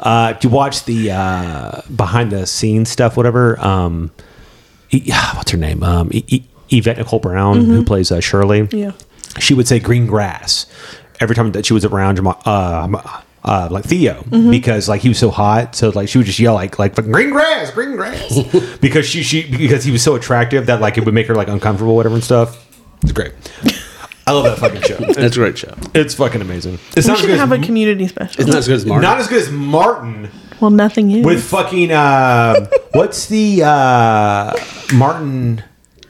Speaker 7: Uh, do you watch the uh, behind the scenes stuff? Whatever. Um, E- what's her name? Um, E- E- Yvette Nicole Brown, who plays uh, Shirley.
Speaker 4: Yeah.
Speaker 7: she would say green grass every time that she was around Jama- uh, uh, like Theo
Speaker 4: Mm-hmm.
Speaker 7: because like he was so hot so like she would just yell like like green grass green grass because she she because he was so attractive that like it would make her like uncomfortable whatever and stuff it's great I love that fucking show
Speaker 2: That's a great show.
Speaker 7: it's fucking amazing it's not
Speaker 4: We
Speaker 7: as
Speaker 4: should
Speaker 7: good
Speaker 4: have a
Speaker 7: as,
Speaker 4: community special.
Speaker 2: It's not as good as Martin.
Speaker 1: Mm-hmm. Not as good as Martin
Speaker 4: well, nothing is.
Speaker 1: with fucking uh what's the uh Martin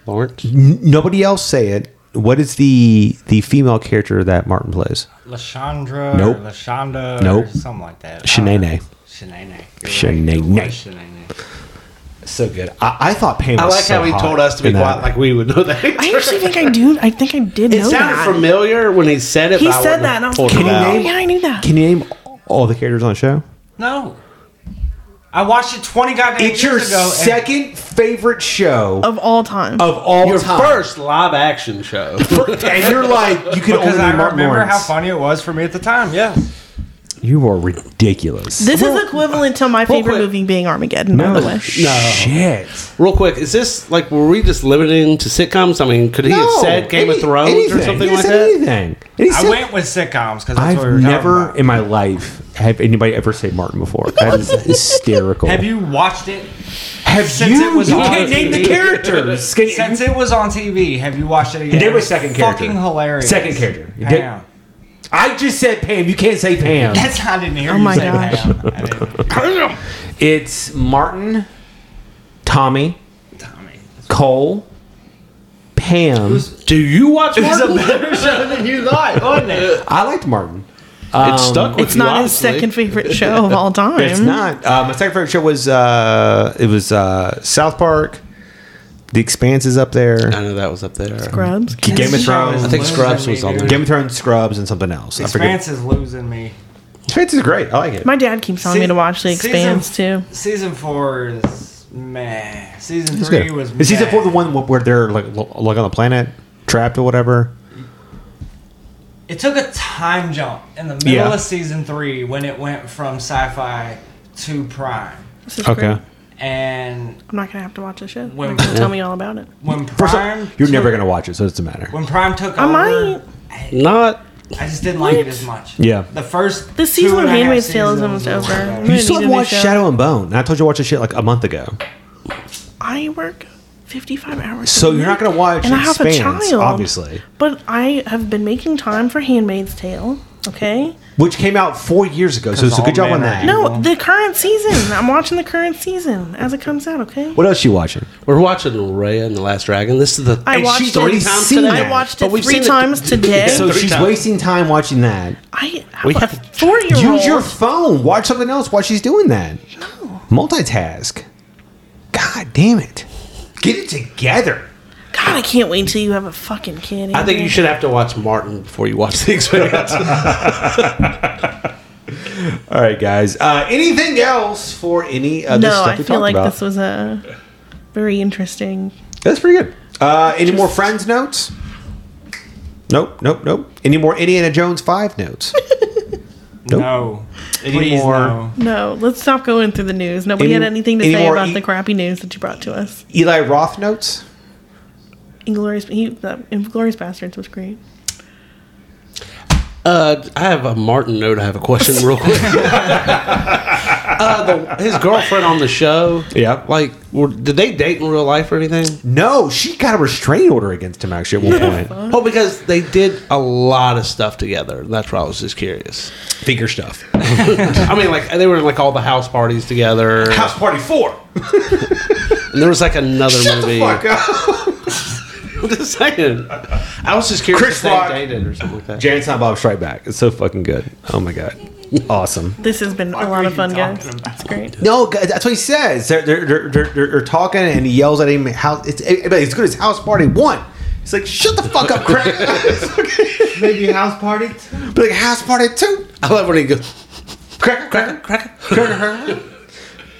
Speaker 2: Lawrence.
Speaker 1: n- nobody else say it. What is the the female character that Martin plays?
Speaker 6: Lashandra,
Speaker 1: Nope.
Speaker 6: nope. Lashonda,
Speaker 1: Nope.
Speaker 6: or something like that.
Speaker 1: Shanae.
Speaker 6: Shenane.
Speaker 1: Shanae.
Speaker 6: Shenane.
Speaker 1: So good. I, I thought Pam
Speaker 2: I
Speaker 1: was
Speaker 2: like
Speaker 1: so
Speaker 2: how he
Speaker 1: hot
Speaker 2: told us to be
Speaker 1: in that.
Speaker 2: quiet, like we would know that.
Speaker 4: I actually think I do. I think I did
Speaker 2: it
Speaker 4: know
Speaker 2: sounded
Speaker 4: that.
Speaker 2: familiar when he said it.
Speaker 4: He
Speaker 2: but I wouldn't
Speaker 4: said that, and I was
Speaker 2: have pulled
Speaker 4: like,
Speaker 2: it
Speaker 4: "Oh,
Speaker 2: out.
Speaker 4: yeah, I knew that."
Speaker 1: Can you name all the characters on the show?
Speaker 6: No. I watched it 20 goddamn
Speaker 1: It's your
Speaker 6: years ago. and-
Speaker 1: second favorite show
Speaker 4: of all time.
Speaker 1: of all
Speaker 2: Your
Speaker 1: time.
Speaker 2: first live action show.
Speaker 1: and you're like, you can
Speaker 6: because
Speaker 1: only
Speaker 6: I
Speaker 1: name Martin
Speaker 6: remember
Speaker 1: Lawrence.
Speaker 6: how funny it was for me at the time. Yeah.
Speaker 1: you are ridiculous.
Speaker 4: This is equivalent to my favorite
Speaker 2: quick.
Speaker 4: movie being Armageddon, by the way.
Speaker 1: Shit.
Speaker 2: Real quick, is this like were we just limiting to sitcoms? I mean, could he have said Game of
Speaker 1: any-
Speaker 2: Thrones
Speaker 1: anything.
Speaker 2: or something
Speaker 1: He
Speaker 2: like
Speaker 1: said
Speaker 2: that?
Speaker 1: Anything. And he
Speaker 6: I
Speaker 1: said-
Speaker 6: went with sitcoms because that's what we
Speaker 1: I've
Speaker 6: were talking
Speaker 1: never
Speaker 6: about.
Speaker 1: in my life have anybody ever say Martin before. That is hysterical.
Speaker 6: Have you watched it?
Speaker 1: Have
Speaker 6: since
Speaker 1: you?
Speaker 6: it was
Speaker 1: you
Speaker 6: on
Speaker 1: can't name the
Speaker 6: TV.
Speaker 1: characters. Can-
Speaker 6: Since it was on TV, have you watched it again?
Speaker 1: did with second character.
Speaker 6: Fucking hilarious.
Speaker 1: Second character. You did-
Speaker 6: Pam.
Speaker 1: I just said Pam. You can't say Pam.
Speaker 6: That's not in here.
Speaker 4: Oh
Speaker 6: you
Speaker 4: my
Speaker 6: say
Speaker 4: gosh.
Speaker 6: Pam. I didn't-
Speaker 1: It's Martin, Tommy,
Speaker 6: Tommy.
Speaker 1: Cole, Pam.
Speaker 2: Do you watch
Speaker 6: It's
Speaker 2: Martin?
Speaker 6: a better show than you thought, wasn't it?
Speaker 1: I liked Martin.
Speaker 2: it stuck with
Speaker 4: Um, It's
Speaker 2: you,
Speaker 4: not his
Speaker 2: obviously.
Speaker 4: second favorite show of all time.
Speaker 1: It's not. Uh, my second favorite show was uh, it was uh, South Park. The Expanse is up there.
Speaker 2: I know that was up there.
Speaker 4: Grubs.
Speaker 1: Game of Thrones.
Speaker 2: Uh, I think Scrubs was on there.
Speaker 1: Game of Thrones, Scrubs, and something else. I forget.
Speaker 6: Expanse is losing me.
Speaker 1: Expanse is great. I like it.
Speaker 4: My dad keeps telling me
Speaker 6: Se-
Speaker 4: to watch The
Speaker 6: season-
Speaker 4: Expanse too.
Speaker 6: Season four is meh. Season
Speaker 1: It's
Speaker 6: three
Speaker 1: good.
Speaker 6: was.
Speaker 1: Is season
Speaker 6: meh.
Speaker 1: four the one wh- where they're like lo- like on the planet, trapped or whatever?
Speaker 6: It took a time jump in the middle
Speaker 1: Yeah.
Speaker 6: of season three when it went from sci-fi to prime,
Speaker 4: This is great.
Speaker 1: Okay.
Speaker 6: and
Speaker 4: I'm not gonna have to watch the show.
Speaker 6: When-
Speaker 4: You're gonna tell me all about it.
Speaker 6: when
Speaker 1: First
Speaker 6: prime,
Speaker 1: off, you're
Speaker 6: took-
Speaker 1: never gonna watch it, so it doesn't matter.
Speaker 6: When prime took
Speaker 4: I
Speaker 6: over,
Speaker 4: might.
Speaker 2: Not
Speaker 6: I just didn't like it as much.
Speaker 1: Yeah.
Speaker 6: The first
Speaker 4: The season of
Speaker 6: two and a half
Speaker 4: Handmaid's Tale is almost
Speaker 6: seasons was
Speaker 4: over.
Speaker 6: like,
Speaker 4: I'm
Speaker 1: You
Speaker 4: gonna
Speaker 1: still
Speaker 4: need a
Speaker 1: haven't
Speaker 4: new
Speaker 1: watched
Speaker 4: show.
Speaker 1: Shadow and Bone. And I told you to watch this shit like a month ago.
Speaker 4: I work 55 hours.
Speaker 1: So
Speaker 4: a
Speaker 1: you're not
Speaker 4: week,
Speaker 1: gonna watch
Speaker 4: and I have a
Speaker 1: Expanse,
Speaker 4: child,
Speaker 1: obviously.
Speaker 4: But I have been making time for Handmaid's Tale. Okay.
Speaker 1: Which came out four years ago, so it's a
Speaker 6: all
Speaker 1: good job on
Speaker 6: men
Speaker 1: that.
Speaker 6: are-
Speaker 4: No, the current season. I'm watching the current season as it comes out. Okay.
Speaker 1: What else you watching?
Speaker 2: we're watching Raya and the Last Dragon. This is the
Speaker 4: I
Speaker 1: And
Speaker 4: watched
Speaker 1: she's
Speaker 4: it.
Speaker 1: already seen
Speaker 4: today.
Speaker 1: that.
Speaker 4: I watched it
Speaker 2: But we've
Speaker 4: three
Speaker 2: seen it-
Speaker 4: times today.
Speaker 1: So
Speaker 2: Three
Speaker 1: she's
Speaker 2: times.
Speaker 1: wasting time watching that.
Speaker 4: I have
Speaker 2: We
Speaker 4: a
Speaker 2: have-
Speaker 4: four-year-old.
Speaker 1: Use your phone. Watch something else while she's doing that. No. Multitask. God damn it. Get it together.
Speaker 4: God, I can't wait until you have a fucking kid.
Speaker 2: I think you should have to watch Martin before you watch The Experience.
Speaker 1: All right, guys. Uh, anything else for any of
Speaker 4: No,
Speaker 1: this stuff
Speaker 4: I
Speaker 1: we
Speaker 4: feel
Speaker 1: talked
Speaker 4: like
Speaker 1: about?
Speaker 4: this was a very interesting.
Speaker 1: That's pretty good. Uh, any more Friends notes? Nope, nope, nope. Any more Indiana Jones 5 notes?
Speaker 6: No, please
Speaker 1: more-
Speaker 6: no.
Speaker 4: No, let's stop going through the news. Nobody
Speaker 1: Any-
Speaker 4: had anything to
Speaker 1: any
Speaker 4: say
Speaker 1: more
Speaker 4: about
Speaker 1: e-
Speaker 4: the crappy news that you brought to us.
Speaker 1: Eli Roth notes?
Speaker 4: Inglorious, he, the Inglorious Bastards was great.
Speaker 2: Uh, I have a Martin note. I have a question real quick. uh, the, his girlfriend on the show.
Speaker 7: Yeah.
Speaker 2: Like, were, did they date in real life or anything?
Speaker 7: No, she got a restraining order against him actually at one point.
Speaker 2: Well, Oh, because they did a lot of stuff together. That's why I was just curious.
Speaker 7: Finger stuff.
Speaker 2: I mean, like they were in like all the house parties together.
Speaker 7: House Party 4.
Speaker 2: And there was like another movie.
Speaker 7: Fuck up.
Speaker 2: I'm just saying. I was just curious
Speaker 7: Chris
Speaker 2: if they
Speaker 7: Rock.
Speaker 2: dated or something like that.
Speaker 7: Jan Silent Bob Strike Back. It's so fucking good. Oh my God. Awesome.
Speaker 4: This has been a lot of fun, guys. It's great.
Speaker 1: No, g- that's what he says. They're, they're, they're, they're, they're- they're talking and he yells at him. How it's but it's good as House Party One. It's like shut the fuck up, Craig.
Speaker 8: Maybe house party.
Speaker 1: But like House Party Two.
Speaker 2: I love when he goes.
Speaker 1: Cracker, cracker, cracker, cracker. All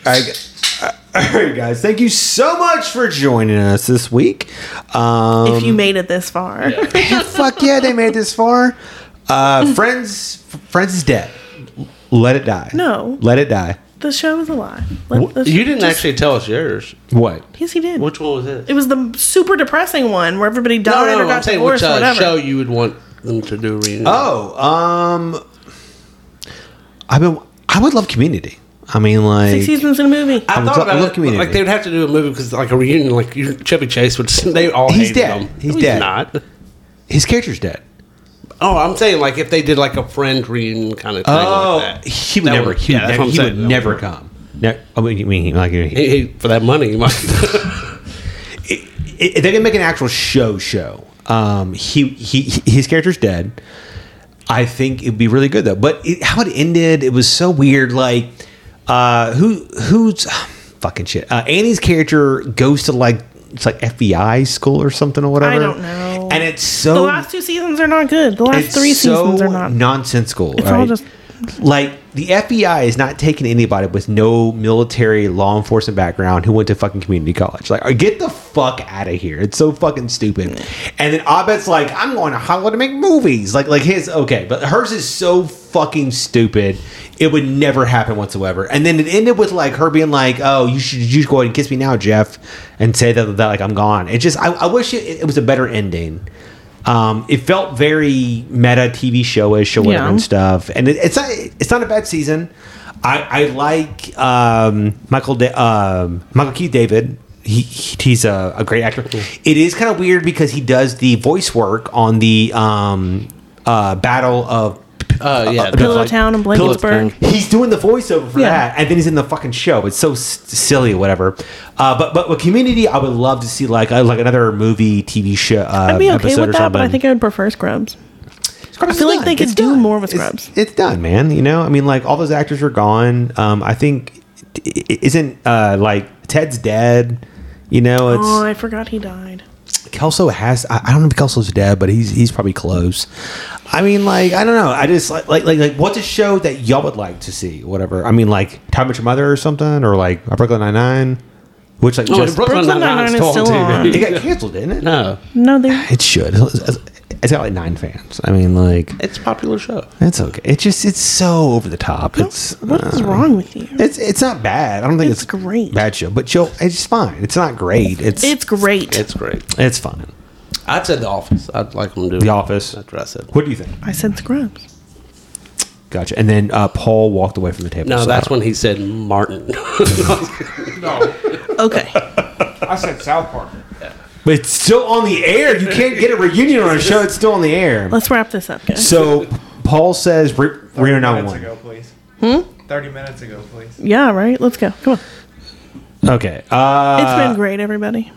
Speaker 1: right. gu- All right, guys. Thank you so much for joining us this week. Um,
Speaker 4: if you made it this far,
Speaker 1: fuck yeah, they made it this far. Uh, friends, friends is dead. Let it die.
Speaker 4: No.
Speaker 1: let it die.
Speaker 4: the show is alive. Let-
Speaker 7: What?
Speaker 4: let's
Speaker 2: You didn't
Speaker 4: just-
Speaker 2: actually tell us yours.
Speaker 7: What?
Speaker 4: Yes, he did.
Speaker 2: Which one was it?
Speaker 4: It was the super depressing one where everybody
Speaker 2: No,
Speaker 4: died
Speaker 2: no,
Speaker 4: or
Speaker 2: no. I'm
Speaker 4: got
Speaker 2: saying which
Speaker 4: divorced or
Speaker 2: uh,
Speaker 4: whatever.
Speaker 2: show you would want them to do a reunion.
Speaker 1: Oh, um, I've been. I would love Community. I mean, like
Speaker 4: Six seasons in a movie.
Speaker 2: I
Speaker 1: I'm
Speaker 2: thought
Speaker 1: lo-
Speaker 2: about
Speaker 1: I love
Speaker 2: it.
Speaker 1: Community.
Speaker 2: Like they would have to do a movie because like a reunion, like you- Chevy Chase would. They all
Speaker 1: He's
Speaker 2: hated
Speaker 1: dead.
Speaker 2: him.
Speaker 1: He's
Speaker 2: No,
Speaker 1: dead.
Speaker 2: Not.
Speaker 1: his character's dead.
Speaker 2: Oh, I'm saying like if they did like a friend reunion kind of thing. like that.
Speaker 1: Oh, he would
Speaker 2: That
Speaker 1: never.
Speaker 2: would-
Speaker 1: he
Speaker 2: yeah,
Speaker 1: would, never,
Speaker 2: that's what I'm
Speaker 1: he would
Speaker 2: saying. That
Speaker 1: never
Speaker 2: would-
Speaker 1: come. Ne- I mean, you mean, like, he-
Speaker 2: He, he, for that money, he might.
Speaker 1: it- they're gonna make an actual show show. Um, he, he he- his character's dead. I think it'd be really good though. But it, how it ended, it was so weird. Like, uh, who who's fucking shit? Uh, Annie's character goes to like it's like FBI school or something or whatever.
Speaker 4: I don't know.
Speaker 1: And it's so
Speaker 4: the last two seasons are not good. The last
Speaker 1: it's
Speaker 4: three
Speaker 1: so
Speaker 4: seasons are not.
Speaker 1: nonsensical.
Speaker 4: It's
Speaker 1: right?
Speaker 4: all just-
Speaker 1: like the FBI is not taking anybody with no military law enforcement background who went to fucking community college. Like, uh, get the fuck out of here! It's so fucking stupid. And then Abed's like, "I'm going to Hollywood to make movies." Like, like his okay, but hers is so fucking stupid. It would never happen whatsoever. And then it ended with like her being like, "Oh, you should you should go ahead and kiss me now, Jeff," and say that, that like I'm gone. It just I, I wish it, it was a better ending. Um, it felt very meta TV showish or whatever
Speaker 4: Yeah.
Speaker 1: and stuff. And it, it's not it's not a bad season. I, I like um, Michael da- um, Michael Keith David. He, he- he's a, a great actor. It is kind of weird because he does the voice work on the um, uh, Battle of
Speaker 2: Uh, yeah,
Speaker 1: uh,
Speaker 4: Pillow Town and Bladensburg.
Speaker 1: He's doing the voiceover for
Speaker 4: Yeah.
Speaker 1: that, and then he's in the fucking show. It's so s- silly, or whatever. Uh, but but with Community, I would love to see like uh, like another movie, TV show. Uh,
Speaker 4: I'd be okay
Speaker 1: episode
Speaker 4: with
Speaker 1: or
Speaker 4: that, but I
Speaker 1: something.
Speaker 4: think I would prefer Scrubs.
Speaker 1: Scrubs
Speaker 4: I feel
Speaker 1: is
Speaker 4: like they could
Speaker 1: It's
Speaker 4: do more with
Speaker 1: It's-
Speaker 4: Scrubs.
Speaker 1: It's, done, man. You know, I mean, like all those actors are gone. Um, I think i- i- isn't uh like Ted's dead. You know, it's
Speaker 4: Oh, I forgot he died.
Speaker 1: Kelso has. I, I don't know if Kelso's dead, but he's he's probably close. I mean, like I don't know. I just like like like, like what's a show that y'all would like to see? Whatever. I mean, like How Much Your Mother or something, or like Brooklyn Nine Nine, which like
Speaker 2: Oh,
Speaker 1: just
Speaker 2: Brooklyn
Speaker 4: Brooklyn
Speaker 2: Nine-Nine
Speaker 4: Nine-Nine is
Speaker 2: still
Speaker 4: still
Speaker 2: on
Speaker 4: on.
Speaker 1: it
Speaker 2: TV.
Speaker 1: got canceled, didn't it?
Speaker 2: No,
Speaker 4: No, they.
Speaker 1: It should. It's, it's- it's got like nine fans. I mean, like
Speaker 2: it's a popular show.
Speaker 1: it's okay. It just it's so over the top. It's
Speaker 4: What
Speaker 2: uh,
Speaker 4: is wrong with you?
Speaker 1: It's it's not bad. I don't think
Speaker 4: It's
Speaker 1: it's,
Speaker 4: great.
Speaker 1: Bad show, but Joe, it's fine. It's not great. It's it's,
Speaker 4: It's great.
Speaker 2: It's great.
Speaker 1: fine.
Speaker 2: I'd say The Office. I'd like them to do
Speaker 1: The Office.
Speaker 2: That's what I said.
Speaker 1: What do you think?
Speaker 4: I said Scrubs.
Speaker 1: Gotcha. And then uh, Paul walked away from the table.
Speaker 2: No,
Speaker 1: so I
Speaker 2: that's
Speaker 1: don't-
Speaker 2: when he said Martin.
Speaker 6: No,
Speaker 4: Okay.
Speaker 6: I said South Park.
Speaker 1: But it's still on the air. You can't get a reunion on a show. It's still on the air.
Speaker 4: Let's wrap this up, guys.
Speaker 1: So Paul says re- Reno nine
Speaker 8: minutes
Speaker 1: one.
Speaker 8: ago, please. Hmm? Thirty minutes ago, please.
Speaker 4: Yeah, right? Let's go. Come on.
Speaker 1: Okay. Uh,
Speaker 4: It's been great, everybody.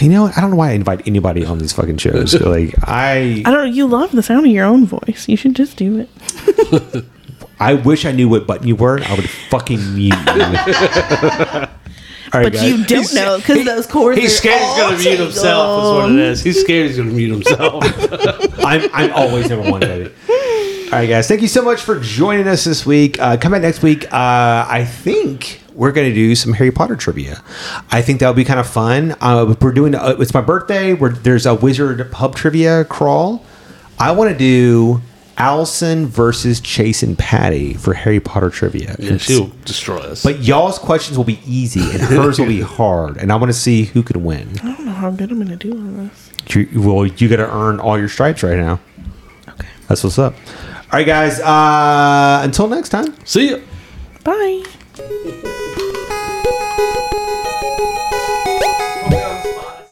Speaker 1: you know, what? I don't know why I invite anybody on these fucking shows. like I,
Speaker 4: I don't know. You love the sound of your own voice. You should just do it.
Speaker 1: I wish I knew what button you were. I would fucking mute. you. All right,
Speaker 4: But you don't know because those chords
Speaker 2: He's
Speaker 4: are
Speaker 2: scared he's
Speaker 4: all
Speaker 2: going to mute himself. Is what it
Speaker 4: tangled.
Speaker 2: is. He's scared he's going to mute himself.
Speaker 1: I'm, I'm always number one, baby. All right, guys. Thank you so much for joining us this week. Uh, come back next week. Uh, I think we're going to do some Harry Potter trivia. I think that would be kind of fun. Uh, we're doing. Uh, it's my birthday. We're, there's a Wizard Pub trivia crawl. I want to do Allison versus Chase and Patty for Harry Potter trivia.
Speaker 2: and she'll destroy us.
Speaker 1: but y'all's questions will be easy and hers will be hard, and I want to see who could win.
Speaker 4: I don't know how good I'm going to do on this.
Speaker 1: You, well, you got to earn all your stripes right now.
Speaker 4: Okay.
Speaker 1: That's what's up. All right, guys. Uh, until next time.
Speaker 2: See ya.
Speaker 4: Bye.